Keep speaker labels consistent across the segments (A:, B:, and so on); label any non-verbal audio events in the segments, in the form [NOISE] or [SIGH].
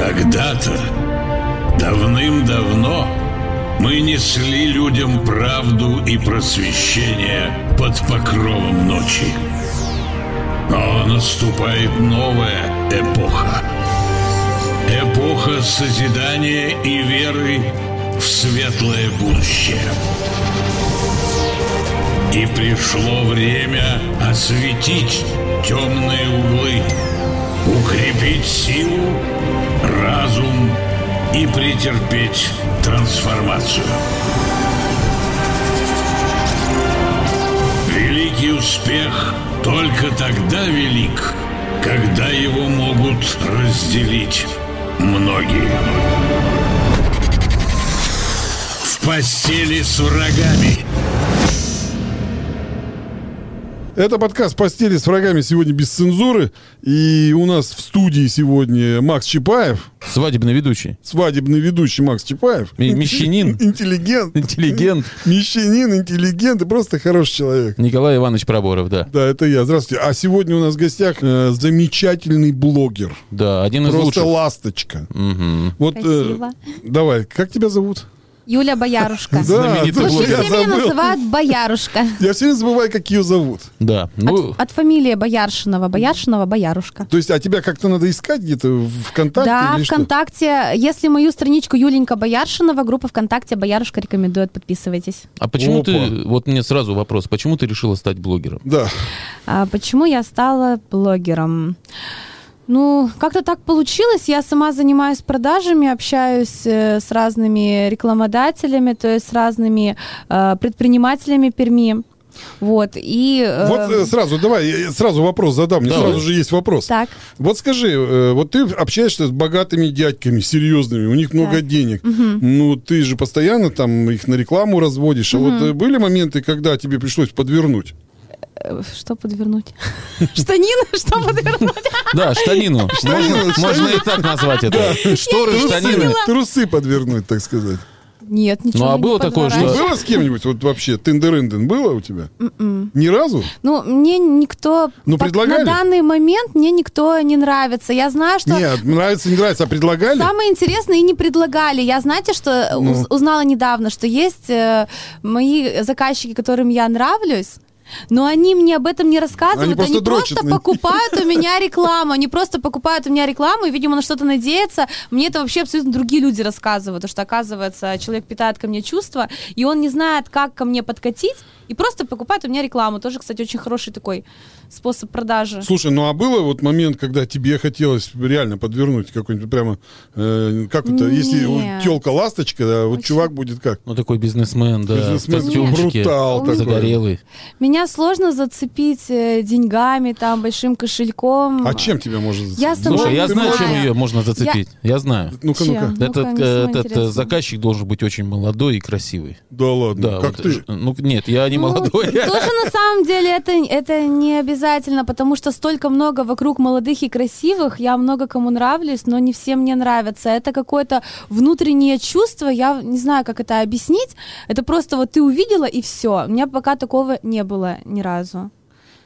A: когда-то, давным-давно, мы несли людям правду и просвещение под покровом ночи. Но наступает новая эпоха. Эпоха созидания и веры в светлое будущее. И пришло время осветить темные углы, укрепить силу, разум и претерпеть трансформацию. Великий успех только тогда велик, когда его могут разделить многие. В постели с врагами.
B: Это подкаст «Постели с врагами» сегодня без цензуры. И у нас в студии сегодня Макс Чапаев,
C: Свадебный ведущий.
B: свадебный ведущий Макс Чапаев. [LAUGHS]
C: Ми- мещанин.
B: Интеллигент.
C: Интеллигент.
B: Мещанин, интеллигент и просто хороший человек.
C: Николай Иванович Проборов, да.
B: Да, это я. Здравствуйте. А сегодня у нас в гостях э, замечательный блогер.
C: Да, один из
B: Просто
C: лучших.
B: ласточка.
C: Ну, Мгм.
B: Вот, э,
D: Спасибо.
B: давай, как тебя зовут?
D: Юля Боярушка.
C: Знаменитый
B: точно,
D: Слушай,
C: блогер.
B: я
D: все меня
B: забыл.
D: называют Боярушка.
B: Я все время забываю, как ее зовут.
C: Да. Ну,
D: От, от фамилии Бояршинова. Бояршинова Боярушка.
B: То есть, а тебя как-то надо искать где-то в ВКонтакте?
D: да,
B: или что?
D: ВКонтакте. Если мою страничку Юленька Бояршинова, группа ВКонтакте Боярушка рекомендует, подписывайтесь.
C: а почему
B: Опа.
C: ты... Вот мне сразу вопрос. Почему ты решила стать блогером?
B: Да.
D: А почему я стала блогером? Ну, как-то так получилось. Я сама занимаюсь продажами, общаюсь э, с разными рекламодателями, то есть с разными э, предпринимателями Перми. Вот, и... э,
B: Вот э, сразу, давай, я- я сразу вопрос задам. Мне
C: Давай.
B: сразу же есть вопрос.
D: так.
B: Вот скажи, э, вот ты общаешься с богатыми дядьками, серьезными, у них много
D: Так.
B: денег. Ну, ты же постоянно там их на рекламу разводишь. А вот э, были моменты, когда тебе пришлось
D: [LAUGHS]
B: подвернуть?
D: Э, Что подвернуть? [LAUGHS] Штанины? Что подвернуть? [LAUGHS]
C: Да, штанину. Можно-
B: штанину.
C: Можно и так назвать это. Шторы, штанины.
B: Трусы подвернуть, так сказать.
D: Нет, ничего.
C: Ну, а
D: не
C: было такое, что-
D: подворачиваю.
B: Было с кем-нибудь вот вообще? Тендеренден было у тебя? Ни разу?
D: Ну, мне никто...
B: Ну,
D: пок-
B: предлагали?
D: На данный момент мне никто не нравится. Я знаю, что...
B: Нет, нравится, не нравится, а предлагали?
D: Самое интересное, и не предлагали. Я, знаете, что э,
B: Ну.
D: уз- узнала недавно, что есть э, мои заказчики, которым я нравлюсь, но они мне об этом не рассказывают.
B: Они просто дрочат на них.
D: покупают
B: [LAUGHS]
D: у меня рекламу. Они просто покупают у меня рекламу, и, видимо, на что-то надеются. Мне это вообще абсолютно другие люди рассказывают, потому что, оказывается, человек питает ко мне чувства, и он не знает, как ко мне подкатить, и просто покупает у меня рекламу. Тоже, кстати, очень хороший такой способ продажи.
B: Слушай, ну а было вот момент, когда тебе хотелось реально подвернуть какой-нибудь прямо, э, как это, если
D: Нет.
B: телка ласточка, да,
D: А
B: вот чувак будет как?
C: Ну, такой бизнесмен, да. В
B: Бизнесмен, ну,
C: костюмчике.
B: брутал такой.
C: Загорелый.
D: Меня сложно зацепить э, деньгами, там, большим кошельком.
B: А чем тебя может зацепить?
D: Я сама
C: Слушай, я
D: Ты
C: знаю,
D: можешь-
C: чем ее можно зацепить. Я знаю.
B: Ну-ка,
D: Чем?
B: ну-ка.
D: Ну-ка,
C: Этот,
D: мне
C: э,
D: самой
C: этот э,
D: интересно.
C: заказчик должен быть очень молодой и красивый.
B: Да ладно,
C: Да,
B: как
C: вот,
B: ты?
C: ж- Ну, нет, я не
D: Ну, [LAUGHS]
C: молодой.
D: Тоже на самом деле это, это не обязательно, потому что столько много вокруг молодых и красивых, я много кому нравлюсь, но не все мне нравятся. Это какое-то внутреннее чувство, я не знаю, как это объяснить. Это просто вот ты увидела и все. У меня пока такого не было ни разу.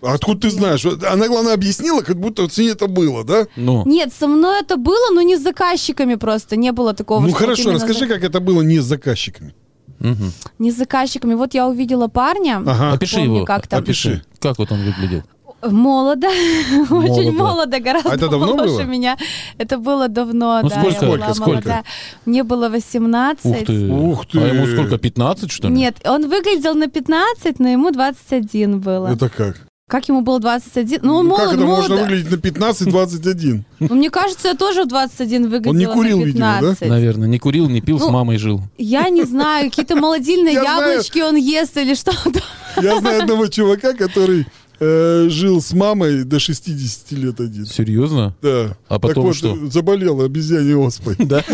B: Откуда ты знаешь? Вот Она, главное, объяснила, как будто вот с ней это было, да?
C: [LAUGHS] Ну,
D: Нет, со мной это было, но не с заказчиками просто. Не было такого.
B: ну
D: что вот
B: хорошо,
D: именно
B: расскажи,
D: за-
B: как это было не с заказчиками.
C: мгм.
D: Не с заказчиками. Вот я увидела парня.
B: Ага.
C: опиши
D: помню,
C: его.
D: как там.
B: Опиши.
C: Как вот он выглядел?
D: Молодо, [LAUGHS] очень молодо, гораздо
B: А это давно
D: моложе
B: было?
D: меня. Это было давно,
C: Ну,
D: да.
C: сколько?
D: я была
B: Сколько, сколько?
D: молода. Мне было 18.
C: Ух ты.
B: Ух ты.
C: А ему сколько, 15, что ли?
D: Нет, он выглядел на 15, но ему 21 было.
B: Это как?
D: Как ему было 21? Ну, он
B: Ну,
D: молод,
B: как это
D: молод.
B: можно выглядеть на 15-21?
D: Ну, Мне кажется, я тоже в 21 выглядела
B: курил,
D: на
B: видимо, да?
D: 15.
C: Наверное, не курил, не пил, с
D: Ну,
C: мамой жил.
D: Я не знаю, какие-то молодильные
B: Я знаю.
D: яблочки он ест или что-то.
B: Я знаю одного чувака, который э, жил с мамой до 60 лет один.
C: Серьезно?
B: Да.
C: А потом
B: так вот,
C: что?
B: заболел обезьяньей оспой.
C: Да.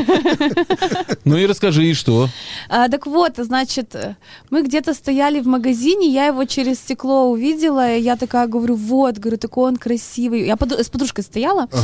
C: Ну и расскажи, и что?
D: А, так вот, значит, э, мы где-то стояли в магазине, я его через стекло увидела, и я такая говорю, вот, говорю, такой он красивый. Я поду- с подружкой стояла,
B: Ага,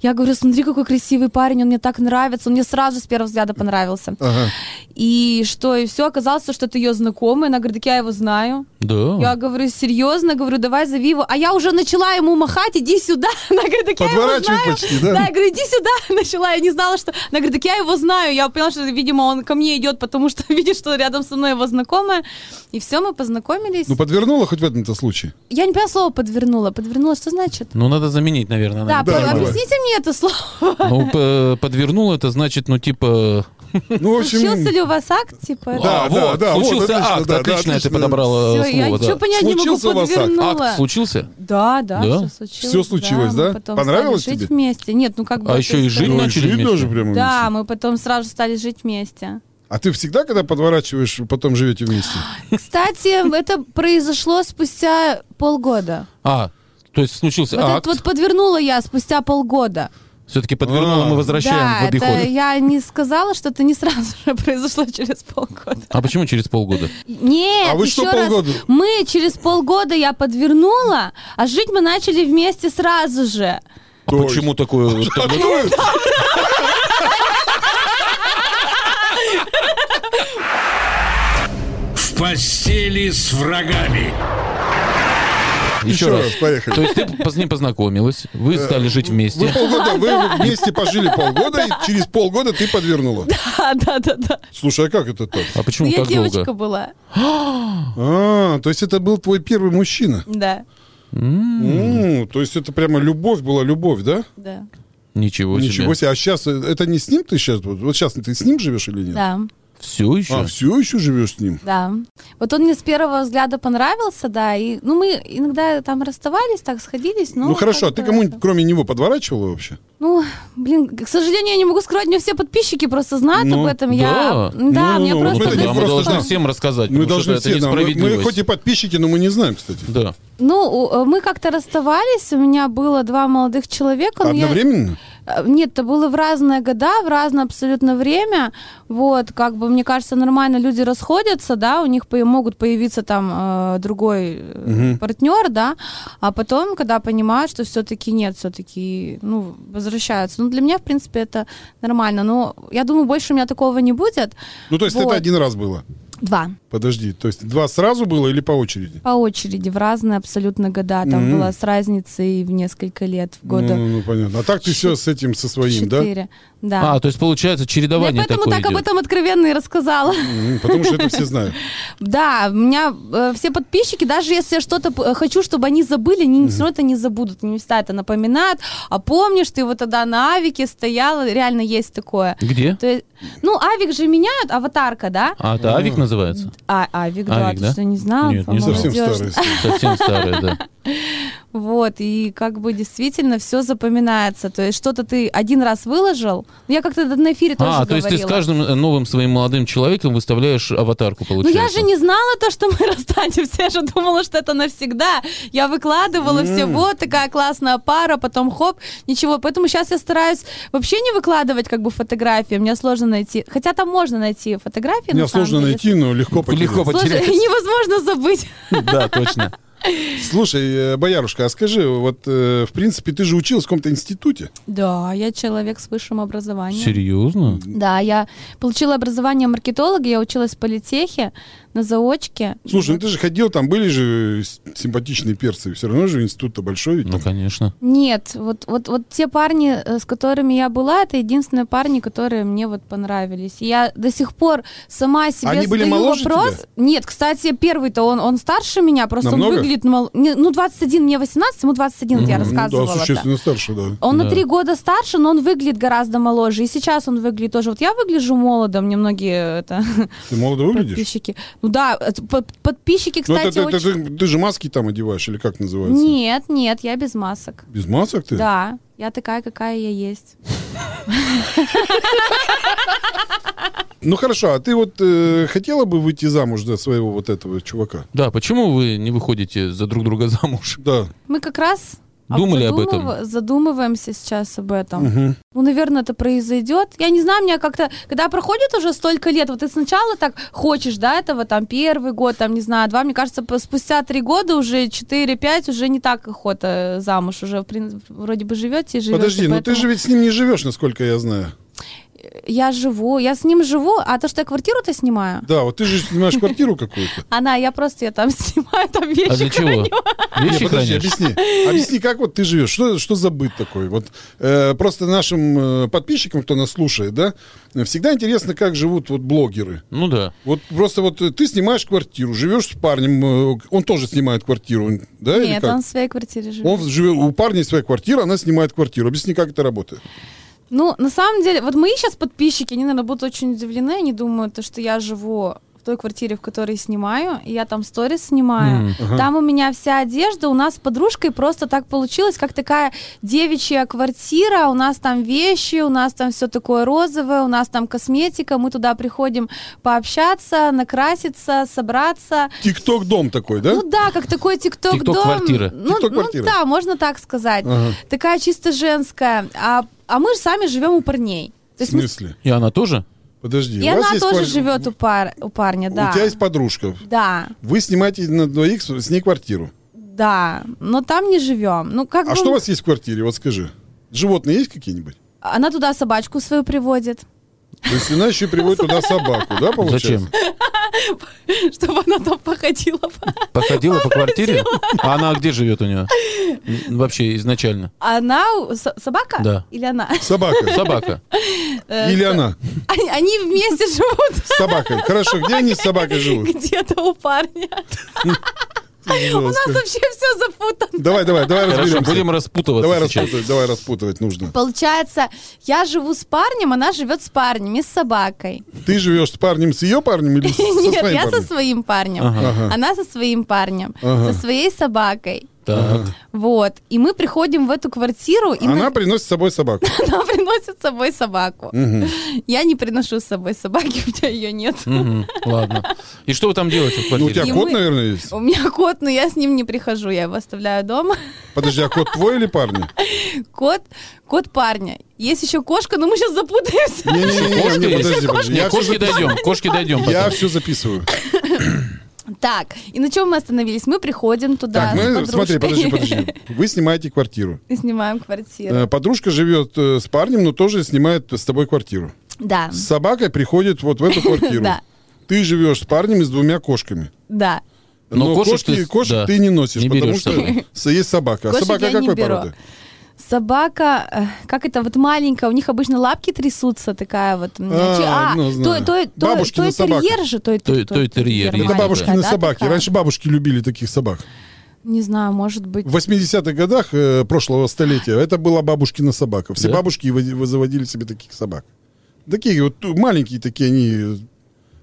D: я говорю, смотри, какой красивый парень, он мне так нравится, он мне сразу с первого взгляда понравился.
B: ага.
D: И что, и все, оказалось, что это ее знакомый, она говорит, так я его знаю.
C: Да.
D: Я говорю, серьезно, говорю, давай давай зови его. А я уже начала ему махать, иди сюда. [LAUGHS] Она говорит, так я его
B: Подворачивает
D: знаю.
B: почти, да?
D: Да, я говорю, иди сюда. [LAUGHS] Начала, я не знала, что... Она говорит, так я его знаю. Я поняла, что, видимо, он ко мне идет, потому что [LAUGHS] видит, что рядом со мной его знакомая. И все, мы познакомились.
B: Ну, подвернула хоть в этом-то случае?
D: Я не поняла слово «подвернула». «Подвернула» что значит?
C: Ну, надо заменить, наверное. она
D: Да,
B: да,
C: не
D: по-
B: давай.
C: понимала.
D: объясните мне это слово.
C: Ну, п- подвернул это значит, ну, типа...
B: Ну, в общем...
D: Случился ли у вас акт, типа? это?
B: Да,
C: а,
B: да,
C: вот,
B: да, вот,
C: случился
B: отлично,
C: акт,
B: да, да,
C: отлично, ты
B: отлично.
C: подобрала
D: Всё, я
C: Э, слово, да.
D: ничего понять
B: Случился
D: не
B: у
D: могу,
B: вас акт?
D: подвернула.
C: Акт случился?
D: Да, да,
C: Да?
D: все случилось.
B: Всё случилось, да?
D: Мы потом
B: Понравилось
D: стали жить
B: тебе?
D: вместе. Нет, ну как бы...
C: А
D: это
C: еще и жить
D: история.
B: Ну, и
C: начали
B: жить
C: вместе.
B: даже прямо
D: Да,
B: вместе.
D: мы потом сразу стали жить вместе.
B: А ты всегда, когда подворачиваешь, потом живете вместе?
C: А
D: Кстати, это произошло спустя полгода.
C: А, то есть случился
D: Вот
C: акт,
D: это вот подвернула я спустя полгода.
C: все-таки подвернула,
B: А.
C: мы возвращаем
D: да,
C: в обиход.
D: это я не сказала, что это не сразу же произошло через полгода.
C: А почему через полгода?
D: Нет,
B: А вы
D: еще
B: что
D: раз.
B: полгода?
D: Мы через полгода я подвернула, а жить мы начали вместе сразу же. [LAUGHS]
C: А
B: То
C: почему такое? вот так вот?
A: В постели с врагами.
C: Еще раз.
B: поехали.
C: То есть ты по- с ним познакомилась, Э, вы стали жить
B: Вы
C: вместе.
B: полгода, вы вместе пожили полгода, и через полгода ты подвернула.
D: Да, да, да, да.
B: Слушай, а как это так?
C: А почему
D: Ну, я
C: так
D: девочка
C: долго?
D: была.
B: А, то есть это был твой первый мужчина.
D: Да,
B: М, То есть это прямо любовь была, любовь, да?
D: да,
C: Ничего себе.
B: Ничего себе. А сейчас это не с ним ты сейчас? Вот вот сейчас ты с ним живешь или нет?
D: да,
C: Все еще?
B: А, все еще живешь с ним?
D: да. Вот он мне с первого взгляда понравился, да. И, ну, мы иногда там расставались, так сходились, но...
B: Ну хорошо, а
D: как-то
B: ты кому-нибудь
D: это-
B: кроме него подворачивала вообще?
D: Ну, блин, к сожалению, я не могу сказать, не все подписчики просто знают
B: Ну,
D: об этом. я,
C: да.
D: да, мне
B: Ну-ну-ну, вот
D: просто...
C: Ну,
B: это
C: тогда
B: не
C: мы
B: просто
C: должны
B: так.
C: всем рассказать,
B: Мы
C: потому
B: должны
C: что это
B: все, да, мы- мы,
C: несправедливость.
B: хоть и подписчики, но мы не знаем, кстати.
C: Да.
D: Ну, у- э, мы как-то расставались, у меня было два молодых человека. но я-
B: Одновременно?
D: Э, Нет, это было в разные года, в разное абсолютно время. Вот, как бы, мне кажется, нормально люди расходятся, да, у них по- могут появиться там э, другой партнер, да, а потом, когда понимают, что все-таки нет, все-таки, ну, возвращаются. Ну, для меня, в принципе, это нормально, но я думаю, больше у меня такого не будет.
B: Ну то есть это
D: Вот.
B: один раз было?
D: Два.
B: Подожди, то есть два сразу было или по очереди?
D: По очереди, в разные абсолютно года. Там было с разницей в несколько лет, в года
B: Ну, ну, ну, понятно. А так ты все с этим, со своим, да?
D: четыре. Да.
C: А, то есть получается
D: Я
C: чередование
D: поэтому
C: такое
D: так об
C: идет.
D: этом откровенно и рассказала.
B: Мгм, Потому что это все
D: [LAUGHS]
B: знают.
D: Да, у меня э, все подписчики, даже если я что-то п- э, хочу, чтобы они забыли, они все равно это не забудут, они мне всегда это напоминают. А помнишь, ты вот тогда на авике стояла, реально есть такое.
C: Где?
D: То есть, ну, авик же меняют, аватарка, да?
C: А, это Авик называется?
D: А, авик, да,
C: Авик,
D: ты
C: да?
D: что, не знала?
C: Нет, не знал.
B: Совсем
D: Молодежь. [LAUGHS]
B: старые. истории.
C: Совсем старое, да.
D: Вот, и как бы действительно все запоминается. То есть что-то ты один раз выложил. Ну, Я как-то на эфире тоже
C: А, то есть ты с
D: говорила.
C: каждым э, новым своим молодым человеком выставляешь аватарку,
D: Ну
C: получается?
D: я же не знала то, что мы [LAUGHS] расстанемся, я же думала, что это навсегда. Я выкладывала все, вот такая классная пара, потом хоп, ничего. Поэтому сейчас я стараюсь вообще не выкладывать как бы фотографии, мне сложно найти. Хотя там можно найти фотографии.
B: Меня
D: на самом
B: сложно
D: деле. [LAUGHS]
B: найти, но легко потерять.
C: Легко
D: Сложно-
C: потерять.
D: [LAUGHS] невозможно забыть.
C: Да, точно.
D: [LAUGHS]
B: Слушай, э, Боярушка, а скажи, вот, э, в принципе, ты же училась в каком-то институте.
D: Да, я человек с высшим образованием.
C: Серьезно?
D: Да, я получила образование маркетолога, я училась в политехе на заочке.
B: Слушай, ну ты же ходил, там были же с- симпатичные перцы. Все равно же институт-то большой ведь.
C: Ну, конечно.
D: Нет, вот, вот, вот те парни, э, с которыми я была, это единственные парни, которые мне вот понравились. И Я до сих пор сама себе
B: Они были
D: задаю
B: моложе
D: вопрос.
B: тебя?
D: Нет, кстати, первый-то он, он старше меня, просто
B: Намного?
D: он выглядит мол- не, ну 21, мне 18, ему 21, вот я
B: Ну
D: рассказывала.
B: да, существенно старше, да.
D: Он
C: Да.
D: на три года старше, но он выглядит гораздо моложе. И сейчас он выглядит тоже. Вот я выгляжу молодо, мне многие это, [LAUGHS]
B: Ты молодо выглядишь?
D: подписчики. Ну да, э, под- подписчики,
B: Ну, это-
D: кстати,
B: это-
D: очень...
B: это- ты же маски там одеваешь, или как называется?
D: Нет, нет, я без масок.
B: Без масок ты?
D: Да, я такая, какая я есть.
B: Ну хорошо, а ты вот э, хотела бы выйти замуж за своего вот этого чувака?
C: Да, почему вы не выходите за друг друга
D: [LAUGHS]
C: замуж?
B: Да.
D: Мы как раз об-
C: Думали об этом?
D: задумыва- Задумываемся сейчас об этом. Ну, наверное, это произойдет. Я не знаю, меня как-то, когда проходит уже столько лет, вот ты сначала так хочешь, да, этого там первый год, там, не знаю, два, мне кажется, по- спустя три года уже, четыре-пять, уже не так охота э, замуж, уже в прин- вроде бы живете и живете.
B: Подожди, ну ты
D: поэтому-
B: же ведь с ним не живешь, насколько я знаю.
D: я живу, я с ним живу, а то, что я квартиру-то снимаю,
B: Да, вот ты же снимаешь квартиру
D: [LAUGHS]
B: какую-то.
D: она, я просто я там [LAUGHS] снимаю, там вещи
C: А для чего?
D: храню.
B: Не,
C: Вещи
B: подожди,
C: хранишь?
B: объясни. Объясни, как вот ты живешь? Что, что за быт такой? Вот э, просто нашим э, подписчикам, кто нас слушает, да, всегда интересно, как живут вот блогеры.
C: Ну да.
B: Вот просто вот э, ты снимаешь квартиру, живешь с парнем, э, он тоже снимает квартиру, да? или
D: Нет,
B: как?
D: он в своей квартире живет.
B: Он живет, у парня есть своя квартира, она снимает квартиру. Объясни, как это работает.
D: Ну, на самом деле, вот мои сейчас подписчики, они, наверное, будут очень удивлены, они думают, то, что я живу в той квартире, в которой снимаю, и я там сторис снимаю.
C: М,
D: Там у меня вся одежда, у нас с подружкой просто так получилось, как такая девичья квартира, у нас там вещи, у нас там все такое розовое, у нас там косметика, мы туда приходим пообщаться, накраситься, собраться.
B: Тик-ток-дом такой, да?
D: Ну да, как такой тикток дом.
C: Тикток-квартира.
D: Ну,
B: Тикток-квартира.
D: ну да, можно так сказать.
B: Ага.
D: Такая чисто женская. А, а мы же сами живем у парней. То
B: В
D: есть мы-
B: смысле?
C: И она тоже?
B: Подожди.
D: И
B: Ну, у вас
D: она
B: есть
D: тоже
B: пар-
D: живет у, пар... у парня, да.
B: У тебя есть подружка.
D: Да,
B: Вы снимаете на двоих с с ней квартиру.
D: да. Но там не живем. Ну, как
B: А
D: бы-
B: что у вас есть в квартире? Вот скажи. Животные есть какие-нибудь?
D: Она туда собачку свою приводит, [LAUGHS]
B: То есть она еще приводит туда собаку, да, получается?
C: Зачем?
D: чтобы она там походила. [LAUGHS]
C: Походила по квартире? А она где живет у нее?
D: [LAUGHS]
C: М, Вообще изначально.
D: Она... у- со- Собака?
C: Да.
D: Или она?
B: Собака.
C: Собака.
D: Э,
B: Или
D: со-
B: она
D: Они, они вместе живут
B: с собакой. Хорошо, где они с собакой живут?
D: [LAUGHS] где-то у парня. У нас вообще все запутано.
B: Давай, давай, давай
C: Хорошо,
B: разберемся.
C: будем распутываться
B: Давай
C: сейчас.
B: распутывать, давай распутывать нужно.
D: Получается, я живу с парнем, она живет с парнем и с собакой.
B: Ты живешь с парнем, с ее парнем или со своим
D: [LAUGHS] Нет, я со
B: парнем?
D: своим парнем.
C: Ага.
B: Ага.
D: Она со своим парнем,
B: Ага.
D: со своей собакой.
C: Так.
D: Вот. И мы приходим в эту квартиру, и
B: Она
D: мы-
B: приносит с собой собаку.
D: она приносит с собой собаку.
B: Мгм.
D: Я не приношу с собой собаки, [LAUGHS] у меня ее нет.
C: Мгм, Ладно. И что вы там делаете в
B: Ну, у тебя
C: квартире?
D: И
B: кот,
D: мы-
B: наверное, есть.
D: У меня кот, но я с ним не прихожу, я его оставляю дома. [LAUGHS]
B: Подожди, а кот твой или парня?
D: Кот, кот парня. Есть еще кошка, но мы сейчас запутаемся.
C: Кошки
B: Не-не-не,
C: есть?
B: подожди, подожди.
C: Не,
B: Я всё
C: кошки
B: [LAUGHS]
C: дойдем, кошки дойдем.
B: запи- Я
C: потом.
B: все записываю.
D: [LAUGHS] Так, и на чем мы остановились? Мы приходим туда
B: Так,
D: с
B: ну смотри, подожди,
D: подружкой.
B: подожди. Вы снимаете квартиру.
D: [LAUGHS] И снимаем квартиру.
B: Э, Подружка живет э, с парнем, но тоже снимает с тобой квартиру.
D: Да,
B: С собакой приходит вот в
D: [LAUGHS]
B: эту квартиру.
D: Да.
B: Ты живешь с парнем и с двумя кошками.
D: да.
B: Но,
C: Но кошек
B: кошки,
C: ты-
B: кошек
C: да,
B: ты не носишь,
C: не
B: потому
C: берешь с
B: что
C: собой.
B: с- есть собака. А
D: Кошек
B: собака
D: я не
B: какой
D: беру.
B: породы?
D: Собака, э, как это, вот маленькая, у них обычно лапки трясутся, такая вот. м,
B: А,
D: чи- А,
B: ну,
D: то,
B: знаю.
D: то, то,
B: Бабушкина
D: то и
B: собака.
D: терьер же, то и
C: То- то и терьер есть
B: Это
C: такая,
B: бабушкины
D: да,
B: собаки.
D: такая?
B: Раньше бабушки любили таких собак.
D: Не знаю, может быть.
B: В 80-х годах э, прошлого столетия это была бабушкина собака. Все
C: Да?
B: бабушки и воз- заводили себе таких собак. Такие вот э, маленькие такие, они, э,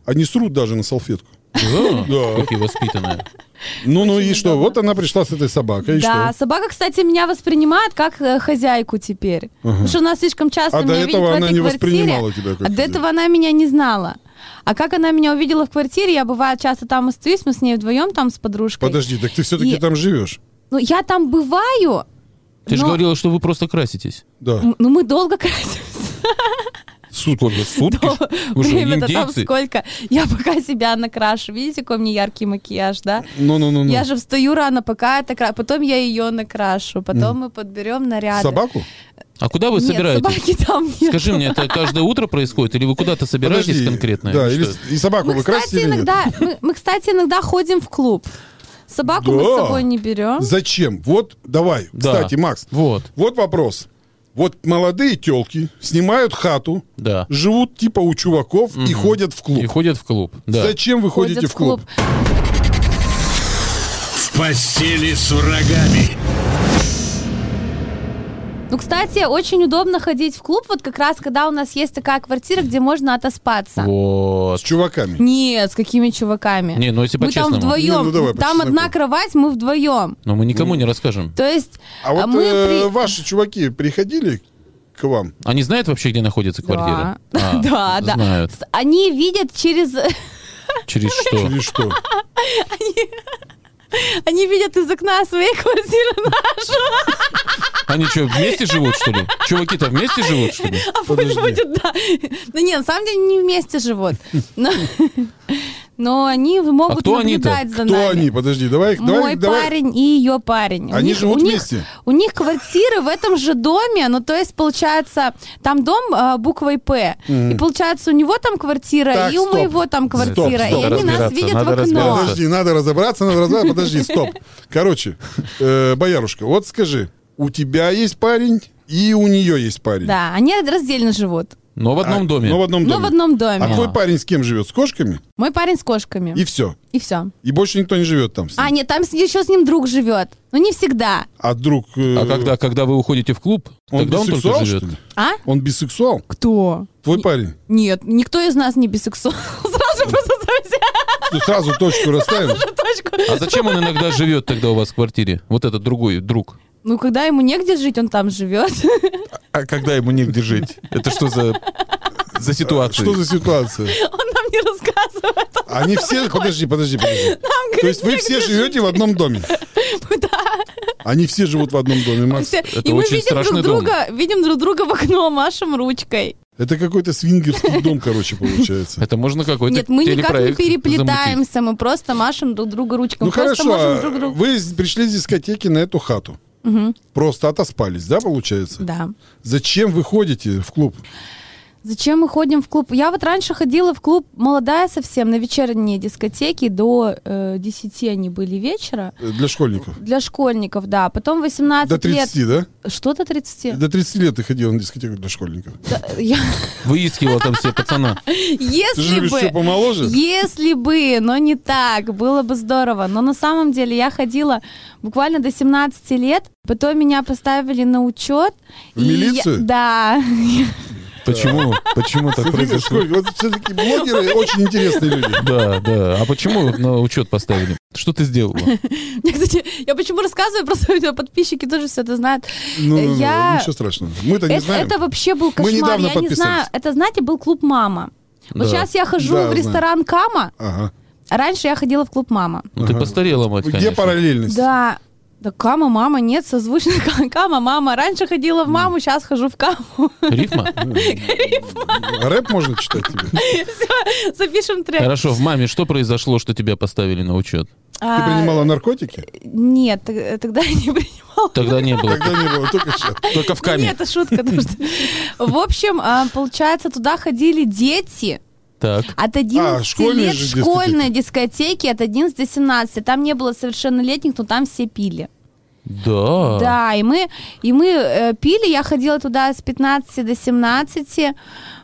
B: они срут даже на салфетку.
C: Да,
B: [LAUGHS] Да.
C: Какие воспитанные.
B: Ну, ну и
D: Очень
B: что?
D: удобно.
B: Вот она пришла с этой собакой, и
D: да,
B: что?
D: собака, кстати, меня воспринимает как э, хозяйку теперь. Потому что она слишком часто
B: А до
D: меня видит
B: этого
D: в
B: она
D: этой
B: не
D: квартире.
B: воспринимала тебя как
D: А до
B: хозяйку.
D: этого она меня не знала. А как она меня увидела в квартире, я бываю часто там остаюсь, мы с ней вдвоем там с подружкой.
B: Подожди, так ты все-таки
D: И-
B: там живешь?
D: Ну, я там бываю.
C: Ты же
D: но-
C: говорила, что вы просто краситесь.
B: Да.
D: М, Ну, мы долго [LAUGHS] красимся.
C: Сутки. Сутки? Вы что,
D: Время-то там
C: индейцы?
D: сколько. Я пока себя накрашу. Видите, какой у меня яркий макияж, да?
B: Ну-ну-ну.
D: Я же встаю рано, пока это кра- Потом я ее накрашу. Потом мы подберем наряды.
B: Собаку?
C: А куда вы
D: Нет,
C: собираетесь?
D: собаки там нет.
C: Скажи мне, это каждое утро происходит, или вы куда-то собираетесь
B: Подожди,
C: конкретно?
B: Да,
C: или
B: или
C: что?
B: с- и собаку
D: Мы,
B: вы красите
D: Ну,
B: или
D: кстати,
B: нет?
D: иногда, мы, мы, кстати, иногда ходим в клуб. Собаку мы
B: Да.
D: с собой не берем.
B: Зачем? Вот, давай.
C: А? Да.
B: Кстати, Макс,
C: Вот.
B: вот вопрос. Вот молодые телки снимают хату,
C: Да.
B: живут типа у чуваков и ходят в клуб.
C: И ходят в клуб. Да.
B: Зачем вы
D: Ходят
B: ходите в клуб?
A: В постели с врагами.
D: Ну, кстати, очень удобно ходить в клуб, вот как раз, когда у нас есть такая квартира, где можно отоспаться.
B: С
C: Вот.
B: чуваками.
D: Нет, с какими чуваками?
C: Не, ну если
D: мы там
C: по-честному.
D: вдвоем.
B: Не, ну давай
D: там
B: по-честному.
D: одна кровать, мы вдвоем.
C: Но мы
B: Ну.
C: никому не расскажем.
D: То есть
B: А вот
D: мы
B: э,
D: при-
B: ваши чуваки приходили к вам?
C: Они знают вообще, где находится
D: Да,
C: квартира? А,
D: [LAUGHS] да, да.
C: Знают.
D: С- Они видят через, [LAUGHS]
C: Через что?
B: Или что?
D: они видят из окна своей [LAUGHS] квартиры,
C: Они что, вместе живут, что ли? Чуваки-то вместе живут, что ли?
D: а пусть
B: Подожди.
D: будет, да. Ну не, на самом деле не вместе живут. Но- [LAUGHS] Но они могут
C: А кто они-то?
D: наблюдать
B: Кто
D: за нами.
B: они? Подожди, давай,
D: Мой
B: давай, давай.
D: парень и ее парень. У
B: Они
D: них-
B: живут
D: у них-
B: вместе?
D: У них квартиры в этом же доме, ну то есть получается там дом а, буквой П, и получается у него там квартира
B: Так,
D: и у
B: стоп.
D: моего там квартира,
B: стоп,
D: и они нас
C: разбираться,
D: видят в
C: надо
D: окно.
C: разбираться.
B: Подожди, надо разобраться, надо разобраться. Подожди, стоп. Короче, э, боярушка, вот скажи, у тебя есть парень и у нее есть парень.
D: Да, они раздельно живут,
C: Но в одном
B: А,
C: доме.
B: Но в одном доме.
D: но в одном доме.
B: А твой парень с кем живет? С кошками?
D: Мой парень с кошками
B: И все.
D: и все.
B: И больше никто не живет там. С ним.
D: А нет, там с- еще с ним друг живет, но не всегда,
B: А друг... э,
C: А когда, когда вы уходите в клуб,
B: Он
C: тогда он
B: бисексуал,
C: только
B: что
C: живет.
B: ли?
D: а?
B: Он бисексуал?
D: Кто?
B: Твой парень.
D: Нет, никто из нас не бисексуал. Сразу просто
B: Ты сразу точку расставил.
D: точку.
C: А зачем он иногда живет тогда у вас в квартире? Вот этот другой друг.
D: Ну, когда ему негде жить, он там живет.
C: А когда ему негде жить? Это что за, за ситуация?
B: Что за ситуация?
D: Он нам не рассказывает. а
B: Они все... Подожди, подожди, подожди.
D: Нам,
B: То
D: говорит,
B: есть вы
D: негде
B: все
D: жить.
B: живете в одном доме? Они все живут в одном доме, Макс.
D: Все.
C: это
D: И мы
C: очень
D: видим друг
C: страшный дом.
D: друга, видим друг друга в окно, машем ручкой.
B: Это какой-то свингерский дом, короче, получается.
C: Это можно какой-то
D: Нет, мы никак не
C: телепроект замутить.
D: переплетаемся, мы просто машем друг друга ручкой.
B: Ну
D: просто
B: хорошо,
D: можем
B: а
D: друг другу.
B: вы с- пришли с дискотеки на эту хату. Просто отоспались, да, получается?
D: Да.
B: Зачем вы ходите в клуб?
D: Зачем мы ходим в клуб? Я вот раньше ходила в клуб молодая совсем на вечерние дискотеки. До э, 10 они были вечера.
B: Э, Для школьников?
D: Для школьников, да. Потом 18
B: До 30, да?
D: А лет. Что до 30?
B: До 30 лет ты ходила на дискотеку для школьников.
D: Да, я-
C: Выискивал там себе пацана.
B: Ты
D: Если
B: же любишь
D: бы...
B: что помоложе?
D: Если бы, но не так, было бы здорово. Но на самом деле я ходила буквально до 17 лет, потом меня поставили на учет.
B: В милицию?
D: да. [LAUGHS]
C: Почему? Почему так
B: Смотри,
C: произошло?
B: какой- Вот все-таки блогеры очень интересные люди.
C: Да, да. А почему на учет поставили? Что ты сделала?
D: Я, кстати, я почему рассказываю, просто у меня подписчики тоже все это знают.
B: Ну, ну, ну,
D: я...
B: ничего страшного. Мы-то не
D: это,
B: знаем.
D: это вообще был кошмар.
B: Мы недавно
D: я не знаю.
B: подписались.
D: Это, знаете, был клуб «Мама». Вот
C: Да.
D: сейчас я хожу
B: Да,
D: в
B: знаю.
D: ресторан «Кама»,
B: Ага.
D: а раньше я ходила в клуб «Мама».
C: Ну, ты постарела, мать,
B: Где
C: конечно.
B: параллельность?
D: Да. Да кама, мама, нет, созвучно Ка- кама, мама. Раньше ходила в маму, сейчас хожу в каму. [LAUGHS]
C: Рифма?
B: Рэп можно читать тебе? Ты
D: Все, запишем трек.
C: Хорошо, в маме что произошло, что тебя поставили на учет?
D: А,
B: принимала наркотики?
D: Э, Нет, т- тогда я не [LAUGHS] принимала.
C: Тогда не было.
B: Тогда не было, только сейчас.
C: Только в
D: Нет,
C: каме.
D: это шутка. потому что- В общем, а, получается, туда ходили дети
C: Так.
D: от 11
B: А, школьные
D: лет,
B: же дискотеки.
D: школьные дискотеки от 11 до 17. Там не было совершеннолетних, но там все пили.
B: А.
C: Да.
D: Да, и мы, и мы э, пили, я ходила туда с 15 до 17,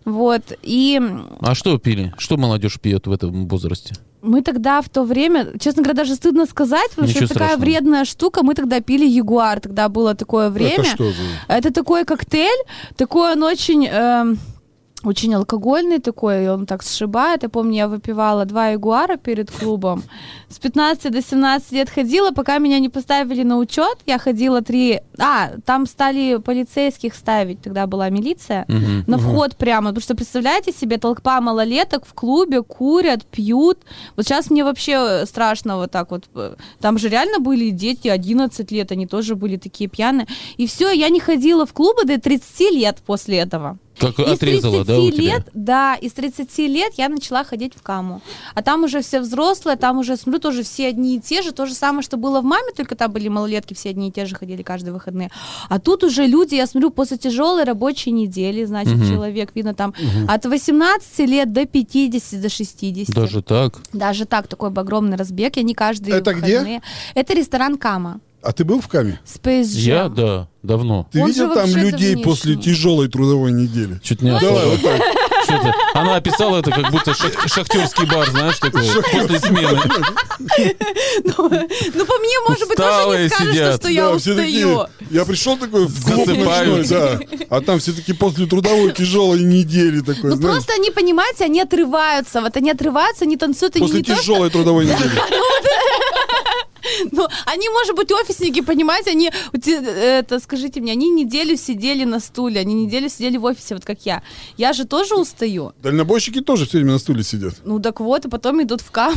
D: вот, и м,
C: А что пили? Что молодежь пьет в этом возрасте?
D: мы тогда в то время, честно говоря, даже стыдно сказать, потому
C: Ничего
D: что это такая
C: страшного.
D: вредная штука, мы тогда пили Ягуар, тогда было такое время.
B: Это что за...
D: Это такой коктейль, такой он очень... эм, очень алкогольный такой, и он так сшибает. Я помню, я выпивала два ягуара перед клубом. С 15 до 17 лет ходила, пока меня не поставили на учет. Я ходила три... А, там стали полицейских ставить, тогда была милиция.
C: Мгм.
D: На вход прямо. Потому что, представляете себе, толпа малолеток в клубе курят, пьют. Вот сейчас мне вообще э, страшно вот так вот. э, Там же реально были дети 11 лет, они тоже были такие пьяные. И все, я не ходила в клубы до 30 лет после этого.
C: Как
D: И с
C: отрезала,
D: 30
C: да, у тебя?
D: лет, да, из 30 лет я начала ходить в каму. А там уже все взрослые, там уже, смотрю, тоже все одни и те же. То же самое, что было в маме, только там были малолетки, все одни и те же ходили каждые выходные. А тут уже люди, я смотрю, после тяжелой рабочей недели, значит,
C: Мгм.
D: человек, видно, там от 18 лет до 50, до 60.
C: Даже так?
D: Даже так, такой бы огромный разбег, я не каждый
B: Это где?
D: выходные. Это ресторан Кама.
B: А ты был в каме?
D: Space Jam.
C: Я, да, давно.
B: Ты
D: Он же
B: видел там
D: вообще
B: людей
D: давнишний.
B: после тяжелой трудовой недели?
C: Чуть не
B: Давай, вот
C: осуждал.
B: так.
C: Что-то- Она описала это как будто шах- шахтерский бар, знаешь, такой, после смены.
D: [LAUGHS] Ну, по мне, может быть, тоже
C: Усталые
D: не скажешь, что,
C: сидят.
D: что [LAUGHS] я
B: Да, все
D: устаю.
B: такие, я пришел такой в клуб ночной,
C: Засыпают.
B: да. А там все-таки после трудовой тяжелой недели такой,
D: Ну
B: знаешь.
D: просто они, понимаете, они отрываются. Вот они отрываются, они танцуют, они
B: После
D: не то, что-
B: тяжелой
D: [LAUGHS]
B: трудовой недели.
D: Ну, они, может быть, офисники, понимаете, они, у те- это, скажите мне, они неделю сидели на стуле, они неделю сидели в офисе, вот как я. Я же тоже устаю.
B: Дальнобойщики тоже все время на стуле сидят.
D: Ну так вот, и потом идут в каму.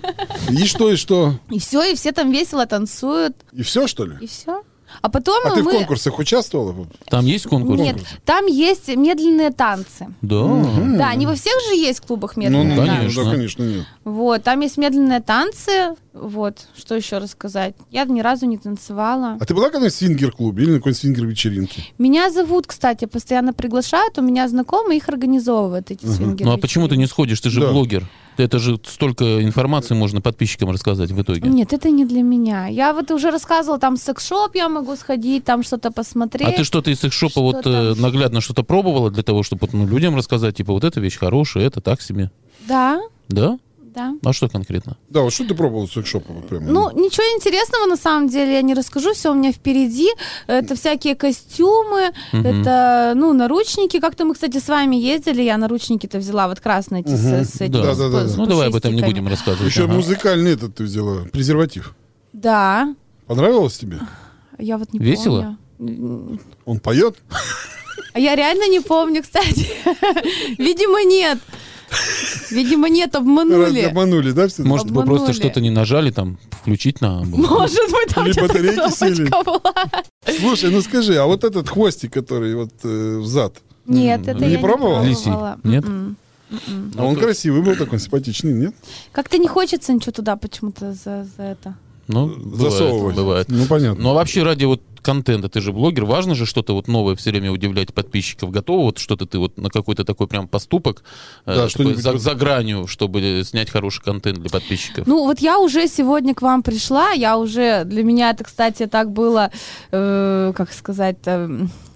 D: [LAUGHS]
B: И что, и что?
D: И все, и все там весело танцуют,
B: И все, что ли?
D: и все. А потом
B: А ты в
D: мы...
B: конкурсах участвовала?
C: Там есть конкурс?
D: Нет, там есть медленные танцы.
C: Да. Ну, а
D: Да, они во всех же есть клубах
B: Ну,
D: медленные
B: ну,
D: танцы.
C: конечно.
B: Да, конечно, нет.
D: Вот, там есть медленные танцы. Вот, что еще рассказать? Я ни разу не танцевала.
B: А ты была когда-нибудь в свингер-клубе или на какой-нибудь свингер-вечеринке?
D: Меня зовут, кстати, постоянно приглашают. У меня знакомые их организовывают, эти свингеры.
C: Ну а почему ты не сходишь? Ты же
B: Да.
C: блогер. Это же столько информации можно подписчикам рассказать в итоге.
D: Нет, это не для меня. Я вот уже рассказывала, там в секс-шоп я могу сходить, там что-то посмотреть.
C: А ты что-то из их шопа
D: Что
C: вот э, наглядно что-то пробовала для того, чтобы вот, ну, людям рассказать, типа, вот эта вещь хорошая, это так себе.
D: Да,
C: Да?
D: да.
C: А что конкретно?
B: Да, вот что ты пробовала с секшопа? Вот прям?
D: Ну, ничего интересного, на самом деле, я не расскажу, все у меня впереди. Это всякие костюмы, это, ну, наручники. Как-то мы, кстати, с вами ездили, я наручники-то взяла, вот красные эти с- с, этими,
C: Да.
D: с-
B: Да-да-да.
D: с
C: Ну, давай об этом не
D: пушистиками.
C: будем рассказывать.
B: Еще
C: Ага.
B: музыкальный этот ты взяла, презерватив.
D: Да,
B: Понравилось тебе?
D: я вот не
C: Весело?
D: помню.
B: Он поет?
D: А Я реально не помню, кстати. [LAUGHS] Видимо, нет. Видимо, нет, обманули.
B: Обманули, да, все?
C: Может, вы
D: Обманули.
C: просто что-то не нажали, там, включить на...
B: Ну,
D: Может быть, там
B: Или
D: что-то
B: батарейки
D: кнопочка
B: сели.
D: была.
B: Слушай, ну скажи, а вот этот хвостик, который вот э, взад,
D: Нет, это
B: Не
D: я
B: пробовала?
D: не
C: Лисий.
D: пробовала.
C: Нет?
D: М-м.
B: а он
C: Ну, то-
B: красивый был такой, симпатичный, нет?
D: Как-то не хочется ничего туда почему-то за, за это.
C: Ну, бывает,
B: Засовывать.
C: бывает.
B: Ну, понятно.
C: Ну а вообще ради вот контента, ты же блогер, важно же что-то вот новое все время удивлять подписчиков. Готово вот что-то ты вот на какой-то такой прям поступок, э,
B: Да,
C: такой
B: что-нибудь
C: за,
B: вот-
C: за гранью, чтобы снять хороший контент для подписчиков.
D: Ну, вот я уже сегодня к вам пришла, я уже, для меня это, кстати, так было, э, как сказать, э,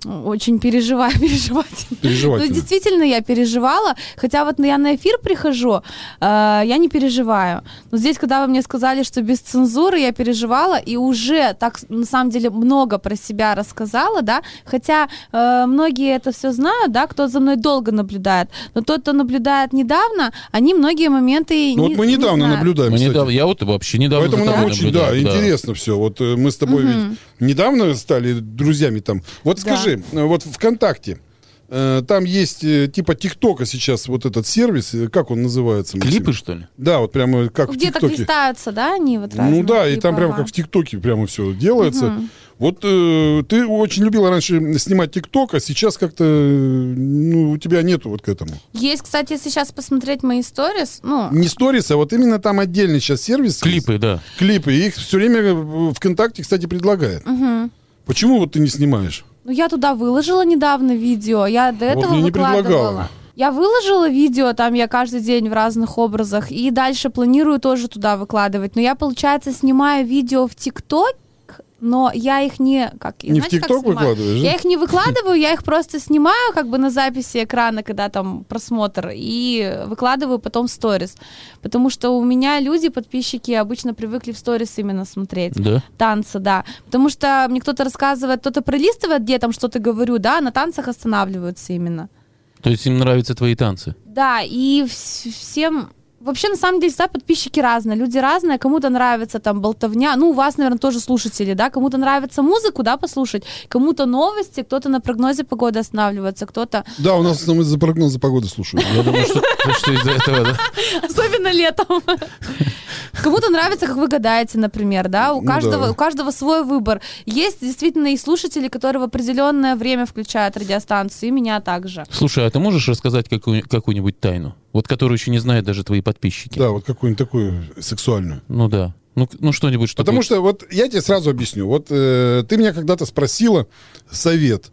D: очень переживаю, [LAUGHS] переживать. Ну,
B: Переживательно.
D: действительно, я переживала, хотя вот я на эфир прихожу, э, я не переживаю. Но здесь, когда вы мне сказали, что без цензуры, я переживала и уже так, на самом деле, много про себя рассказала, да, хотя э, многие это все знают, да, кто за мной долго наблюдает, но тот, кто наблюдает недавно, они многие моменты
B: Ну,
D: не-
B: вот мы
D: не
B: недавно
D: знают.
B: наблюдаем,
C: Мы
B: кстати.
C: недавно- я вот вообще недавно
B: Поэтому
C: за
B: нам
C: тобой
B: очень, да,
C: наблюдаю,
B: интересно все. Вот э, мы с тобой ведь недавно стали друзьями там. Вот
D: Да.
B: скажи, э, вот ВКонтакте, э, там есть э, типа ТикТока сейчас вот этот сервис, э, как он называется? Максим?
C: Клипы, что ли?
B: Да, вот прямо как в
D: Где так
B: ТикТоке.
D: листаются, да, они вот разные
B: Ну да, и там
D: клипы,
B: прямо
D: ага.
B: как в ТикТоке прямо все делается. Вот э, ты очень любила раньше снимать ТикТок, а сейчас как-то э, ну, у тебя нету вот к этому.
D: Есть, кстати, если сейчас посмотреть мои сторис, ну,
B: Не сторис, а вот именно там отдельный сейчас сервис. есть.
C: Клипы, да.
B: Клипы. Их все время э, ВКонтакте, кстати, предлагает. Почему вот ты не снимаешь?
D: Ну, я туда выложила недавно видео. Я до этого
B: мне не
D: выкладывала.
B: предлагала.
D: Я выложила видео, там я каждый день в разных образах, и дальше планирую тоже туда выкладывать. Но я, получается, снимаю видео в ТикТок, но я их не... Как,
B: Не в
D: знаете, как
B: TikTok
D: снимаю?
B: выкладываешь, да?
D: Я их не выкладываю, я их просто снимаю как бы на записи экрана, когда там просмотр, и выкладываю потом в сторис. Потому что у меня люди, подписчики, обычно привыкли в сторис именно смотреть
C: Да.
D: танцы, да. Потому что мне кто-то рассказывает, кто-то пролистывает, где я там что-то говорю, да, на танцах останавливаются именно.
C: То есть им нравятся твои танцы.
D: Да, и вс- всем... Вообще, на самом деле, всегда подписчики разные, люди разные, кому-то нравится там болтовня, ну, у вас, наверное, тоже слушатели, да, кому-то нравится музыку, да, послушать, кому-то новости, кто-то на прогнозе погоды останавливается, кто-то...
B: Да, у нас в основном из-за прогноза погоды слушают.
C: Я думаю, что, что из-за этого, да?
D: Особенно летом. Кому-то нравится, как вы гадаете, например, да? У
B: Ну да.
D: каждого, у каждого свой выбор. Есть действительно и слушатели, которые в определенное время включают радиостанцию, и меня также.
C: Слушай, а ты можешь рассказать какую- какую-нибудь тайну? Вот которую еще не знают даже твои подписчики.
B: [LAUGHS] Да, вот какую-нибудь такую сексуальную.
C: Ну да. Ну, к- ну что-нибудь, что
B: Потому что вот я тебе сразу объясню. Вот э, ты меня когда-то спросила совет.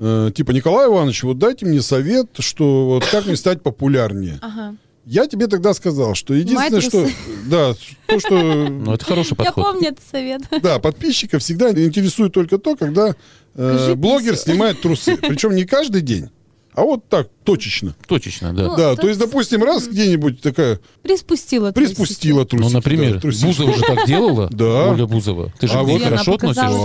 B: Э, типа, Николай Иванович, вот дайте мне совет, что вот как мне стать популярнее.
D: Ага.
B: Я тебе тогда сказал, что единственное, что...
D: трусы.
B: Да, то,
C: [LAUGHS]
B: что...
C: Ну, это хороший
D: [LAUGHS] Я
C: подход.
D: помню этот совет.
B: Да, подписчиков всегда интересует только то, когда э,
D: Скажи,
B: блогер
D: писю.
B: снимает трусы. Причем не каждый день, а вот так, точечно.
C: Точечно, да.
D: Ну,
B: Да,
D: то
B: то есть, допустим, раз где-нибудь такая
D: Приспустила. трусики.
B: приспустила трусики.
C: Ну,
B: да,
C: например,
B: трусики.
C: Бузова же так делала.
B: [LAUGHS] Да.
C: Оля Бузова. Ты же
B: А
C: к ней
B: вот-
C: хорошо
D: Она показала.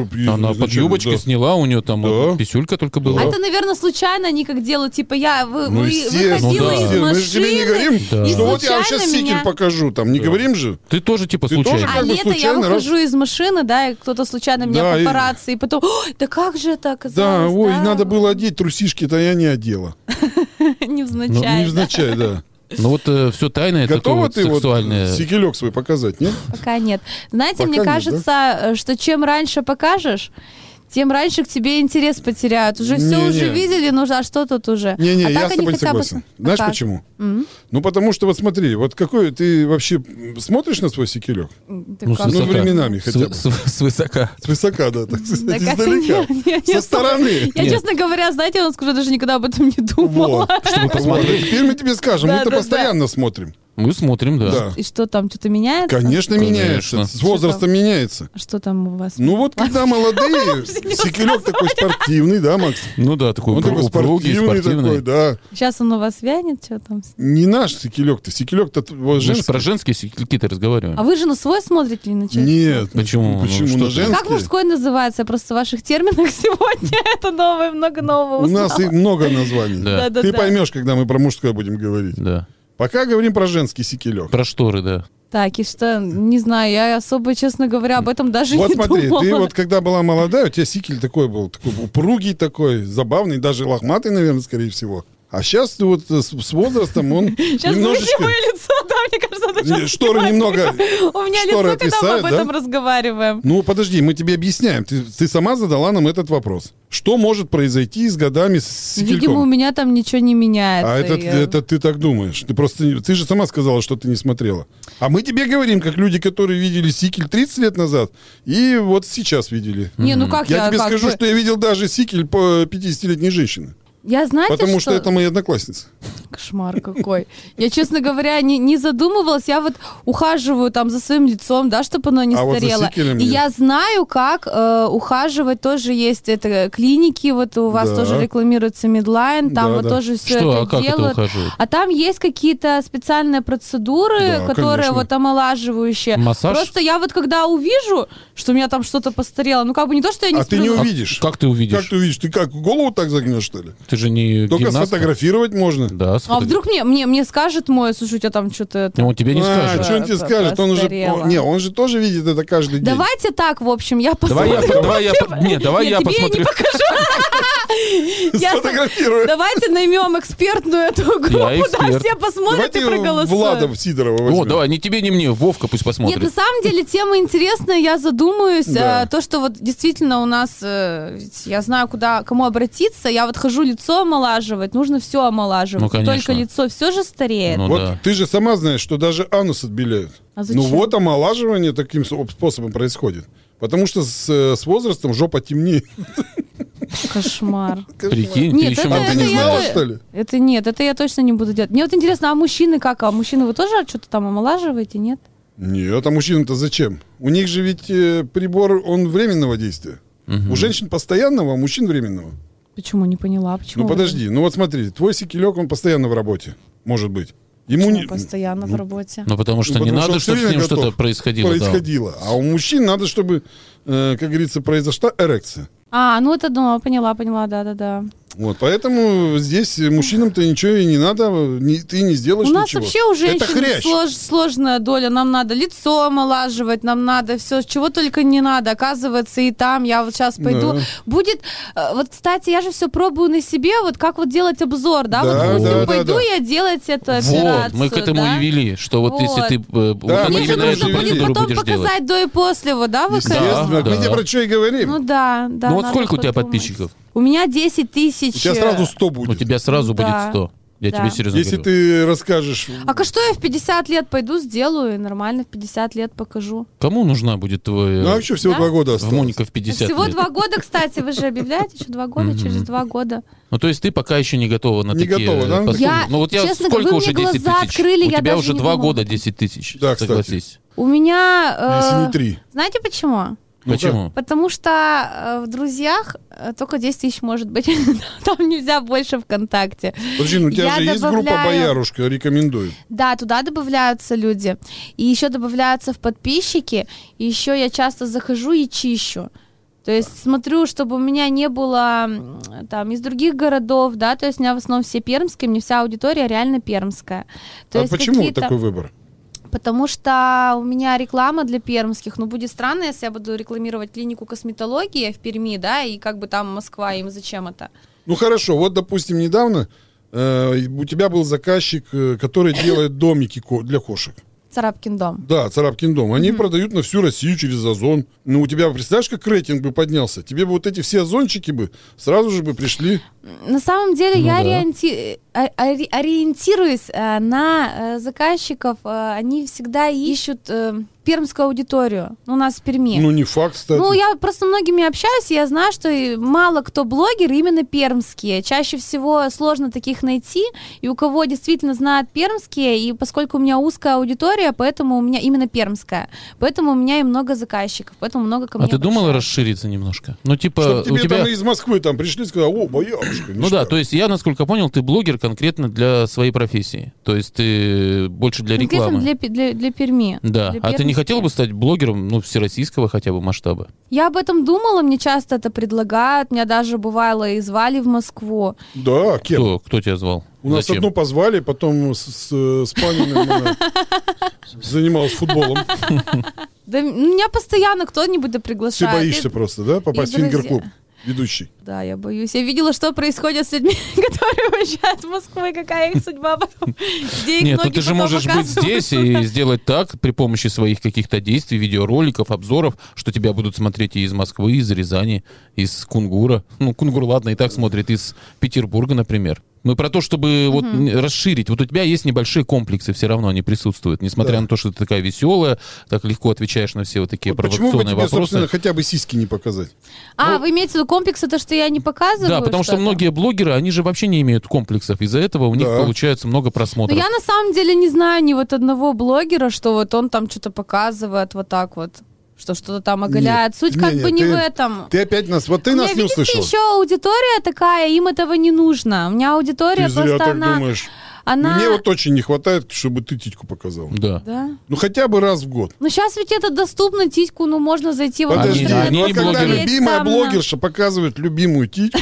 C: относишься.
B: Да, и-
C: Она под
B: зачем?
C: юбочкой
B: Да.
C: сняла, у нее там
B: Да.
C: вот писюлька только
D: А
C: была.
D: это, наверное, случайно они как делают, типа я вы,
B: Ну,
D: вы-
B: естественно,
D: выходила
C: ну да.
D: из машины.
B: Мы же тебе не говорим,
C: Да.
B: что вот я вам
D: случайно
B: сейчас
D: меня-
B: сикер покажу, там, не говорим же.
C: Ты тоже типа
B: Ты
C: случайно.
B: тоже
D: А
B: Как бы
D: лето я
B: случайно раз-
D: выхожу из машины, да, и кто-то случайно меня
B: Да, и-
D: папарацци, и... потом, «Ой, да как же это
B: Да,
D: оказалось? [LAUGHS]
B: ой, надо было одеть трусишки, то я не одела.
D: Невзначай.
B: Ну,
D: да.
B: невзначай, да.
C: Ну вот э, все тайное, такое
B: Готова
C: вот
B: ты вот
C: сексуальное.
B: секелек свой показать, нет?
D: Пока нет. Знаете,
B: Пока
D: мне
B: нет,
D: кажется, э, что чем раньше покажешь, тем раньше к тебе интерес потеряют. Уже все
B: Не-не.
D: уже видели, ну а что тут уже?
B: Не-не,
D: а
B: я
D: так
B: с
D: они
B: тобой
D: хотя бы
B: согласен.
D: с- а
B: Знаешь
D: как?
B: почему? Ну, потому что, вот смотри, вот какой ты вообще м, смотришь на свой секелек?
D: М, ты
C: Ну,
D: как?
B: Ну,
C: высока.
B: [LAUGHS] временами
C: С-
B: хотя бы.
C: с- Свысока.
B: С высока, да, так
D: Да
B: сказать,
D: как ты-
B: издалека.
D: Я не
B: Со
D: знаю.
B: стороны.
D: Я,
C: Нет.
D: честно говоря, знаете, я вам скажу, даже никогда об этом не думала.
B: Вот.
D: [LAUGHS]
B: Вот. В фильме тебе скажем,
D: Да,
B: мы-то
D: да, да.
B: постоянно смотрим.
C: Мы смотрим, да.
B: Да.
D: И что там, что-то меняется?
B: Конечно, меняется. С
C: Конечно.
B: возрастом меняется.
D: А Что там у вас?
B: Ну вот когда
D: [LAUGHS]
B: молодые, секелек такой спортивный, да, Макс?
C: Ну да, такой
B: Он
C: упруг-
B: такой
C: упругий,
B: спортивный такой,
C: спортивный.
B: да.
D: Сейчас он у вас вянет, что там?
B: Не наш секелек-то, секелек-то т- вот
C: Мы же
B: женский.
C: про женские секретари разговариваем.
D: А вы же на свой смотрите или на чей?
B: Нет,
C: Почему? Ну,
B: Почему
C: что
B: на
C: ты?
D: Как
B: женский?
D: мужской называется? Я просто в ваших терминах [LAUGHS] сегодня это новое, много нового
B: У нас и
D: узнала.
B: много названий.
C: Да.
D: Да-да-да.
B: Ты поймешь, когда мы про мужское будем говорить.
C: Да.
B: Пока говорим про женский секелек.
C: Про шторы, да.
D: Так, и что, не знаю, я особо, честно говоря, об этом даже
B: Вот
D: не
B: смотри,
D: думала.
B: ты вот когда была молодая, у тебя сикель такой был, такой упругий такой, забавный, даже лохматый, наверное, скорее всего. А сейчас ты вот э, с, с возрастом он
D: Сейчас
B: немножечко...
D: мое лицо, да, мне кажется, надо
B: [LAUGHS] Не,
D: сейчас
B: Шторы
D: снимать.
B: немного...
D: [LAUGHS] У меня
B: шторы
D: лицо, когда мы
B: отвисают,
D: об
B: да?
D: этом разговариваем.
B: Ну, подожди, мы тебе объясняем. Ты, ты сама задала нам этот вопрос. Что может произойти с годами с секельком?
D: Видимо, у меня там ничего не меняется.
B: А это,
D: и- э,
B: это ты так думаешь. Ты просто не- ты же сама сказала, что ты не смотрела. А мы тебе говорим, как люди, которые видели Сикель 30 лет назад, и вот сейчас видели.
D: Не, ну как я,
B: Я, тебе
D: как
B: скажу,
D: бы-
B: что я видел даже Сикель по 50-летней женщины.
D: Я знаете,
B: потому что... это мои одноклассницы.
D: Кошмар какой. Я, честно говоря, не, не задумывалась. Я вот ухаживаю там за своим лицом, да, чтобы оно не
B: А вот за
D: старело.
B: сикелем
D: И
B: нет.
D: я знаю, как э, ухаживать. Тоже есть это клиники. Вот у вас
B: Да.
D: тоже рекламируется Медлайн. Там
B: Да,
D: вот
B: да.
D: тоже все
C: Что,
D: это
C: а как это
D: делают.
C: ухаживать?
D: а там есть какие-то специальные процедуры,
B: Да,
D: которые
B: конечно.
D: вот омолаживающие.
C: Массаж?
D: Просто я вот когда увижу, что у меня там что-то постарело, ну как бы не то, что я не
B: а ты не
D: сплю.
B: увидишь.
C: Как ты
B: Как
C: увидишь?
B: ты увидишь? Ты как, голову так загнешь, что ли?
C: Ты же не
B: Только
C: гимнастка.
B: сфотографировать можно.
C: Да,
D: А
C: сфотограф-
D: вдруг мне, мне, мне скажет мой, слушай, у тебя там что-то...
C: Ну, Он тебе не
B: а,
C: скажет.
B: что он тебе
D: Да,
B: скажет? Он уже...
D: постарела.
B: о, не, он же тоже видит это каждый день.
D: Давайте так, в общем, я
C: Давай я,
D: посмотрю.
C: давай я, по- не, давай я
D: Нет, тебе
C: посмотрю.
D: не
B: [LAUGHS]
D: Я с-
B: Сфотографируй.
D: Давайте наймем экспертную эту группу, да,
C: эксперт.
D: все посмотрят
B: Давайте
D: и проголосуют.
B: Влада Сидорова
C: О,
B: возьмем.
C: давай, не тебе, не мне, Вовка пусть
D: Нет, ну, на
C: посмотрит.
D: самом деле тема интересная, я задумаюсь.
B: Да.
D: э, то, что вот действительно у нас, э, ведь я знаю, куда, кому обратиться, я вот хожу лицо омолаживать, нужно все омолаживать.
C: Ну, конечно.
D: Только лицо все же стареет.
C: Ну,
B: Вот
C: да.
B: ты же сама знаешь, что даже анус отбеляют.
D: А зачем?
B: ну вот омолаживание таким со- способом происходит. Потому что с, э, с возрастом жопа
D: [LAUGHS]
B: темнее.
D: Кошмар.
C: Прикинь,
D: Нет,
C: ты еще
D: это-
B: А
C: много
B: ты
D: это
B: не
D: я
B: знала,
D: бы-
B: что ли?
D: Это нет, это я точно не буду делать. Мне вот интересно, а мужчины как? А мужчины вы тоже что-то там омолаживаете, нет?
B: Нет, а мужчинам-то зачем? У них же ведь э, прибор, он временного действия. У женщин постоянного, а у мужчин временного.
D: Почему? Не поняла. Почему?
B: Ну
D: вы-
B: подожди, ну вот смотри, твой секелек, он постоянно в работе, может быть. Ему
D: Почему
B: не-
D: постоянно в работе?
C: Ну, потому что
B: Ну,
C: не
B: потому
C: надо,
B: он всё
C: чтобы с
B: время
C: ним что-то
B: готов.
C: происходило. да.
B: Происходило. А у мужчин надо, чтобы, э, как говорится, произошла эрекция.
D: А, ну это, ну, поняла, поняла, да-да-да.
B: Вот, поэтому здесь мужчинам-то ничего и не надо, не- ты не
D: У
B: сделаешь
D: нас
B: ничего.
D: вообще у
B: Это
D: женщин
B: хрящ.
D: слож- сложная доля. Нам надо лицо омолаживать, нам надо все, чего только не надо. Оказывается, и там я вот сейчас пойду.
B: Да.
D: Будет, э, вот, кстати, я же все пробую на себе, вот как вот делать обзор, да?
B: Да,
D: вот, допустим,
B: да, да,
D: пойду
B: да.
D: я делать эту
C: Вот,
D: операцию,
C: мы к этому
D: да?
C: и вели, что вот,
D: Вот. Ну,
C: если ты э, вот
B: Да,
C: так
B: мы
D: Мне же
B: именно
C: начинаешь
D: нужно
B: это
D: будет
B: вели.
C: процедуру
D: потом
C: будешь делать.
D: показать до и после, вот, да, вы
B: Естественно,
C: Да,
B: мы тебе
C: да.
B: про что и говорим.
D: Ну да, да.
C: Ну вот
D: надо
C: сколько у тебя
D: подумать.
C: подписчиков?
D: У меня 10 тысяч. э,
B: У тебя сразу 100 будет.
C: У тебя сразу
D: Да.
C: будет 100. Я
D: Да.
C: тебе серьезно
B: Если
C: говорю.
B: ты расскажешь...
D: А ка что я в 50 лет пойду, сделаю и нормально в 50 лет покажу.
C: Кому нужна будет твоя...
B: Ну, а еще всего
D: Да?
B: два года
C: в
B: осталось.
C: Моников 50
D: Всего
C: лет?
D: два года, кстати, вы же объявляете еще два года, через два года.
C: Ну, то есть ты пока еще не готова на
B: Не
C: такие...
B: готова, да, на
C: поступки?
D: Я-
C: ну, вот я
D: честно,
C: сколько
D: вы
C: уже
D: мне
C: 10 тысяч?
D: глаза открыли,
C: У
D: я
C: тебя
D: даже
C: уже
D: не
C: два
D: думала
C: года
D: об этом.
C: 10 тысяч,
B: Да, кстати.
C: согласись.
D: У меня... э,
B: Ну, Если не три.
D: Знаете почему?
B: Ну,
C: Почему?
D: Потому что э, в друзьях э, только 10 тысяч может быть. [LAUGHS] Там нельзя больше ВКонтакте.
B: Подожди, ну у тебя
D: Я
B: же есть группа
D: добавляю-
B: «Боярушка», рекомендую.
D: Да, туда добавляются люди. И еще добавляются в подписчики. И еще я часто захожу и чищу. То есть смотрю, чтобы у меня не было м, там из других городов, да, то есть у меня в основном все пермские, у меня вся аудитория реально пермская. То
B: а
D: есть
B: почему
D: какие-то-
B: такой выбор?
D: Потому что у меня реклама для пермских. Ну, будет странно, если я буду рекламировать клинику косметологии в Перми, да, и как бы там Москва, им зачем это?
B: Ну, хорошо, вот, допустим, недавно э, у тебя был заказчик, э, который делает домики ко- для кошек.
D: Царапкин дом.
B: Да, Царапкин дом. Они продают на всю Россию через Озон. Ну, у тебя, представляешь, как рейтинг бы поднялся? Тебе бы вот эти все озончики бы сразу же бы пришли.
D: На самом деле я
C: Ну да.
D: ориенти- э, ори- ориентируюсь э, на э, заказчиков. Э, Они всегда ищут э, пермскую аудиторию. Ну, У нас в Перми.
B: Ну, не факт, кстати.
D: Ну, я просто с многими общаюсь, и я знаю, что и мало кто блогер, именно пермские. Чаще всего сложно таких найти, и у кого действительно знают пермские, и поскольку у меня узкая аудитория, поэтому у меня именно пермская, поэтому у меня и много заказчиков, поэтому много ко мне
C: А ты
D: обращаются.
C: думала расшириться немножко? Ну,
B: Чтоб
C: типа, у
B: тебе
C: тебя...
B: там из Москвы там пришли и сказали, о, боярушка.
C: Ну да, то есть я, насколько понял, ты блогер конкретно для своей профессии. То есть ты больше для
D: Конкретно
C: рекламы.
D: Для, Пе- для, для Перми.
C: Да.
D: Для
C: а ты не
D: пермских.
C: хотел бы стать блогером, ну, всероссийского хотя бы масштаба?
D: Я об этом думала, мне часто это предлагают, меня даже бывало и звали в Москву.
B: Да, кем?
C: Кто, кто тебя звал?
B: У нас
C: Зачем?
B: одну позвали, потом с, с, э, с Паниным э, занималась футболом.
D: Да, м, ну, меня постоянно кто-нибудь да
B: Ты
D: приглашает.
B: боишься просто, да, попасть в
D: а друзья.
B: фингер-клуб? Ведущий.
D: Да, я боюсь. Я видела, что происходит с людьми, [LAUGHS] которые уезжают из Москвы, какая их судьба потом. Где их
C: Нет, ну
D: ноги
C: ты же
D: потом
C: можешь быть
D: оказываются.
C: здесь и сделать так при помощи своих каких-то действий, видеороликов, обзоров, что тебя будут смотреть и из Москвы, и из Рязани, из Кунгура. Ну, Кунгур, ладно, и так смотрит, из Петербурга, например. Мы про то, чтобы вот н- расширить. Вот у тебя есть небольшие комплексы, все равно они присутствуют. Несмотря
B: Да.
C: на то, что ты такая веселая, так легко отвечаешь на все вот такие
B: Вот почему бы
C: провокационные
B: тебе, собственно,
C: вопросы.
B: хотя бы сиськи не показать?
D: А, вы имеете в виду комплекс, это что я не показываю?
C: ну Да, потому что
D: что-то?
C: многие блогеры, они же вообще не имеют комплексов. Из-за этого у них
B: Да. Ну,
C: получается много
D: Но
C: просмотров.
D: Ну, я на самом деле не знаю ни вот одного блогера, что вот он там что-то показывает вот так вот, что что-то там оголяет.
B: Нет.
D: а Суть как
B: Не-не,
D: бы не
B: ты-
D: в этом.
B: Ты опять нас... Вот ты
D: У
B: нас не
D: меня, видите,
B: услышал.
D: еще аудитория такая, им этого не нужно. У меня аудитория
B: Ты зря
D: просто
B: так
D: она...
B: думаешь.
D: она...
B: Мне вот очень не хватает, чтобы ты титьку показал.
C: Да.
D: Да?
B: Ну, хотя бы раз в год.
D: Ну сейчас ведь это доступно, титьку, ну можно зайти вот
B: Подожди,
C: Они- они
B: ну, а
C: не
B: когда
C: блогеры.
B: любимая блогерша показывает любимую титьку,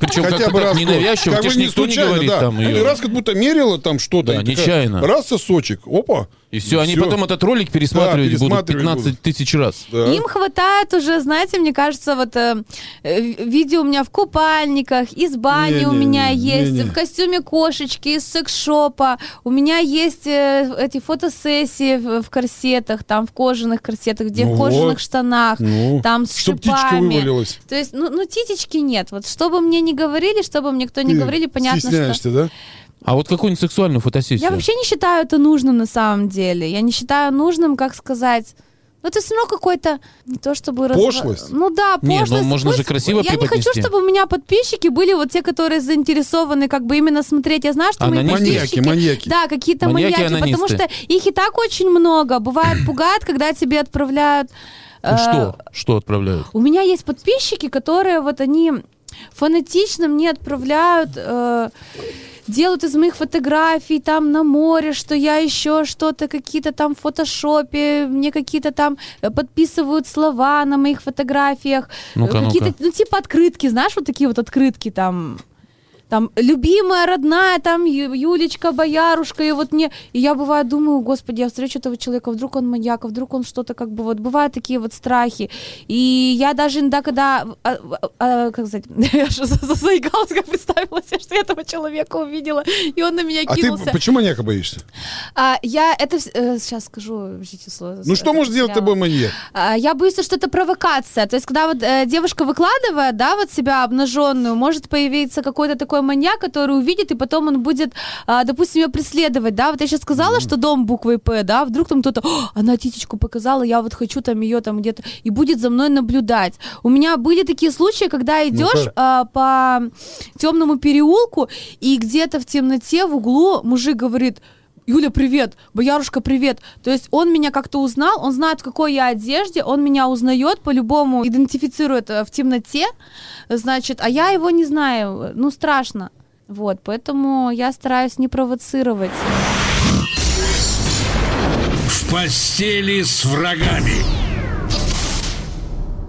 C: Причем
B: хотя
C: как-то
B: бы
C: так
B: раз в год,
C: ненавязчиво,
B: как
C: тебе
B: бы
C: ж никто не
B: случайно,
C: говорит
B: да.
C: там
B: Они
C: ее.
B: раз как будто мерила там что-то.
C: Да,
B: и такая,
C: нечаянно.
B: Раз сосочек, опа.
C: И все, они
B: всё.
C: потом этот ролик пересматривать
B: Да,
C: будут
B: пересматривать
C: 15
B: будут.
C: тысяч раз.
B: Да.
D: Им хватает уже, знаете, мне кажется, вот э, э, видео у меня в купальниках, из бани
B: Не-не,
D: у меня
B: не-не.
D: есть, в костюме кошечки, из секс-шопа, у меня есть э, эти фотосессии в, в корсетах, там в кожаных корсетах, где
B: Ну
D: в кожаных
B: вот.
D: штанах,
B: Ну,
D: там с
B: чтоб птичка
D: шипами.
B: вывалилась.
D: То есть, ну, ну, титечки нет. Вот что бы мне не говорили, что бы мне кто не
B: Ты
D: говорили, понятно, что...
B: Стесняешься, да?
C: А вот какую-нибудь сексуальную фотосессию?
D: Я вообще не считаю это нужным на самом деле. Я не считаю нужным, как сказать. Ну, это все равно какой-то не то чтобы разво-
B: Пошлость?
D: Ну да,
C: Не, ну,
D: пошлость.
C: можно же
D: Пусть-
C: красиво
D: Я не хочу,
C: преподнести.
D: чтобы у меня подписчики были вот те, которые заинтересованы, как бы именно смотреть. Я знаю, что мои
C: Анонимисты.
D: подписчики.
B: Маньяки, маньяки.
D: Да, какие-то
C: Маньяки,
D: маньяки, потому
C: анонисты.
D: что их и так очень много. Бывает, пугает, когда тебе отправляют.
C: Ну
D: э,
C: Что? Что отправляют?
D: у меня есть подписчики, которые вот они фанатично мне отправляют, э, делают из моих фотографий там на море, что я еще что-то, какие-то там в фотошопе, мне какие-то там э, подписывают слова на моих фотографиях,
C: Ну-ка,
D: э, какие-то,
C: ну-ка.
D: ну типа открытки, знаешь, вот такие вот открытки там. Там любимая, родная, там Ю- Юлечка, Боярушка, и вот мне... И я бывает думаю, господи, я встречу этого человека, вдруг он маньяк, а вдруг он что-то как бы... Вот бывают такие вот страхи. И я даже иногда, когда... а, а, как сказать? [LAUGHS] Я же за- за- заикалась, как представила себе, что я этого человека увидела, и он на меня
B: А
D: кинулся.
B: ты почему маньяка боишься?
D: А, я это... вс- э, сейчас скажу, ждите слово.
B: Ну что
D: Это
B: может делать
D: потеряла.
B: тобой маньяк?
D: А, Я боюсь, что это провокация. То есть, когда вот э, девушка выкладывает, да, вот себя обнаженную, может появиться какой-то такой маньяк, который увидит, и потом он будет, а, допустим, ее преследовать, да. Вот я сейчас сказала, что дом буквой П, да, вдруг там кто-то, «О, она титечку показала, я вот хочу там ее там где-то, и будет за мной наблюдать. У меня были такие случаи, когда идешь
B: Ну-ка.
D: а, по темному переулку, и где-то в темноте в углу мужик говорит, Юля, привет, Боярушка, привет. То есть он меня как-то узнал, он знает, в какой я одежде, он меня узнает, по-любому идентифицирует э, в темноте, значит, а я его не знаю, ну страшно. Вот, поэтому я стараюсь не провоцировать.
A: В постели с врагами.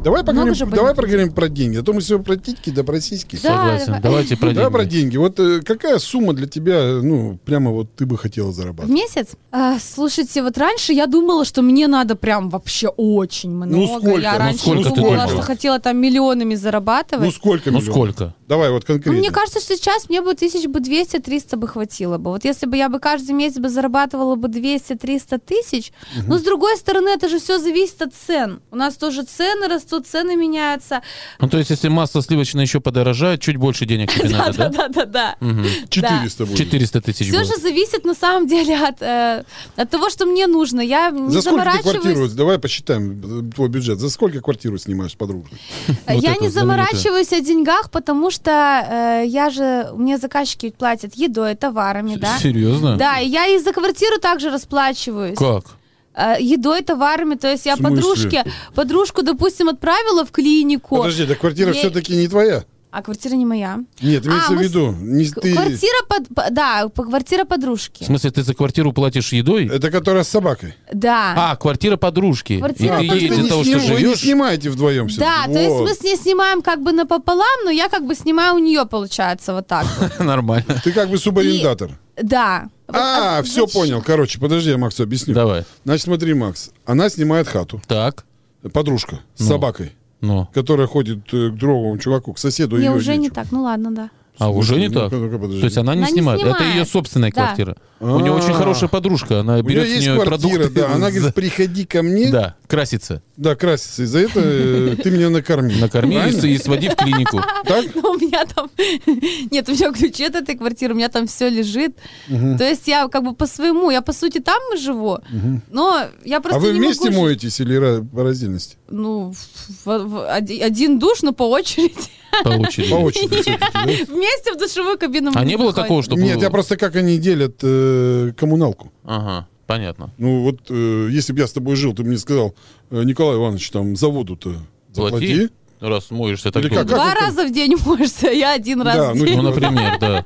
B: Давай поговорим,
D: же
B: давай
D: понятно.
B: поговорим про деньги. А то мы все про титьки да про сиськи.
D: Да,
C: Согласен.
D: давай.
C: Давайте про
B: Давай Ну про
C: деньги.
B: деньги. Вот э, какая сумма для тебя, э, ну, прямо вот ты бы хотела
D: В
B: зарабатывать?
D: месяц? А, слушайте, вот раньше я думала, что мне надо прям вообще очень много.
B: сколько?
D: Я
B: Ну,
D: раньше
C: сколько ты
D: думала,
C: думала?
D: что хотела там миллионами зарабатывать.
B: Ну, сколько
C: Ну
B: миллионов?
C: сколько?
B: Давай, вот
D: Ну,
B: конкретно.
D: мне кажется, что сейчас мне бы тысяч бы 200-300 бы хватило бы. Вот если бы я бы каждый месяц бы зарабатывала бы 200-300 тысяч, но с другой стороны, это же все зависит от цен. У нас тоже цены растут, цены меняются.
C: Ну, то есть, если масло сливочное еще подорожает, чуть больше денег тебе надо, да?
D: Да-да-да.
B: 400 будет.
C: 400 тысяч
D: Все
C: было.
D: же зависит на самом деле от, э, от того, что мне нужно. Я не
B: За сколько ты квартиру,
D: заморачиваюсь.
B: давай посчитаем э, твой бюджет, за сколько квартиру снимаешь с подругой?
C: Вот это
D: я не
C: вот знаменитое.
D: заморачиваюсь о деньгах, потому что э, я же мне заказчики ведь платят едой, товарами, да.
C: Серьезно?
D: Да, и я и за квартиру также расплачиваюсь.
C: Как?
D: Э, едой, товарами. То есть я
B: В смысле?
D: подружке, подружку, допустим, отправила в клинику.
B: Подожди, да квартира
D: Ей-
B: все-таки не твоя.
D: А квартира не моя.
B: Нет,
D: А,
B: имеется в
D: мы с-
B: виду, не
D: К-
B: ты...
D: Квартира под, по- да, по- квартира
C: В
D: подружки.
C: смысле, ты за квартиру платишь едой?
B: Это которая с собакой. А,
D: Да.
C: А, квартира подружки. и
D: Квартира
B: то
C: ты ей
D: подружки.
B: есть вы
C: из-за
B: не
C: того, что
B: сним- вы не
C: живешь.
B: снимаете вдвоем все.
D: Да, то есть мы с ней снимаем как бы напополам, но я как бы снимаю у нее, получается, вот так.
B: [LAUGHS]
C: [LAUGHS]
D: вот.
C: Нормально.
B: Ты как бы субарендатор.
D: Да. Вот,
B: А, все
D: зач-
B: понял. Короче, подожди, я Максу объясню.
C: Давай.
B: Значит, смотри, Макс, она снимает хату.
C: Так.
B: Подружка с собакой,
C: Ну.
B: которая ходит э, к другому чуваку, к соседу.
D: Не,
B: ее
D: уже не
B: нечего.
D: так. Ну ладно, да. [LAUGHS]
C: А
B: Слушай,
C: уже не
B: ну-ка,
C: так?
B: ну-ка, подожди.
C: То есть она не
D: Она не
C: снимает. Это
D: снимает.
C: ее собственная
D: Да.
C: квартира. У нее очень
B: А.
C: хорошая подружка. Она
B: У нее
C: берет с
B: есть
C: нее
B: квартира,
C: продукты.
B: да.
C: [LAUGHS]
B: Она говорит, приходи ко мне, да,
C: Да, красится.
B: краситься. И за это э, ты меня накорми.
C: Накорми и
B: Правильно?
C: с- и своди в
D: [LAUGHS]
C: клинику.
B: Так? А
D: Но у меня там... [LAUGHS] Нет, у меня ключи от этой квартиры, у меня там все лежит. То есть я как бы по-своему, я по сути там живу, но я
B: А
D: просто
B: вы
D: не
B: вместе
D: могу... жить.
B: моетесь или ра- по раздельности?
D: Ну, в- в- оди- один душ, но по очереди. [LAUGHS]
C: По
B: По
C: очереди.
B: очереди всё-таки, да?
D: Вместе в душевую кабину. мы
C: А не было
D: заходим.
C: такого, чтобы...
B: Нет, я просто как они делят э, коммуналку.
C: Ага, понятно.
B: Ну вот, э, если бы я с тобой жил, ты бы мне сказал, э, Николай Иванович, там за воду-то заплати.
C: Плати. Раз моешься так
B: Или
C: долго.
B: как-
D: Два раза в день можете, а я один раз
B: Да,
D: в
B: ну,
D: день.
C: Ну, например,
D: [LAUGHS]
C: да.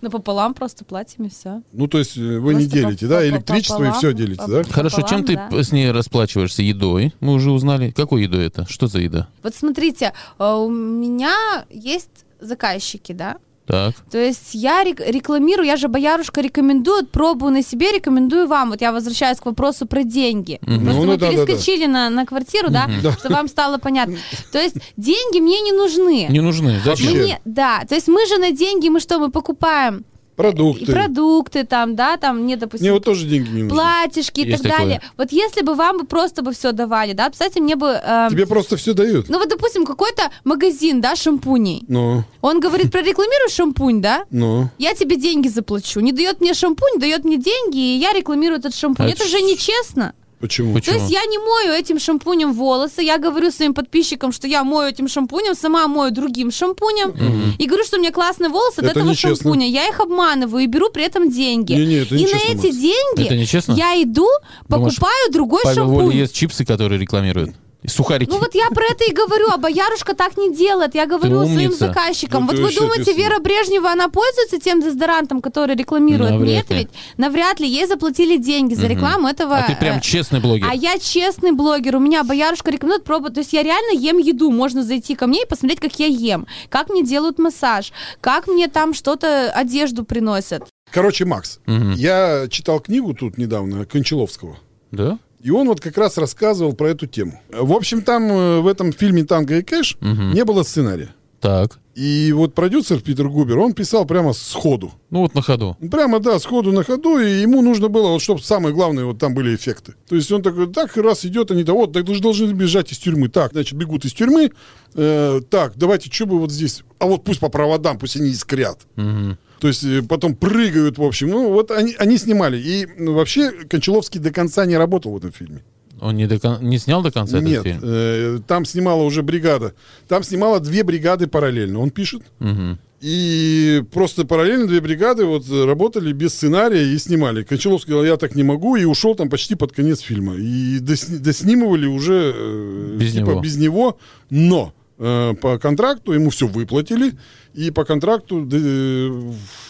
D: Напополам просто платим и все.
B: Ну, то есть э, вы не
D: Просто
B: делите,
D: по-
B: да,
D: по-
B: электричество и
D: пополам,
B: все делите, да?
D: по-
C: Хорошо, чем ты
D: Пополам, да.
C: п- с ней расплачиваешься? Едой? Мы уже узнали. Какой едой это? Что за еда?
D: Вот смотрите, э, у меня есть заказчики, да?
C: Так.
D: То есть я рек- рекламирую, я же боярушка рекомендую, пробую на себе, рекомендую вам. Вот я возвращаюсь к вопросу про деньги. Просто
B: Ну,
D: мы
B: ну да, да, да.
D: перескочили На, на квартиру, да, что вам
B: [LAUGHS]
D: стало понятно. То есть деньги мне не нужны.
C: Не нужны. Зачем?
B: Вообще.
D: Мне- да, то есть мы же на деньги, мы что, мы покупаем
B: Продукты.
D: и продукты там, да, там, не,
B: Мне
D: допустим,
B: вот тоже деньги не нужны.
D: платьишки и
C: Есть
D: так далее. Вот если бы вам бы просто бы все давали, да, представьте, мне бы... э,
B: Тебе просто все дают.
D: ну вот, допустим, какой-то магазин, да, шампуней.
B: Ну,
D: Он говорит, прорекламируй шампунь, да?
B: ну.
D: Я тебе деньги заплачу. Не дает мне шампунь, дает мне деньги, и я рекламирую этот шампунь.
C: А
D: это
C: ч-
D: же нечестно.
B: Почему?
C: Почему?
D: То есть я не мою этим шампунем волосы. Я говорю своим подписчикам, что я мою этим шампунем, сама мою другим шампунем. И говорю, что у меня классные волосы от
B: Это
D: этого
B: нечестно.
D: шампуня. Я их обманываю и беру при этом деньги.
B: Не-не, это
D: и на
B: нечестно,
D: эти
B: Макс.
D: деньги
C: Это нечестно?
D: я иду,
C: Думаешь,
D: покупаю другой
C: Павел
D: шампунь.
C: Воля ест чипсы, которые рекламируют. И сухарики.
D: Ну вот я про это и говорю, а боярушка так не делает. Я говорю своим
C: умница.
D: заказчикам.
B: Ну
D: вот
B: ты
D: вы
B: вообще
D: думаете,
B: ответственная.
D: Вера Брежнева, она пользуется тем дезодорантом, который рекламирует?
C: Навряд
D: Нет
C: ли.
D: ведь. Навряд ли. Ей заплатили деньги за рекламу этого.
C: А ты прям
D: э,
C: честный блогер.
D: а я честный блогер, у меня боярушка рекомендует пробовать. То есть я реально ем еду, можно зайти ко мне и посмотреть, как я ем, как мне делают массаж, как мне там что-то, одежду приносят.
B: Короче, Макс,
C: Мгм.
B: я читал книгу тут недавно Кончаловского.
C: Да?
B: И он вот как раз рассказывал про эту тему. В общем, там э, в этом фильме «Танго и кэш» не было сценария.
C: Так.
B: И вот продюсер Питер Губер, он писал прямо сходу.
C: Ну вот на ходу.
B: Прямо, да, сходу на ходу, и ему нужно было, вот, чтобы самое главное, вот там были эффекты. То есть он такой, так, раз идет, они, да, вот, так вы же должны бежать из тюрьмы. Так, значит, бегут из тюрьмы, э, так, давайте, что бы вот здесь, а вот пусть по проводам, пусть они искрят. То есть э, потом прыгают, в общем. Ну, вот они, они снимали. И ну, вообще Кончаловский до конца не работал в этом фильме.
C: Он не, до кон- не снял до конца
B: Нет,
C: этот фильм?
B: э, там снимала уже бригада. Там снимала две бригады параллельно. Он пишет.
C: Мгм.
B: И просто параллельно две бригады вот э, работали без сценария и снимали. Кончаловский сказал, я так не могу, и ушел там почти под конец фильма. И досни- доснимывали уже э,
C: Без
B: типа
C: него.
B: без него, но э, по контракту, ему все выплатили, и по контракту д- э,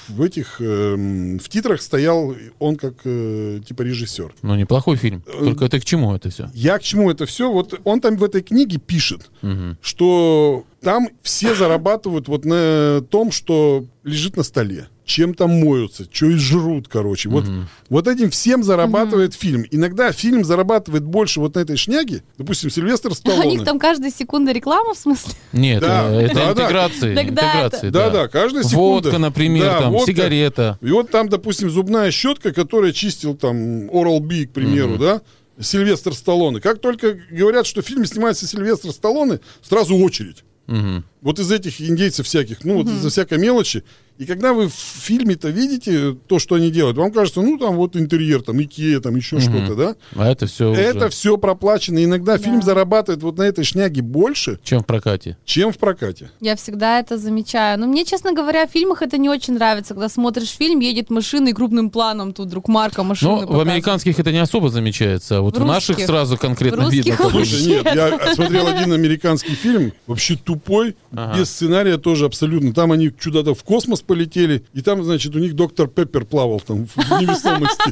B: в этих, эм, в титрах стоял он как, э, типа, режиссер.
C: Ну, неплохой фильм.
B: Э,
C: Только это к чему это все?
B: Я к чему это все? Вот он там в этой книге пишет, что там все зарабатывают вот на том, что лежит на столе. Чем там моются, что и жрут, короче. Вот, вот этим всем зарабатывает фильм. Иногда фильм зарабатывает больше вот на этой шняге. Допустим, Сильвестр
D: У них
B: Сталлоне.
D: там каждая секунда реклама, в смысле?
C: Нет,
B: Да,
C: э, это
B: да, да.
C: интеграции.
D: Тогда
C: интеграции,
B: Да, да, каждая секунда.
C: Водка, например,
B: Да,
C: там,
B: водка.
C: сигарета.
B: И вот там, допустим, зубная щетка, которая чистил там Oral-B, к примеру, да, Сильвестр Сталлоне. Как только говорят, что в фильме снимается Сильвестр Сталлоне, сразу очередь.
C: Мгм.
B: Вот из этих индейцев всяких, ну, вот из-за всякой мелочи. И когда вы в фильме-то видите то, что они делают, вам кажется, ну, там вот интерьер, там, Икея, там еще что-то, да?
C: А это все
B: Это все проплачено. Иногда фильм зарабатывает вот на этой шняге больше,
C: чем в прокате.
B: чем в прокате.
D: Я всегда это замечаю. Но мне, честно говоря, в фильмах это не очень нравится, когда смотришь фильм, едет машина и крупным планом тут вдруг
B: Ну,
D: марка машины
C: Но Ну, в
D: показывает.
C: американских это не особо замечается, а вот
D: В
C: в, наших
D: русских.
C: сразу конкретно
D: В русских
C: видно. какой
D: вообще.
C: же.
B: Слушай, нет, я смотрел один американский фильм, вообще тупой,
C: Ага.
B: без сценария тоже абсолютно. Там они чудо-то в космос полетели, и там, значит, у них доктор Пеппер плавал там в
D: [LAUGHS]
B: невесомости.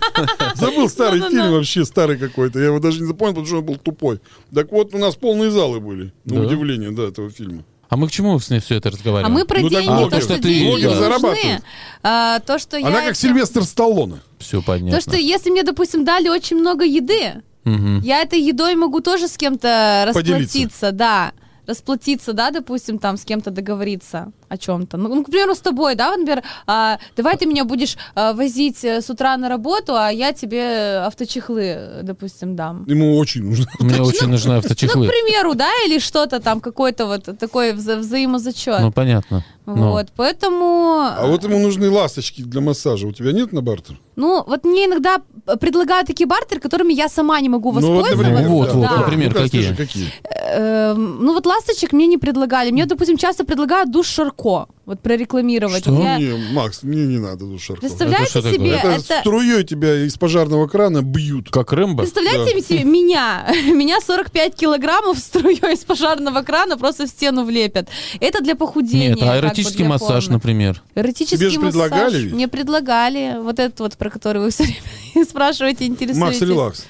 B: Забыл старый фильм вообще, старый какой-то. Я его даже не запомнил, потому что он был тупой. Так вот, у нас полные залы были, на
C: Да?
B: удивление, да, этого фильма.
C: А мы к чему с ней все это
D: А
C: разговариваем?
D: мы про
B: Ну, так
D: деньги,
B: блогер.
D: то,
C: Потому
D: что
C: что ты-
D: деньги
C: блогер
D: нужны,
B: зарабатывает.
D: а, то, что
B: Она
D: я...
B: как Сильвестр Сталлоне.
C: Все понятно.
D: То, что если мне, допустим, дали очень много еды,
C: Мгм.
D: я этой едой могу тоже с кем-то
B: Поделиться.
D: расплатиться, да. Расплатиться, да, допустим, там с кем-то договориться о чем-то. Ну, ну, к примеру, с тобой, да, вот, например, а, давай ты меня будешь а, возить э, с утра на работу, а я тебе авточехлы, э, допустим, дам.
B: Ему очень нужно.
C: Мне очень нужны
D: Ну,
C: Ну, авточехлы.
D: к примеру, да, или что-то там, какой-то вот такой вза- взаимозачет.
C: Ну, понятно. Ну.
D: вот, поэтому...
B: А вот ему нужны ласточки для массажа. У тебя нет на бартер?
D: Ну, вот мне иногда предлагают такие бартеры, которыми я сама не могу
B: Ну, вот,
D: воспользоваться.
B: например,
C: Ну, вот,
B: да.
C: вот,
D: Да.
C: например.
B: Ну-ка, скажи,
C: какие?
B: какие?
D: Эм, ну, вот ласточек мне не предлагали. Мне, допустим, часто предлагают душ Шарко. Вот прорекламировать.
C: Что?
D: Я-
B: Не, Макс, мне не надо душарков.
D: Представляете
C: Это что
D: себе,
B: Это,
D: это...
B: струей тебя из пожарного крана бьют.
C: Как Рэмбо?
D: Представляете себе меня? [LAUGHS] Меня 45 килограммов [LAUGHS] струей из пожарного крана просто в стену влепят. Это для похудения.
C: Нет, а эротический массаж,
D: например.
C: например.
D: Эротический
B: Тебе ж
D: массаж.
B: предлагали ведь?
D: Мне предлагали. Вот этот вот, про который вы все время [LAUGHS] спрашиваете, интересуетесь.
B: Макс, релакс.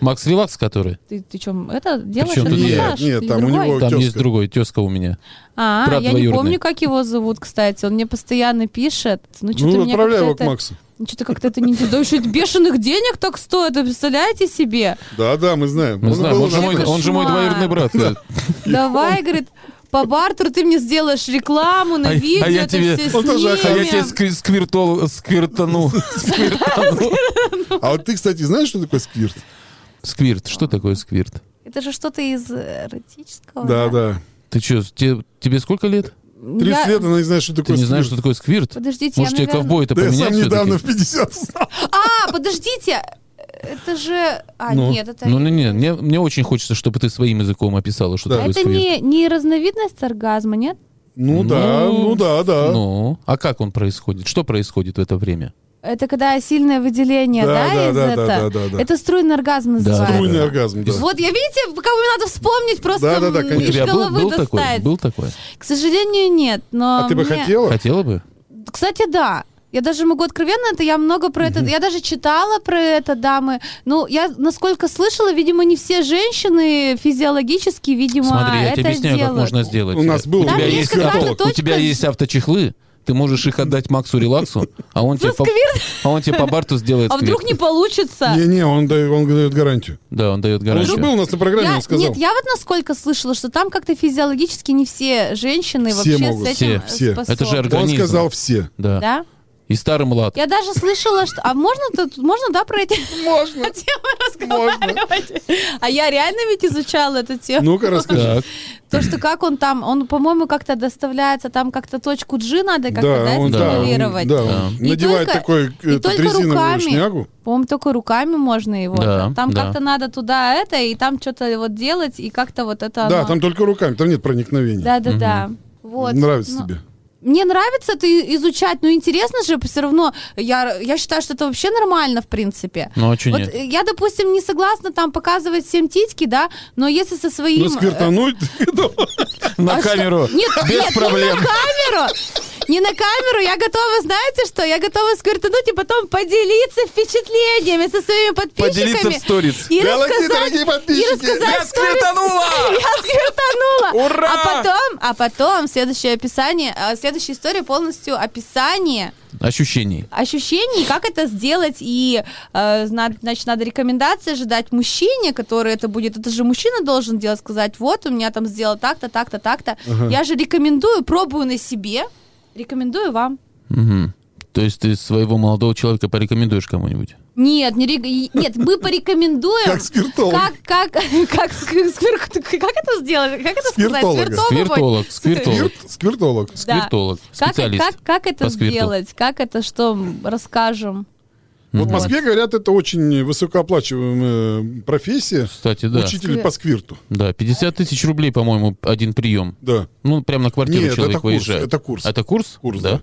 C: Макс Релакс, который?
D: Ты, ты что, это делаешь?
C: чем
D: Это
C: тут- Нет,
D: массаж?
B: нет,
D: Или
B: там у
D: другой?
B: него-
C: Там есть
B: тёзка.
C: другой, тезка у меня.
D: А,
C: Брат
D: я не
C: двоюродный.
D: помню, как его зовут, кстати. Он мне постоянно пишет. Ну, что-то
B: Ну,
D: мне
B: отправляй
D: как-то
B: его к
D: это-
B: Максу.
D: Что-то как-то это не... Да еще это бешеных денег так стоит, вы представляете себе?
B: Да, да, мы знаем.
C: Мы
B: Он
C: знаем,
B: был
C: Ну, он же, мой,
B: на-
C: он же мой
D: Кошмар.
C: двоюродный брат. [LAUGHS]
D: Давай, говорит, по бартеру ты мне сделаешь рекламу
C: А-
D: на
C: а
D: видео,
C: я
D: это
C: тебе-
D: все
B: Он тоже
C: А я
D: снимем.
C: тебе скви- сквиртол, [LAUGHS] сквиртану. Сквиртану.
B: А вот ты, кстати, знаешь, что такое сквирт?
C: Сквирт. Что такое сквирт?
D: Это же что-то из эротического.
B: Да, да.
C: Ты что, тебе сколько лет?
D: Я-
B: 30 лет она не знает, что
C: Ты
B: такое
C: не
B: сквирт.
C: знаешь, что такое сквирт?
D: Подождите,
C: Может,
D: я,
C: тебе
D: наверное-
C: ковбой-то
B: Да я сам
C: поменять
B: недавно
C: все-таки?
B: в 50 узнал.
D: А, подождите, это же... А, нет, это...
C: Ну, ну, не, мне, мне очень хочется, чтобы ты своим языком описала, что
B: Да.
C: такое
D: это
C: сквирт.
D: не, не разновидность оргазма, нет?
B: Ну да, ну да, да.
C: Ну, а как он происходит? Что происходит в это время?
D: Это когда сильное выделение,
B: Да,
D: да,
B: да,
D: из
B: да,
D: этого?
B: да, да, да, да.
D: Это струйный оргазм называется.
B: Струйный оргазм, да.
D: Вот, я видите, кого мне надо вспомнить, просто
B: Да, да, да,
D: м,
B: конечно.
D: из
C: У тебя был,
D: головы
C: был такой?
D: достать.
C: Был такой?
D: К сожалению, нет, но
B: А ты бы
D: мне-
B: хотела?
C: Хотела бы?
D: Кстати, да. Я даже могу откровенно, это я много про это, я даже читала про это, дамы. Ну, я насколько слышала, видимо, не все женщины физиологически, видимо,
C: Смотри, я
D: А, это
C: тебе объясняю,
D: делают.
C: как можно сделать.
B: У нас был
C: у тебя
D: Там
C: есть,
D: есть какая-то
C: автолог, у
D: точка-
C: тебя есть авточехлы, ты можешь их отдать Максу Релаксу, а он тебе по,
D: Ну, сквирт.
C: а он тебе по барту сделает
D: А вдруг
C: сквирт.
D: не получится?
B: Не-не, он дает он дает гарантию.
C: Да, он дает
B: Он же
C: гарантию.
B: был у нас на программе,
D: Я-
B: он сказал.
D: Нет, я вот насколько слышала, что там как-то физиологически не все женщины
B: Все
D: вообще
B: могут,
D: с этим
C: все,
D: э,
B: все.
D: способны.
C: Это же орг-
B: Он
C: Организм.
B: сказал все.
C: Да.
D: Да?
C: И старым лад.
D: Я даже слышала, что... А можно, тут- можно да, про эти
B: Можно.
D: [LAUGHS] темы разговаривать? А я реально ведь изучала эту тему.
B: Ну-ка, расскажи.
C: Так.
D: То, что как он там, он, по-моему, как-то доставляется, там как-то точку G надо как-то
B: Да,
D: да,
B: он, да,
D: стимулировать.
B: он, да, он
D: И
B: надевает
D: только-
B: такой
D: и
B: этот,
D: только
B: резиновую
D: руками.
B: шнягу.
D: По-моему, только руками можно его.
C: Да,
D: там там
C: да.
D: как-то надо туда это, и там что-то вот делать, и как-то вот это...
B: Да,
D: оно-
B: там только руками, там нет проникновения.
D: Да-да-да. Вот.
B: Нравится
D: Ну,
B: тебе.
D: Мне нравится это и- изучать, но интересно же, все равно я, я считаю, что это вообще нормально, в принципе.
C: Ну, а чё
D: Вот,
C: нет?
D: э, Я, допустим, не согласна там показывать всем титьки, да, но если со своим...
B: Ну,
D: э,
B: сквертануть, [LAUGHS] ну,
C: На
D: а что?
C: камеру.
D: Нет,
C: Без
D: нет, не на
C: проблем.
D: камеру. Не на камеру, я готова, знаете что? Я готова сквертануть и потом типа, поделиться впечатлениями со своими подписчиками.
C: Поделиться в сторис.
D: И
B: Голоди,
D: рассказать-
B: дорогие подписчики.
D: и рассказать
C: Я
D: в сторис-
C: сквертанула!
D: Я сквертанула!
C: Ура!
D: А потом, а потом следующее описание, а, следующая история полностью описание
C: Ощущений.
D: ощущений, как это сделать, и, э, зна- значит, надо рекомендации ожидать мужчине, который это будет, это же мужчина должен делать, сказать, вот, у меня там сделал так-то, так-то, так-то, я же рекомендую, пробую на себе, рекомендую вам.
C: Мгм. То есть ты своего молодого человека порекомендуешь кому-нибудь?
D: Нет, не рек- и- нет, мы порекомендуем.
B: Как скиртолог.
D: Как, как, [LAUGHS] как, ск- сквир- как это сделать? Как это сказать?
B: Скиртолога.
D: Сквиртолог.
C: Сквиртолог, сквиртолог.
B: сквирт- сквертолог.
D: Да.
C: Сквиртолог,
D: Как,
C: специалист
D: как, как это
C: по сквирту.
D: сделать? Как это что м, расскажем?
B: Вот в Москве, говорят, это очень высокооплачиваемая профессия.
C: Кстати, да.
B: Учитель по сквирту.
C: Да, 50 тысяч рублей, по-моему, один прием.
B: Да,
C: Ну, прям на квартиру
B: Нет,
C: человек
B: это курс,
C: выезжает.
B: это курс.
C: Это курс?
B: курс,
C: да.
B: да.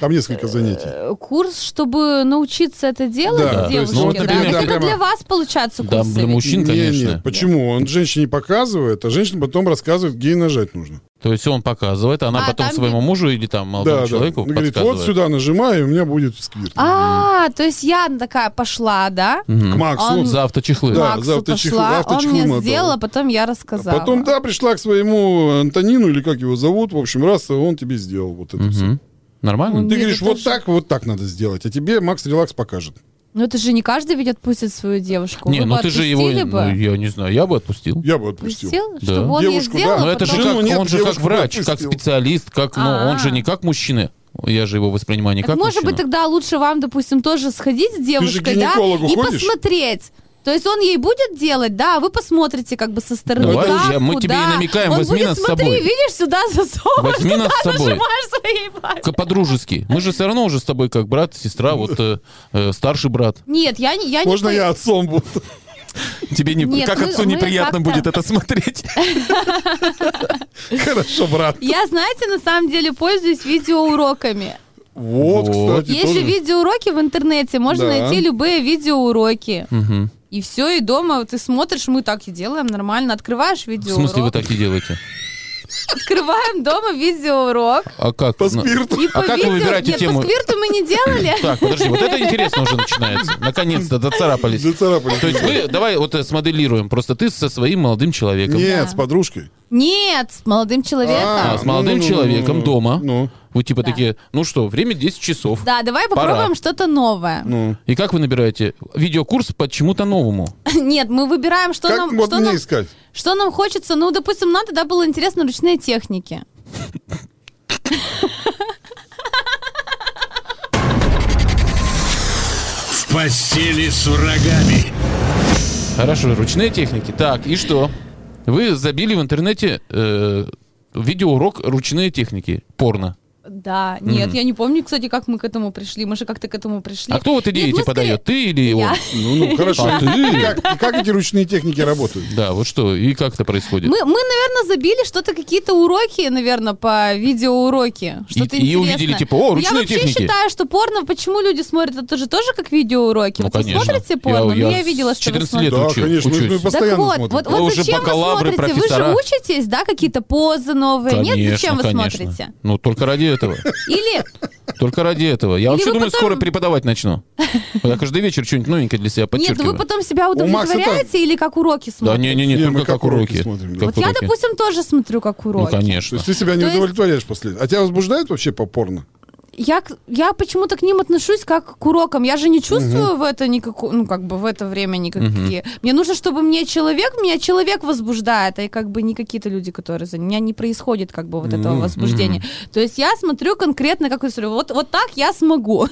B: Там несколько занятий.
D: Э, Курс, чтобы научиться это делать,
B: Да, то
C: есть,
D: девушки,
C: ну, вот,
D: да?
C: например,
D: Это
B: да, прямо-
D: для вас получается
C: Да,
D: курсы.
C: для
D: ведь?
C: мужчин,
B: Не,
C: конечно.
B: не, почему? Он женщине показывает, а женщина потом рассказывает, где ей нажать нужно.
C: То есть он показывает, а она
D: А,
C: потом
D: там
C: своему
D: где-
C: мужу или там молодому
B: да,
C: человеку
B: да. Он Говорит,
C: подсказывает.
B: вот сюда нажимаю, и у меня будет сквирт.
D: А, то есть я такая пошла, да?
B: К Максу.
D: он-
C: Завтра чехлы.
B: Да,
D: Максу
B: завтра чехлу-
D: пошла,
B: завтра
D: он
B: чехлы
D: мне
B: мотала.
D: сделал, а потом я рассказала.
B: Потом, да, пришла к своему Антонину, или как его зовут, в общем, раз, он тебе сделал вот это все.
C: Мгм. Нормально?
B: Ты
D: Нет,
B: говоришь,
D: это
B: вот
D: ж-
B: так, вот так надо сделать, а тебе Макс Релакс покажет.
D: Но Ну, это же не каждый ведь отпустит свою девушку.
C: Не,
D: Вы
C: ну
D: бы
C: ты же его...
D: отпустили Бы?
C: Ну, я не знаю, я бы отпустил.
B: Я бы отпустил.
D: Отпустил,
C: Да.
D: чтобы он ей
B: Ну, Девушку, да.
D: сделал, а
C: Но это же
D: потом-
B: Жену
C: как,
B: нет,
C: он же как
B: девушку
C: врач, как
B: отпустил.
C: специалист, как, ну, он же не как мужчина. Я же его воспринимаю не
D: А. Так
C: как
D: может
C: мужчина.
D: быть тогда лучше вам, допустим, тоже сходить с девушкой, да,
B: гинекологу
D: и
B: ходишь?
D: посмотреть. То есть он ей будет делать, да, а вы посмотрите как бы со стороны.
C: Давай,
D: как,
C: друзья, мы
D: куда.
C: тебе и намекаем,
D: он
C: возьми
D: будет,
C: нас с
D: смотри,
C: собой.
D: видишь, сюда засовываешь,
C: Возьми
D: туда
C: нас с собой.
D: нажимаешь своей пальцем.
C: К- По-дружески. Мы же все равно уже с тобой как брат, сестра, вот э, э, старший брат.
D: Нет, я, А не- я не...
B: Можно
D: по-
B: я отцом буду?
C: Тебе не,
D: Нет,
C: как
D: мы-
C: отцу
D: мы
C: неприятно
D: как-то-
C: будет это
D: [LAUGHS]
C: смотреть.
B: [LAUGHS] Хорошо, брат.
D: Я, знаете, на самом деле пользуюсь видеоуроками.
B: Вот,
C: Вот.
B: кстати,
D: Есть же
B: тоже.
D: видеоуроки в интернете, можно
B: Да.
D: найти любые видеоуроки.
C: Мгм.
D: И все, и дома ты смотришь, мы так и делаем нормально. Открываешь
C: В
D: видеоурок,
C: смысле вы так и делаете?
D: открываем дома видеоурок.
C: А как?
B: По
C: на-
B: сквирту.
D: И по
C: А как вы
D: видео-
C: выбираете
D: Типа Нет,
C: тему?
D: по сквирту мы
C: [LAUGHS]
D: не делали.
C: Так, подожди, вот это интересно уже начинается. Наконец-то доцарапались.
B: Зацарапали.
C: То есть вы, давай вот э, смоделируем, просто ты со своим молодым человеком.
B: Нет,
D: Да.
B: с подружкой.
D: Нет, с молодым
C: А,
D: человеком.
C: с
B: ну,
C: молодым
B: ну, ну, ну,
C: человеком
B: ну,
C: дома.
B: ну.
C: Вы типа
D: Да.
C: такие, ну что, время 10 часов.
D: Да, давай
C: Пора.
D: попробуем что-то новое.
B: Ну,
C: И как вы набираете? Видеокурс по чему-то новому.
D: [LAUGHS] Нет, мы выбираем, что
B: как
D: нам
B: вот
D: что
B: мне
D: нам-
B: искать?
D: что нам хочется. Ну, допустим, нам тогда было интересно ручные техники.
A: В постели с врагами.
C: Хорошо, ручные техники. Так, и что? Вы забили в интернете э, видеоурок ручные техники, порно.
D: Да, нет, я не помню, кстати, как мы к этому пришли. Мы же как-то к этому пришли.
C: А кто вот идеи
D: Нет,
C: эти
D: мы Ну, скорее-
C: подает? Ты или он?
D: [LAUGHS] Я.
B: Ну, ну, хорошо.
C: А ты?
B: И как- и как эти ручные техники работают?
C: Да, вот что, и как это происходит?
D: Мы, мы, наверное, забили что-то, какие-то уроки, наверное, по видеоуроки. Что-то
C: И- и
D: интересное.
C: увидели, типа, о,
D: Я
C: ручные
D: вообще
C: техники.
D: считаю, что порно, почему люди смотрят, это же тоже как видеоуроки.
C: Ну,
D: вот вы
C: конечно.
D: смотрите
C: Я-
D: порно?
C: я
D: Ну, я, видела,
C: с
D: что вы
C: 14
D: смотрите.
C: лет
B: Да,
C: учу-
B: конечно, мы же
C: учусь.
D: Так
B: постоянно
D: вот,
B: смотрим.
D: вот,
C: Вы
D: вот
C: уже
D: зачем вы
C: бакалавры,
D: смотрите? Вы
C: профессора.
D: же учитесь, да, какие-то позы новые? Нет, зачем вы
C: конечно.
D: смотрите?
C: Ну, только ради этого.
D: Или
C: Только ради этого. Я вообще
D: вы
C: думаю,
D: потом-
C: скоро преподавать начну. Я каждый вечер что-нибудь новенькое для себя
D: нет,
C: подчеркиваю.
D: вы потом себя
B: У Макса
D: удовлетворяете или как уроки
C: Да
D: смотрите?
C: не-не-не,
B: Не,
C: только
B: мы
C: как,
B: как уроки
C: уроки.
B: смотрим, да.
C: Как
D: Вот я,
C: уроки.
D: допустим, тоже смотрю как
C: Ну,
D: уроки.
B: То
C: конечно.
B: есть ты себя не
D: То есть-
B: удовлетворяешь после этого. А тебя возбуждает вообще по порно?
D: Я, к- я почему-то к ним отношусь как к урокам. Я же не чувствую в это никакого, ну, как бы в это время никакие. Мне нужно, чтобы мне человек, меня человек возбуждает, а как бы не какие-то люди, которые за меня не происходит как бы вот этого возбуждения. То есть я смотрю конкретно, как я смотрю, вот, вот так я смогу,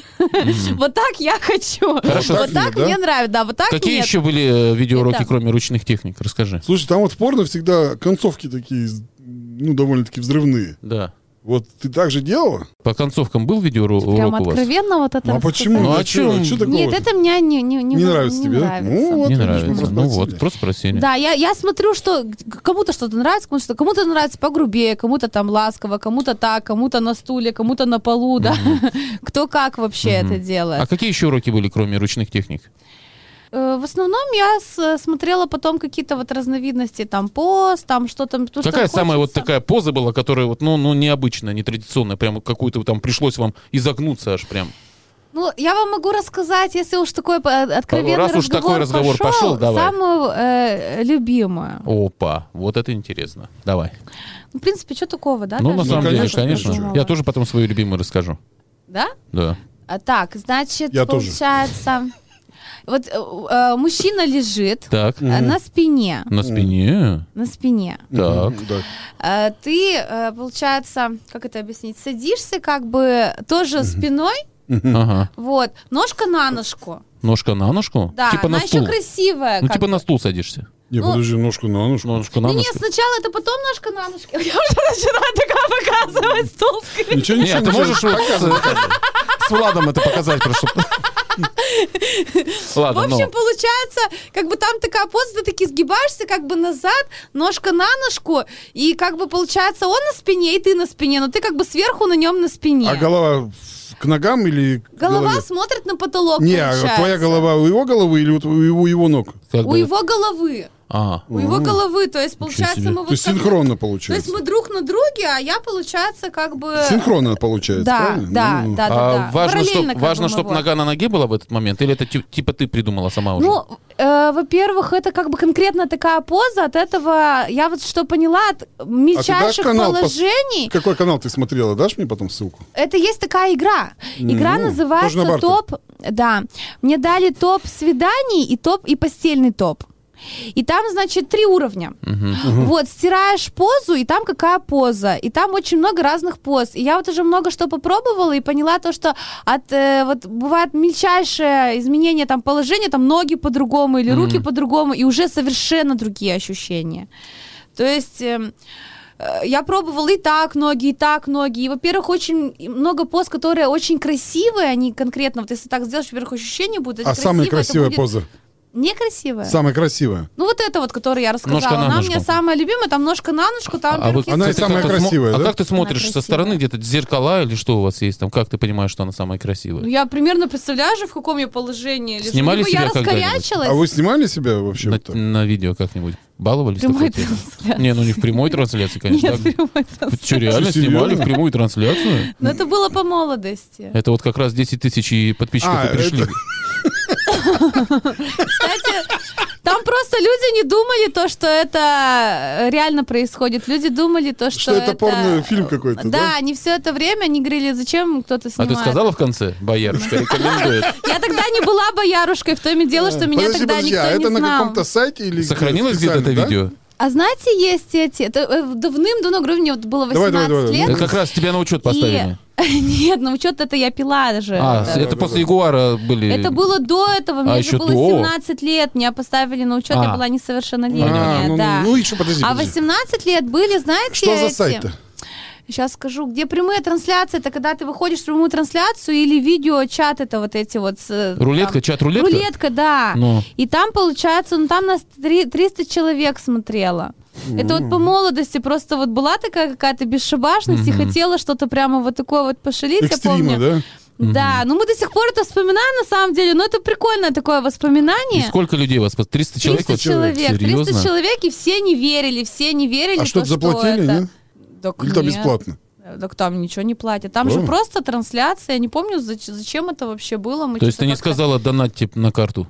D: вот так я хочу,
B: Хорошо.
D: вот
B: Нет,
D: так
B: да?
D: мне нравится, да, вот так
C: Какие
D: нет.
C: еще были э, видеоуроки,
D: Итак.
C: кроме ручных техник? Расскажи.
B: Слушай, там вот в порно всегда концовки такие, ну, довольно-таки взрывные.
C: Да.
B: Вот ты так же делала?
C: По концовкам был видеоурок
D: Прям
C: у вас?
D: откровенно вот это
B: Ну, а
D: рассказать.
B: почему?
C: Ну, а
B: Я чё-
C: чё-
B: чё
D: Нет,
B: такого-то?
D: это меня не, не, не,
B: Не
D: в-
B: нравится тебе, да?
D: нравится.
B: Ну, вот.
C: Не
B: видишь, мы
C: нравится.
B: просто
C: Ну вот,
B: спросили.
C: просто просили.
D: Да, я, я смотрю, что к- кому-то что-то нравится, кому-то что кому-то нравится погрубее, кому-то там ласково, кому-то так, кому-то на стуле, кому-то на полу, да. [LAUGHS] Кто как вообще это делает.
C: А какие еще уроки были, кроме ручных техник?
D: Э, В основном я с- смотрела потом какие-то вот разновидности, там пост, там что там. потому Ну, что
C: Какая самая вот
D: хочется.
C: такая поза была, которая вот, ну, ну, необычная, нетрадиционная, прям какую-то там пришлось вам изогнуться аж прям.
D: Ну, я вам могу рассказать, если уж такой э, откровенный
C: Раз уж
D: разговор,
C: такой разговор пошел, давай.
D: самую э, любимую.
C: Опа, вот это интересно. Давай.
D: Ну, в принципе, что такого, да?
C: ну,
D: даже?
C: на самом
B: конечно,
C: деле, конечно.
D: придумала.
C: Я тоже потом свою любимую расскажу.
D: Да?
C: Да.
D: А, так, значит,
B: Я тоже.
D: получается... Вот э, э, мужчина лежит
C: Так, Ну.
D: э, на спине,
C: на спине.
D: на спине.
C: Так.
B: Мгм, да.
D: Э, ты, э, получается, как это объяснить, садишься как бы тоже спиной,
C: Ага.
D: вот, ножка на ножку,
C: Ножка на ножку?
D: да,
C: Типа
D: она
C: на
D: еще
C: стул.
D: красивая.
C: Ну,
D: как
C: типа
D: бы.
C: на стул садишься.
B: Не,
D: Ну-
B: подожди, ножку на ножку.
C: Ножку на
D: Ну нет,
C: ножку.
D: сначала это потом ножка на ножке. [LAUGHS] Я уже начинаю такая показывать стул скрипит.
B: Ничего,
C: Не,
B: ничего,
C: а ты
B: ничего.
C: можешь вот с [LAUGHS] с Владом это показать
D: [LAUGHS]
C: просто.
B: А,
D: В
C: Ладно,
D: общем,
C: ну.
D: получается, как бы там такая поза, ты таки сгибаешься как бы назад, ножка на ножку, и как бы получается он на спине, и ты на спине, но ты как бы сверху на нем на спине.
B: А голова в- к ногам или к
D: голова
B: голове?
D: смотрит на потолок,
B: Не, а
D: получается.
B: твоя голова у его головы или вот у его, его ног?
C: как
D: У
C: бы-
D: его головы.
C: А,
D: У его головы, то есть, получается,
C: себе.
D: мы
B: То
D: вот
B: есть
D: как бы-
B: синхронно
D: То есть
B: получается.
D: мы друг на друге, а я, получается, как бы...
B: Синхронно получается,
D: Да,
B: правильно?
D: да,
B: Ну,
D: да, да,
C: А
D: да.
C: важно,
D: Параллельно
C: чтобы
D: как
C: важно,
D: бы мы
C: чтоб
D: вот.
C: нога на ноге была в этот момент, или это ти- типа ты придумала сама уже?
D: Ну, э, во-первых, это как бы конкретно такая поза. От этого я вот что поняла от мельчайших
B: А канал пос-
D: положений.
B: Какой канал ты смотрела? Дашь мне потом ссылку?
D: Это есть такая игра. Игра
B: Ну, тоже
D: называется
B: на барту.
D: топ. Да, мне дали топ свиданий и топ и постельный топ. И там, значит, три уровня. Вот, стираешь позу, и там какая поза. И там очень много разных поз. И я вот уже много что попробовала и поняла то, что от э, вот бывает мельчайшее изменение там положения, там ноги по-другому или руки по-другому, и уже совершенно другие ощущения. То есть эм, э, я пробовала и так ноги, и так ноги. И, во-первых, очень много поз, которые очень красивые, они конкретно, вот если так сделаешь, во-первых, ощущения будут.
B: а
D: очень
B: самая красивая
D: красивые, это будет
B: поза?
D: Некрасивая.
B: Самая красивая.
D: Ну вот это вот, которую я рассказала.
C: Ножка на
D: Она у
C: ножку.
D: меня самая любимая, там ножка на ножку, там...
C: А вы,
D: во-первых,
B: Она и
D: есть-
C: кстати,
B: самая
C: как-то смо-
B: красивая,
C: А
B: да?
C: как ты смотришь со
D: красивая.
C: стороны где-то зеркала или что у вас есть там? Как ты понимаешь, что она самая
D: Ну,
C: красивая?
D: я примерно представляю же, в каком я положении лежу.
C: Снимали
D: Либо я
C: себя когда-нибудь?
D: раскорячилась.
B: А вы снимали себя вообще?
C: На,
B: вот так?
C: на видео как-нибудь баловались?
D: Прямой
C: такой темой?
D: трансляции.
C: Не, ну не в прямой трансляции, конечно.
D: Нет,
C: так.
D: прямой трансляции.
C: Что, реально
B: Что,
C: снимали в
B: серьезно?
C: прямую трансляцию?
D: Но это было по молодости.
C: Это вот как раз 10 тысяч и подписчиков
B: А,
C: и пришли.
B: это-
D: Кстати, там просто люди не думали то, что это э, реально происходит. Люди думали то, что,
B: Что это порнофильм какой-то, да?
D: Да, они все это время, они говорили, зачем кто-то
C: А
D: снимает.
C: ты сказала в конце? Боярушка
B: [LAUGHS]
C: рекомендует.
D: Я тогда не была боярушкой, в том и дело, что меня
B: Э, подожди,
D: тогда
B: подожди,
D: никто
B: а
D: не
B: это на
D: знал.
B: каком-то сайте или
C: Сохранилось где-то
B: специально,
C: это
B: да?
C: видео?
D: А знаете, есть эти... Это э, давным-давно, говорю, мне вот было 18
B: Давай, давай, давай,
D: лет.
B: ну,
C: Это как раз тебя на учет Э, поставили.
D: И... [LAUGHS] Нет, ну учет это я пила же.
C: А,
D: Да.
C: с-
B: да,
C: это после Ягуара были.
D: Это было до этого, мне
C: А,
D: же
C: еще
D: было
C: до.
D: 17 лет, меня поставили на учет,
C: А.
D: я была
B: А,
D: несовершеннолетняя,
B: ну,
D: да.
B: ну и что, подожди,
D: а
B: подожди.
D: 18 лет были, знаете,
B: Что за
D: эти-
B: сайт-то?
D: Сейчас скажу, где прямые трансляции, это когда ты выходишь в прямую трансляцию или видео-чат, это вот эти вот... с, э,
C: Рулетка,
D: там-
C: чат-рулетка?
D: Рулетка, да.
C: Ну.
D: И там, получается, ну там нас три- 300 человек смотрело. Это вот по молодости просто вот была такая какая-то бесшабашность и хотела что-то прямо вот такое вот пошалить, я
B: Экстрима,
D: помню.
B: да?
D: Да, ну мы до сих пор это вспоминаем на самом деле, но это прикольное такое
C: И
D: воспоминание.
C: сколько людей вас? пос- 300 человек?
D: 300 человек, 300
C: Серьезно?
D: человек, и все не верили, все не верили,
B: А
D: то,
B: что-то
D: что
B: заплатили,
D: это...
B: нет?
D: Так
B: Или это
D: нет.
B: бесплатно?
D: Э, Так там ничего не платят. Там же
B: Да.
D: просто трансляция. Я не помню, зач- зачем это вообще было. Мы
C: То есть
D: что-то
C: ты не
D: как-то-
C: сказала донат типа на карту?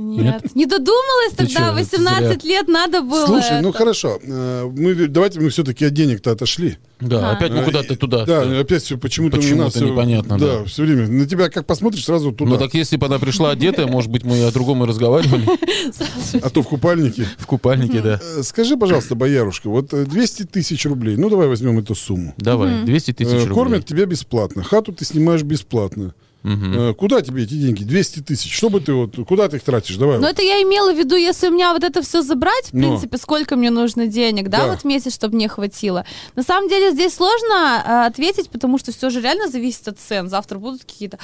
D: Нет. Не додумалась
C: Ты чё,
D: тогда,
C: это
D: 18 лет надо было.
B: Слушай,
D: это.
B: ну хорошо, э, мы, ве- давайте мы все-таки от денег-то отошли. Э,
C: Да,
D: А.
C: опять мы куда-то туда.
B: Да, опять все почему-то у
C: Почему-то
B: нас всё-
C: непонятно,
B: Да,
C: да.
B: все время. На тебя как посмотришь, сразу
C: Ну
B: туда.
C: так если бы она пришла одетая, может быть, мы и о другом и разговаривали. [LAUGHS]
B: А то в купальнике.
C: В купальнике, да.
B: Э, Скажи, пожалуйста, боярушка, вот э, 200 тысяч рублей, ну давай возьмем эту сумму.
C: Давай, 200
B: Э,
C: тысяч рублей.
B: Кормят тебя бесплатно, хату ты снимаешь бесплатно. Э, Куда тебе эти деньги? 200 тысяч. Что бы ты вот, куда ты их тратишь? Давай.
D: Но
B: вот.
D: Ну, это я имела в виду, если у меня вот это все забрать, в
C: Ну.
B: Но.
D: принципе, сколько мне нужно денег, да,
B: Да.
D: вот в месяц, чтобы мне хватило. На самом деле здесь сложно э, ответить, потому что все же реально зависит от цен. Завтра будут какие-то.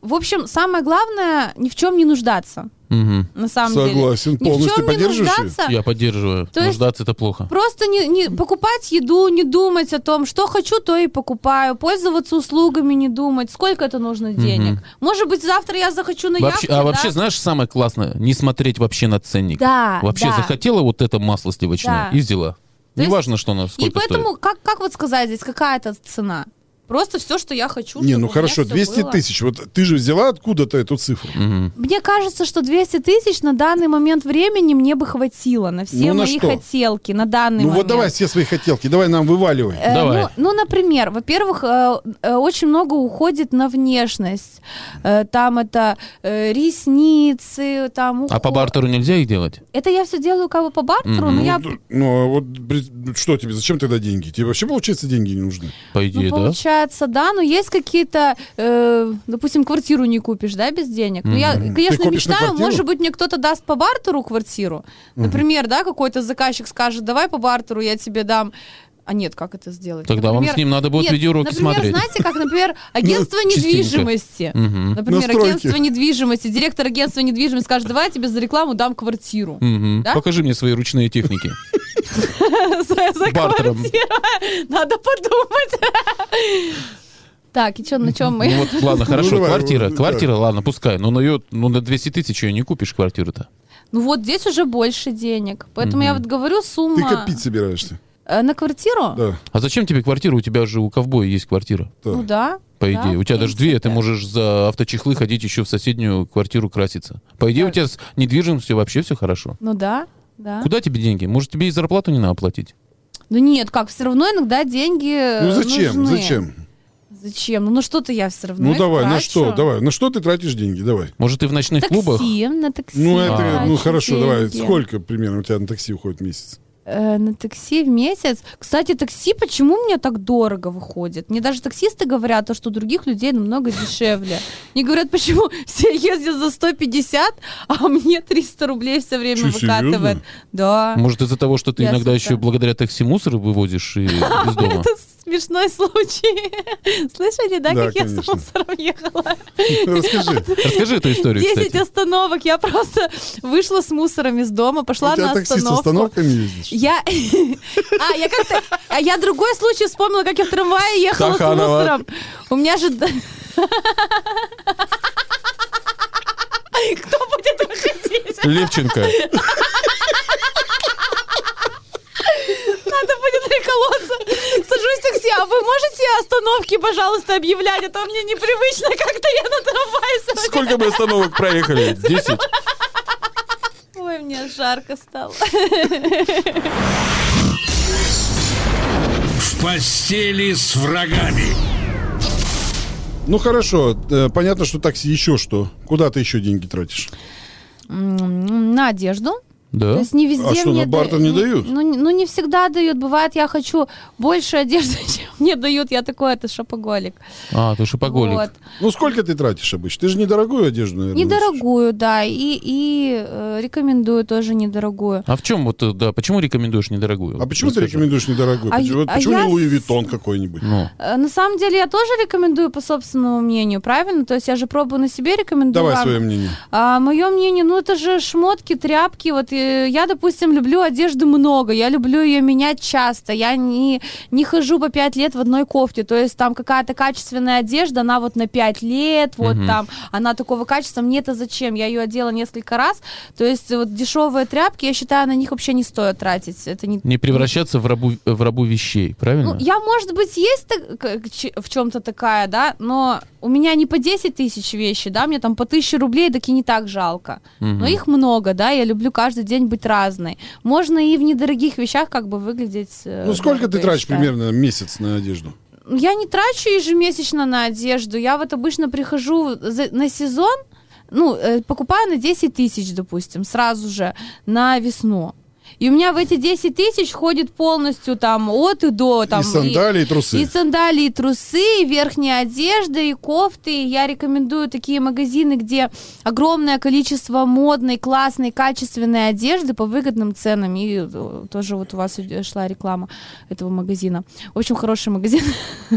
D: В общем, самое главное ни в чем не нуждаться.
C: Мгм.
D: На самом
B: Согласен,
D: деле. Ни в
B: полностью
D: чём не
B: поддерживаешь её?
D: нуждаться.
C: Я поддерживаю.
D: То есть-
C: Нуждаться это плохо.
D: Просто не, не покупать еду, не думать о том, что хочу, то и покупаю. Пользоваться услугами, не думать, сколько это нужно денег. Может быть, завтра я захочу на
C: Вообще-
D: яхте,
C: а
D: да?
C: вообще, знаешь, самое классное, не смотреть вообще на ценник.
D: Да,
C: Вообще
D: да.
C: захотела вот это масло сливочное
D: Да.
C: и взяла.
D: То есть-
C: Неважно, что оно сколько
D: И поэтому, как, как вот сказать здесь, какая это цена? Просто все, что я хочу.
B: Не,
D: чтобы
B: ну
D: у меня
B: хорошо,
D: всё
B: 200
D: было.
B: тысяч. Вот ты же взяла откуда-то эту цифру.
D: Мне кажется, что 200 тысяч на данный момент времени мне бы хватило на все
B: Ну, на
D: мои
B: что?
D: хотелки на данный
B: Ну
D: момент.
B: вот давай все свои хотелки, давай нам вываливай.
D: Э,
C: Давай.
D: Ну, ну, например, во-первых, э, э, очень много уходит на внешность. Э, Там это э, ресницы, там
C: стоит. А по
D: уход.
C: бартеру нельзя их делать?
D: Это я все делаю как бы по бартеру,
C: Мгм.
D: но я...
B: Ну, д- ну, а вот при- что тебе, зачем тогда деньги? Тебе вообще, получается, деньги не нужны?
C: По
D: Ну,
C: идее, да?
D: получается, да, но есть какие-то, э, допустим, квартиру не купишь, да, без денег. Ну, я, конечно,
B: копишь на
D: мечтаю,
B: квартиру?
D: может быть, мне кто-то даст по бартеру квартиру. Например, да, какой-то заказчик скажет, давай по бартеру я тебе дам. А нет, как это сделать?
C: Тогда вам с ним надо будет
D: нет,
C: видеоуроки
D: например,
C: смотреть.
D: знаете, как, например, агентство
C: [LAUGHS] Ну, частенько.
D: недвижимости.
C: Мгм.
D: Например,
B: Настройки.
D: агентство недвижимости, директор агентства недвижимости скажет, давай я тебе за рекламу дам квартиру.
C: Мгм.
D: Да?
C: Покажи мне свои ручные техники.
D: [LAUGHS] За за
C: Бартером.
D: квартиру. [LAUGHS] Надо подумать. [LAUGHS] Так, и что, на чем
C: Ну
D: [LAUGHS] мы?
C: вот, ладно, хорошо,
B: давай,
C: квартира,
B: вот,
C: квартира, ладно, пускай, но на ее, ну на 200 тысяч ее не купишь квартиру-то.
D: Ну вот здесь уже больше денег. Поэтому я вот говорю
B: Ты
D: сумма...
B: копить собираешься.
D: Э, На квартиру?
B: Да.
C: А зачем тебе квартира? У тебя же у ковбоя есть квартира,
B: да.
D: Ну да.
C: по
D: да,
C: идее. У
D: в
C: тебя даже
D: принципе.
C: две, а ты можешь за авточехлы ходить еще в соседнюю квартиру краситься. По идее, у тебя с недвижимостью вообще все хорошо.
D: Ну да, да.
C: Куда тебе деньги? Может, тебе и зарплату не надо платить?
D: Ну нет, как, все равно иногда деньги э,
B: Ну зачем?
D: нужны.
B: Зачем?
D: Зачем? Ну на что-то я все равно
B: Ну
D: их
B: давай, на
D: трачу.
B: что? Давай. На что ты тратишь деньги? Давай.
C: Может, ты в ночных клубах?
D: Такси, на такси.
B: Ну, это,
D: трачу
B: ну хорошо, давай.
D: деньги.
B: Сколько примерно у тебя на такси уходит в месяц? [LAUGHS]
D: Э, на такси в месяц. Кстати, такси почему мне так дорого выходит? Мне даже таксисты говорят, то, что у других людей намного дешевле. [LAUGHS] Мне говорят, почему [LAUGHS] все ездят за 150, а мне 300 рублей все время
B: Чё, серьёзно?
D: выкатывает. Да.
C: Может, из-за того, что ты
D: Я
C: иногда
D: с
C: еще
D: утра.
C: благодаря такси мусор вывозишь
D: [LAUGHS]
C: и- из дома?
D: Это смешной случай. [LAUGHS] Слышали, да,
B: Да,
D: как я с
B: конечно.
D: мусором ехала?
B: Расскажи.
C: Расскажи эту историю,
D: 10
C: кстати.
D: остановок. Я просто [LAUGHS] вышла с мусором из дома,
B: У
D: пошла
B: тебя
D: на
B: такси с
D: остановку.
B: остановками ездишь?
D: Я... [LAUGHS] А, я как-то... А я другой случай вспомнила, как я в трамвае ехала
C: Стаханова.
D: с мусором. У меня же... д- [LAUGHS] Кто будет выходить?
C: Левченко.
D: Надо будет приколоться. Сажусь в такси, а вы можете остановки, пожалуйста, объявлять? А то мне непривычно как-то я на трамвае сегодня.
C: Сколько мы остановок проехали? 10.
D: Ой, мне жарко стало.
A: В постели с врагами.
B: Ну хорошо, э, понятно, что такси еще что. Куда ты еще деньги тратишь?
D: М, На одежду. То
C: Да?
D: есть не везде
B: А что,
D: мне
B: на бартер
D: да-
B: не дают?
D: Ну, не- ну, не всегда дают. Бывает, я хочу больше одежды, [LAUGHS] чем мне дают. Я такой, это шопоголик.
C: А, ты шопоголик.
D: Вот.
B: Ну сколько ты тратишь обычно? Ты же недорогую одежду, наверное. носишь.
D: Недорогую, да. И, и э, рекомендую тоже недорогую.
C: А в чем вот, э, да, почему рекомендуешь недорогую?
B: А почему ты
C: Расскажи.
B: рекомендуешь недорогую?
D: А
B: почему
D: я-
B: вот
D: а
B: почему
D: я
B: не
D: с-
B: Луи Виттон какой-нибудь?
C: Ну,
D: Э, На самом деле я тоже рекомендую по собственному мнению, правильно? То есть я же пробую на себе рекомендую.
B: Давай
D: Ну, вам.
B: свое мнение.
D: А, мое мнение, ну это же шмотки, тряпки. Вот э, я, допустим, люблю одежду много, я люблю ее менять часто. Я не, не хожу по пять лет в одной кофте. То есть там какая-то качественная одежда, она вот на пять лет, вот там, она такого качества. Мне это зачем? Я ее одела несколько раз. То есть э, вот дешевые тряпки, я считаю, на них вообще не стоит тратить. Это не...
C: не превращаться в рабу, в рабу вещей, правильно?
D: Ну, я, может быть, есть так- к- ч- в чем-то такая, да, но у меня не по 10 тысяч вещи, да, мне там по 1000 рублей, так и не так жалко. Но их много, да, я люблю каждый день быть разной. Можно и в недорогих вещах как бы выглядеть. э,
B: Ну сколько
D: дорого,
B: ты
D: я
B: тратишь
D: считаю.
B: примерно месяц на одежду?
D: Я не трачу ежемесячно на одежду, я вот обычно прихожу за- на сезон, ну, э, покупаю на 10 тысяч, допустим, сразу же на весну. И у меня в эти 10 тысяч ходит полностью там от и до. Там,
B: И сандалии, и трусы.
D: И сандалии, и трусы, и верхняя одежда, и кофты. Я рекомендую такие магазины, где огромное количество модной, классной, качественной одежды по выгодным ценам. И э, тоже вот у вас иде- шла реклама этого магазина. В общем, хороший магазин. [LAUGHS]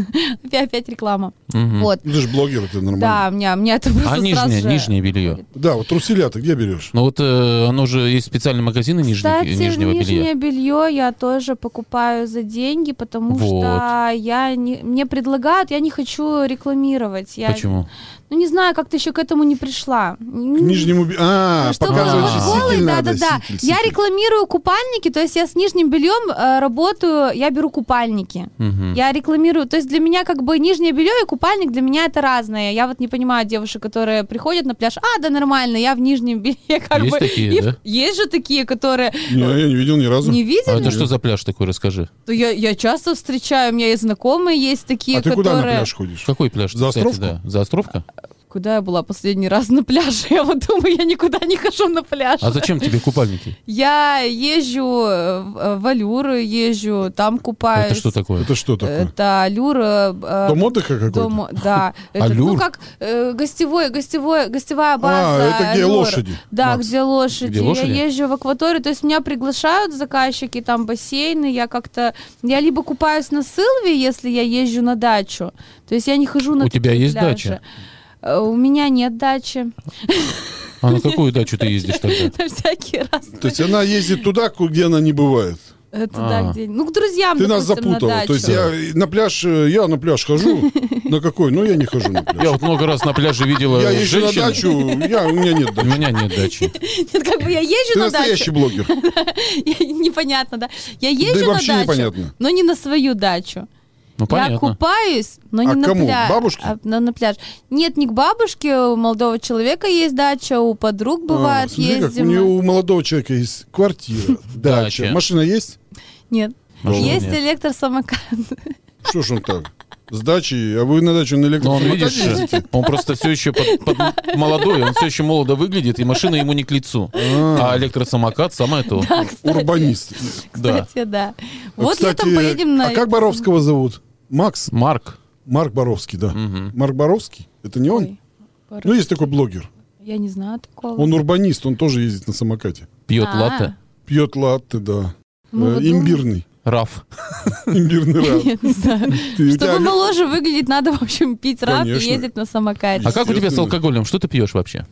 D: Опять опять реклама. Вот.
B: Ну, Ты же блогер, это
D: Да,
B: нормально.
D: у меня, у меня это просто
C: А
D: сразу
C: нижнее,
D: же-
C: нижнее белье.
B: Да. вот труселя ты где берешь?
C: Ну вот э, оно же есть специальные магазины нижних-
D: Кстати,
C: нижнего белья.
D: нижнее белье я тоже покупаю за деньги, потому
C: Вот.
D: что я не, мне предлагают, я не хочу рекламировать. Я,
C: Почему?
D: Ну не знаю, как ты еще к этому не пришла.
B: К нижнему... бе- А,
D: Ну, чтобы
B: показывать
D: было
B: сисель
D: голый,
B: надо.
D: да-да-да.
B: сисель,
D: Я
B: сисель.
D: рекламирую купальники, то есть я с нижним бельем э, работаю, я беру купальники.
C: Мгм.
D: Я рекламирую, то есть для меня как бы нижнее белье и купальник для меня это разное. Я вот не понимаю девушек, которые приходят на пляж, а, да нормально, я в нижнем белье [LAUGHS] как
C: Есть
D: бы.
C: такие,
D: И в-
C: да?
D: Есть же такие, которые
B: Не, Ну, я не видел ни разу.
D: не
C: А
D: видели?
C: это что за пляж такой, расскажи?
D: То «Ну, я, я часто встречаю, у меня есть знакомые есть такие,
B: а ты куда
D: которые...
B: на пляж ходишь?
C: Какой пляж?
B: За
C: кстати,
B: Островку?
C: да? За Островка?
D: Куда я была последний раз на пляже? [LAUGHS] Я вот думаю, я никуда не хожу на пляж.
C: А зачем тебе купальники?
D: Я езжу э, в э, в Алюры, езжу, там купаюсь.
C: Это что такое?
B: Это что такое?
D: Это Алюра. э,
B: Дом отдыха какой-то?
D: дом- да. Это,
C: Алюр?
D: Ну, как э, гостевой, гостевой, гостевая база.
B: А, это где
D: Алюр.
B: лошади,
D: Да,
B: Макс.
D: где лошади.
C: Где лошади?
D: Я езжу в акваторию, то есть меня приглашают заказчики, там бассейны, я как-то... Я либо купаюсь на Сылве, если я езжу на дачу, то есть я не хожу на
C: У тебя
D: такие
C: есть
D: пляжи.
C: дача?
D: Э, У меня нет дачи.
C: А на какую дачу ты ездишь тогда?
D: [LAUGHS] На всякий раз.
B: То есть она ездит туда, ку- где она не бывает.
D: Это
C: А.
D: да, где Ну, к друзьям,
B: Ты нас
D: допустим, на
B: запутала. То
D: дачу.
B: есть я на пляж, э, я на пляж хожу. На какой? Ну, я не хожу на
C: Я
B: пляж.
C: вот много раз на пляже видела
B: Я езжу на
C: женщин.
B: дачу, я, у меня нет
C: У
B: дачи.
C: меня нет дачи.
D: [LAUGHS] Нет, как бы я езжу
B: Ты
D: на
B: настоящий
D: дачу. [LAUGHS]
B: блогер.
D: Я- Непонятно, да? Я
B: и
D: езжу на
B: вообще
D: дачу,
B: непонятно.
D: но не на свою дачу.
C: Ну,
D: Я
C: понятно.
D: купаюсь, но не
B: А
D: на
B: кому?
D: пляж.
B: Бабушке?
D: А, на, на пляж. Нет, не к бабушке. У молодого человека есть дача, у подруг бывает
B: А, смотри, как у
D: ездим.
B: нее у молодого человека есть
C: [LAUGHS]
B: квартира, дача.
C: Дача.
B: Машина есть?
D: Нет.
C: Машины
D: есть
C: нет.
D: электросамокат. [LAUGHS]
B: Что ж он так? С дачей, а вы на дачу на
C: Но он,
B: электросамокате
C: видишь,
B: ездите?
C: он просто все еще под- под молодой, он все еще молодо выглядит, и машина ему не к лицу. А электросамокат самое то.
D: Да, [LAUGHS] кстати,
B: Урбанист.
C: Да.
D: кстати, да.
B: А,
D: Вот
B: кстати,
D: летом поедем на...
B: А как Боровского зовут? Макс?
C: Марк.
B: Марк Боровский, да.
C: Мгм.
B: Марк Боровский? Это не он?
D: Ой, Боров-
B: Ну, есть такой блогер.
D: Я не знаю такого.
B: Он урбанист, он тоже ездит на самокате.
C: Пьет
D: А.
C: латте.
B: Пьет латте, да.
D: Ну,
B: Э,
D: вот
B: имбирный.
C: Раф.
B: Имбирный
D: [LAUGHS]
B: рад.
D: Я не знаю.
B: [LAUGHS] Ты- у тебя-
D: Чтобы моложе выглядеть, надо, в общем, пить раф и
B: Конечно.
D: ездить на самокате.
C: А как у тебя с
B: Естественно.
C: алкоголем? Что ты пьешь вообще?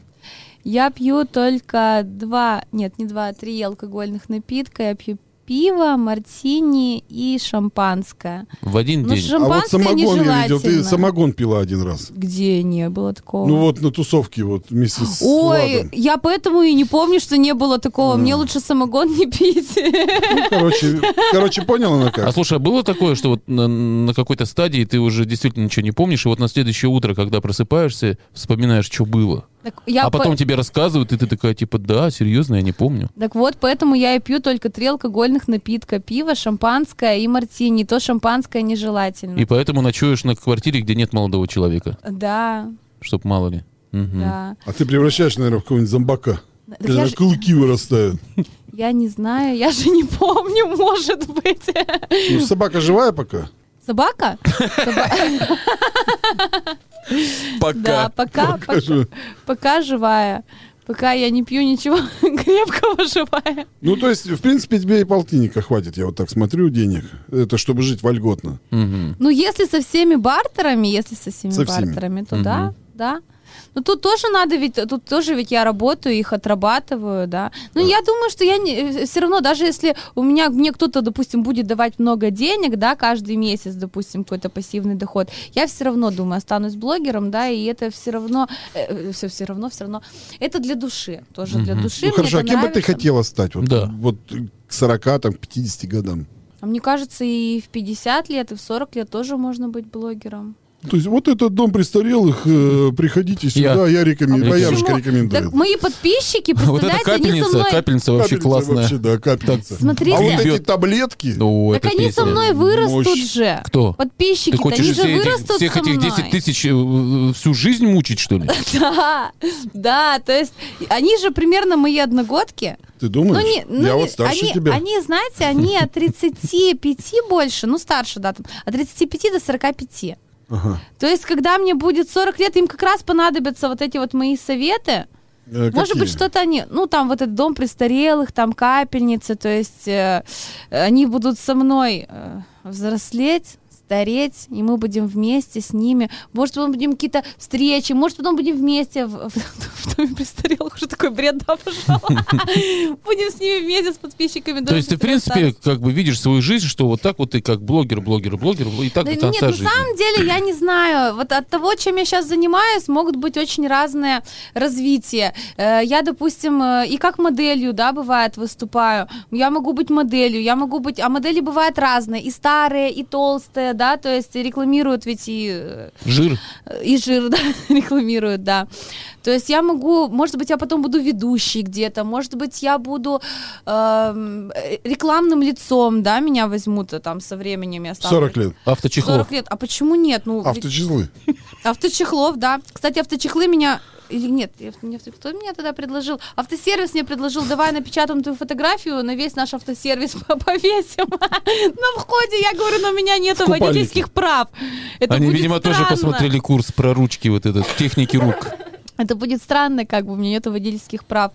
D: Я пью только два, нет, не два, а три алкогольных напитка. Я пью пиво, мартини и шампанское.
C: В один
D: Ну,
C: день.
B: А вот
D: шампанское
B: самогон я видел. Ты
D: нежелательно.
B: самогон пила один раз.
D: Где не было такого?
B: Ну вот на тусовке вот вместе с
D: Ой,
B: Владом.
D: я поэтому и не помню, что не было такого. Мне лучше самогон не пить. [LAUGHS]
B: Ну, короче, короче, понял она
C: А
B: как?
C: слушай, а было такое, что вот на, на какой-то стадии ты уже действительно ничего не помнишь, и вот на следующее утро, когда просыпаешься, вспоминаешь, что было.
D: Так я
C: а потом
D: по-
C: тебе рассказывают, и ты такая, типа, да, серьезно, я не помню.
D: Так вот, поэтому я и пью только три алкогольных напитка. Пиво, шампанское и мартини. То шампанское нежелательно.
C: И поэтому ночуешь на квартире, где нет молодого человека,
D: Да,
C: чтоб мало ли. Мгм.
D: да.
B: А ты превращаешь, наверное, в какого-нибудь зомбака.
D: Так
B: Когда
D: я ж-
B: клыки вырастают.
D: Я не знаю, я же не помню, [LAUGHS] может быть.
B: Ну, собака живая пока?
D: Собака? Да, пока, пока,
B: жив-
D: пока живая. Пока я не пью ничего [LAUGHS] крепкого живая.
B: Ну, то есть, в принципе, тебе и полтинника хватит, я вот так смотрю, денег. Это чтобы жить вольготно.
C: Мгм.
D: Ну, если со всеми бартерами, если со всеми
B: Со всеми.
D: бартерами, то
C: Мгм.
D: да, да. Ну тут тоже надо ведь, тут тоже ведь я работаю, их отрабатываю, да. Ну я думаю, что я все равно, даже если у меня, мне кто-то, допустим, будет давать много денег, да, каждый месяц, допустим, какой-то пассивный доход, я все равно думаю, останусь блогером, да, и это все равно, э, все, все равно, все равно, это для души, тоже для души.
B: Ну,
D: Мне
B: хорошо, а
D: это
B: кем бы ты
D: нравится.
B: хотела стать? Вот,
C: Да.
B: вот к 40, там, к 50 годам.
D: А мне кажется, и в 50 лет, и в 40 лет тоже можно быть блогером.
B: То есть вот этот дом престарелых, э, приходите сюда, я, рекомендую,
C: Почему?
B: боярышка рекомендует.
D: А, Ну, Так мои
C: [LAUGHS] [LAUGHS]
D: подписчики,
C: Вот
D: представляете,
C: эта
D: они со
C: капельница,
D: мной...
C: капельница вообще
B: Капельница
C: классная.
B: вообще, да, капельница.
D: Смотрите.
B: а вот эти
C: Бьет.
B: таблетки,
C: Ну,
D: Так
C: эта
D: они
C: песня.
D: со мной вырастут
B: Мощь.
D: же.
C: Кто? Ты
D: Подписчики-то,
C: хочешь
D: они же
C: все эти-
D: вырастут
C: всех
D: со
C: этих 10
D: мной.
C: тысяч э, э, всю жизнь мучить, что ли?
D: [LAUGHS] Да, да, то есть они же примерно мои одногодки.
B: ты думаешь?
D: не- ну,
B: я
D: не-
B: вот старше
D: они,
B: тебя.
D: Они, знаете, они от 35 больше, ну старше, да, там, от 35 до 45. То есть, когда мне будет 40 лет, им как раз понадобятся вот эти вот мои советы.
B: Э,
D: Может
B: какие?
D: быть, что-то они, ну, там вот этот дом престарелых, там капельницы, то есть э, они будут со мной э, взрослеть, стареть, и мы будем вместе с ними. Может, потом будем какие-то встречи, может, потом будем вместе в, [LAUGHS] в- в доме престарелых. Уже такой бред,
C: [LAUGHS]
D: да, пошел. Будем с ними вместе, с подписчиками.
C: То
D: дома
C: есть ты, в
D: престарелых
C: принципе, как бы видишь свою жизнь, что вот так вот ты как блогер, блогер, блогер, и так до
D: Да нет, ну,
C: конца
D: на
C: жизни.
D: самом деле я не знаю. Вот от того, чем я сейчас занимаюсь, могут быть очень разные развития. Э, Я, допустим, э, и как моделью, да, бывает, выступаю. Я могу быть моделью, я могу быть... А модели бывают разные, и старые, и толстые, да, то есть рекламируют ведь и э,
C: Жир.
D: и жир [LAUGHS] да, рекламируют, да. То есть я могу, может быть, я потом буду ведущей где-то, может быть, я буду эм, э, рекламным лицом, да, меня возьмут э, там со временем. Я стану
B: 40 лет.
C: Авточехол.
D: 40 лет. А почему нет? Ну, ведь
B: Авточислы.
D: авточехлов, да. Кстати, авточехлы меня или нет, я- не авто- кто меня тогда предложил? Автосервис мне предложил, давай напечатаем твою фотографию на весь наш автосервис [LAUGHS] по- повесим. На входе, я говорю, но у меня нет
B: купальнике.
D: водительских прав. Это
C: Они,
D: будет
C: видимо, тоже
D: странно.
C: посмотрели курс про ручки вот этот, техники рук.
D: Это будет странно, как бы, у меня нету водительских прав.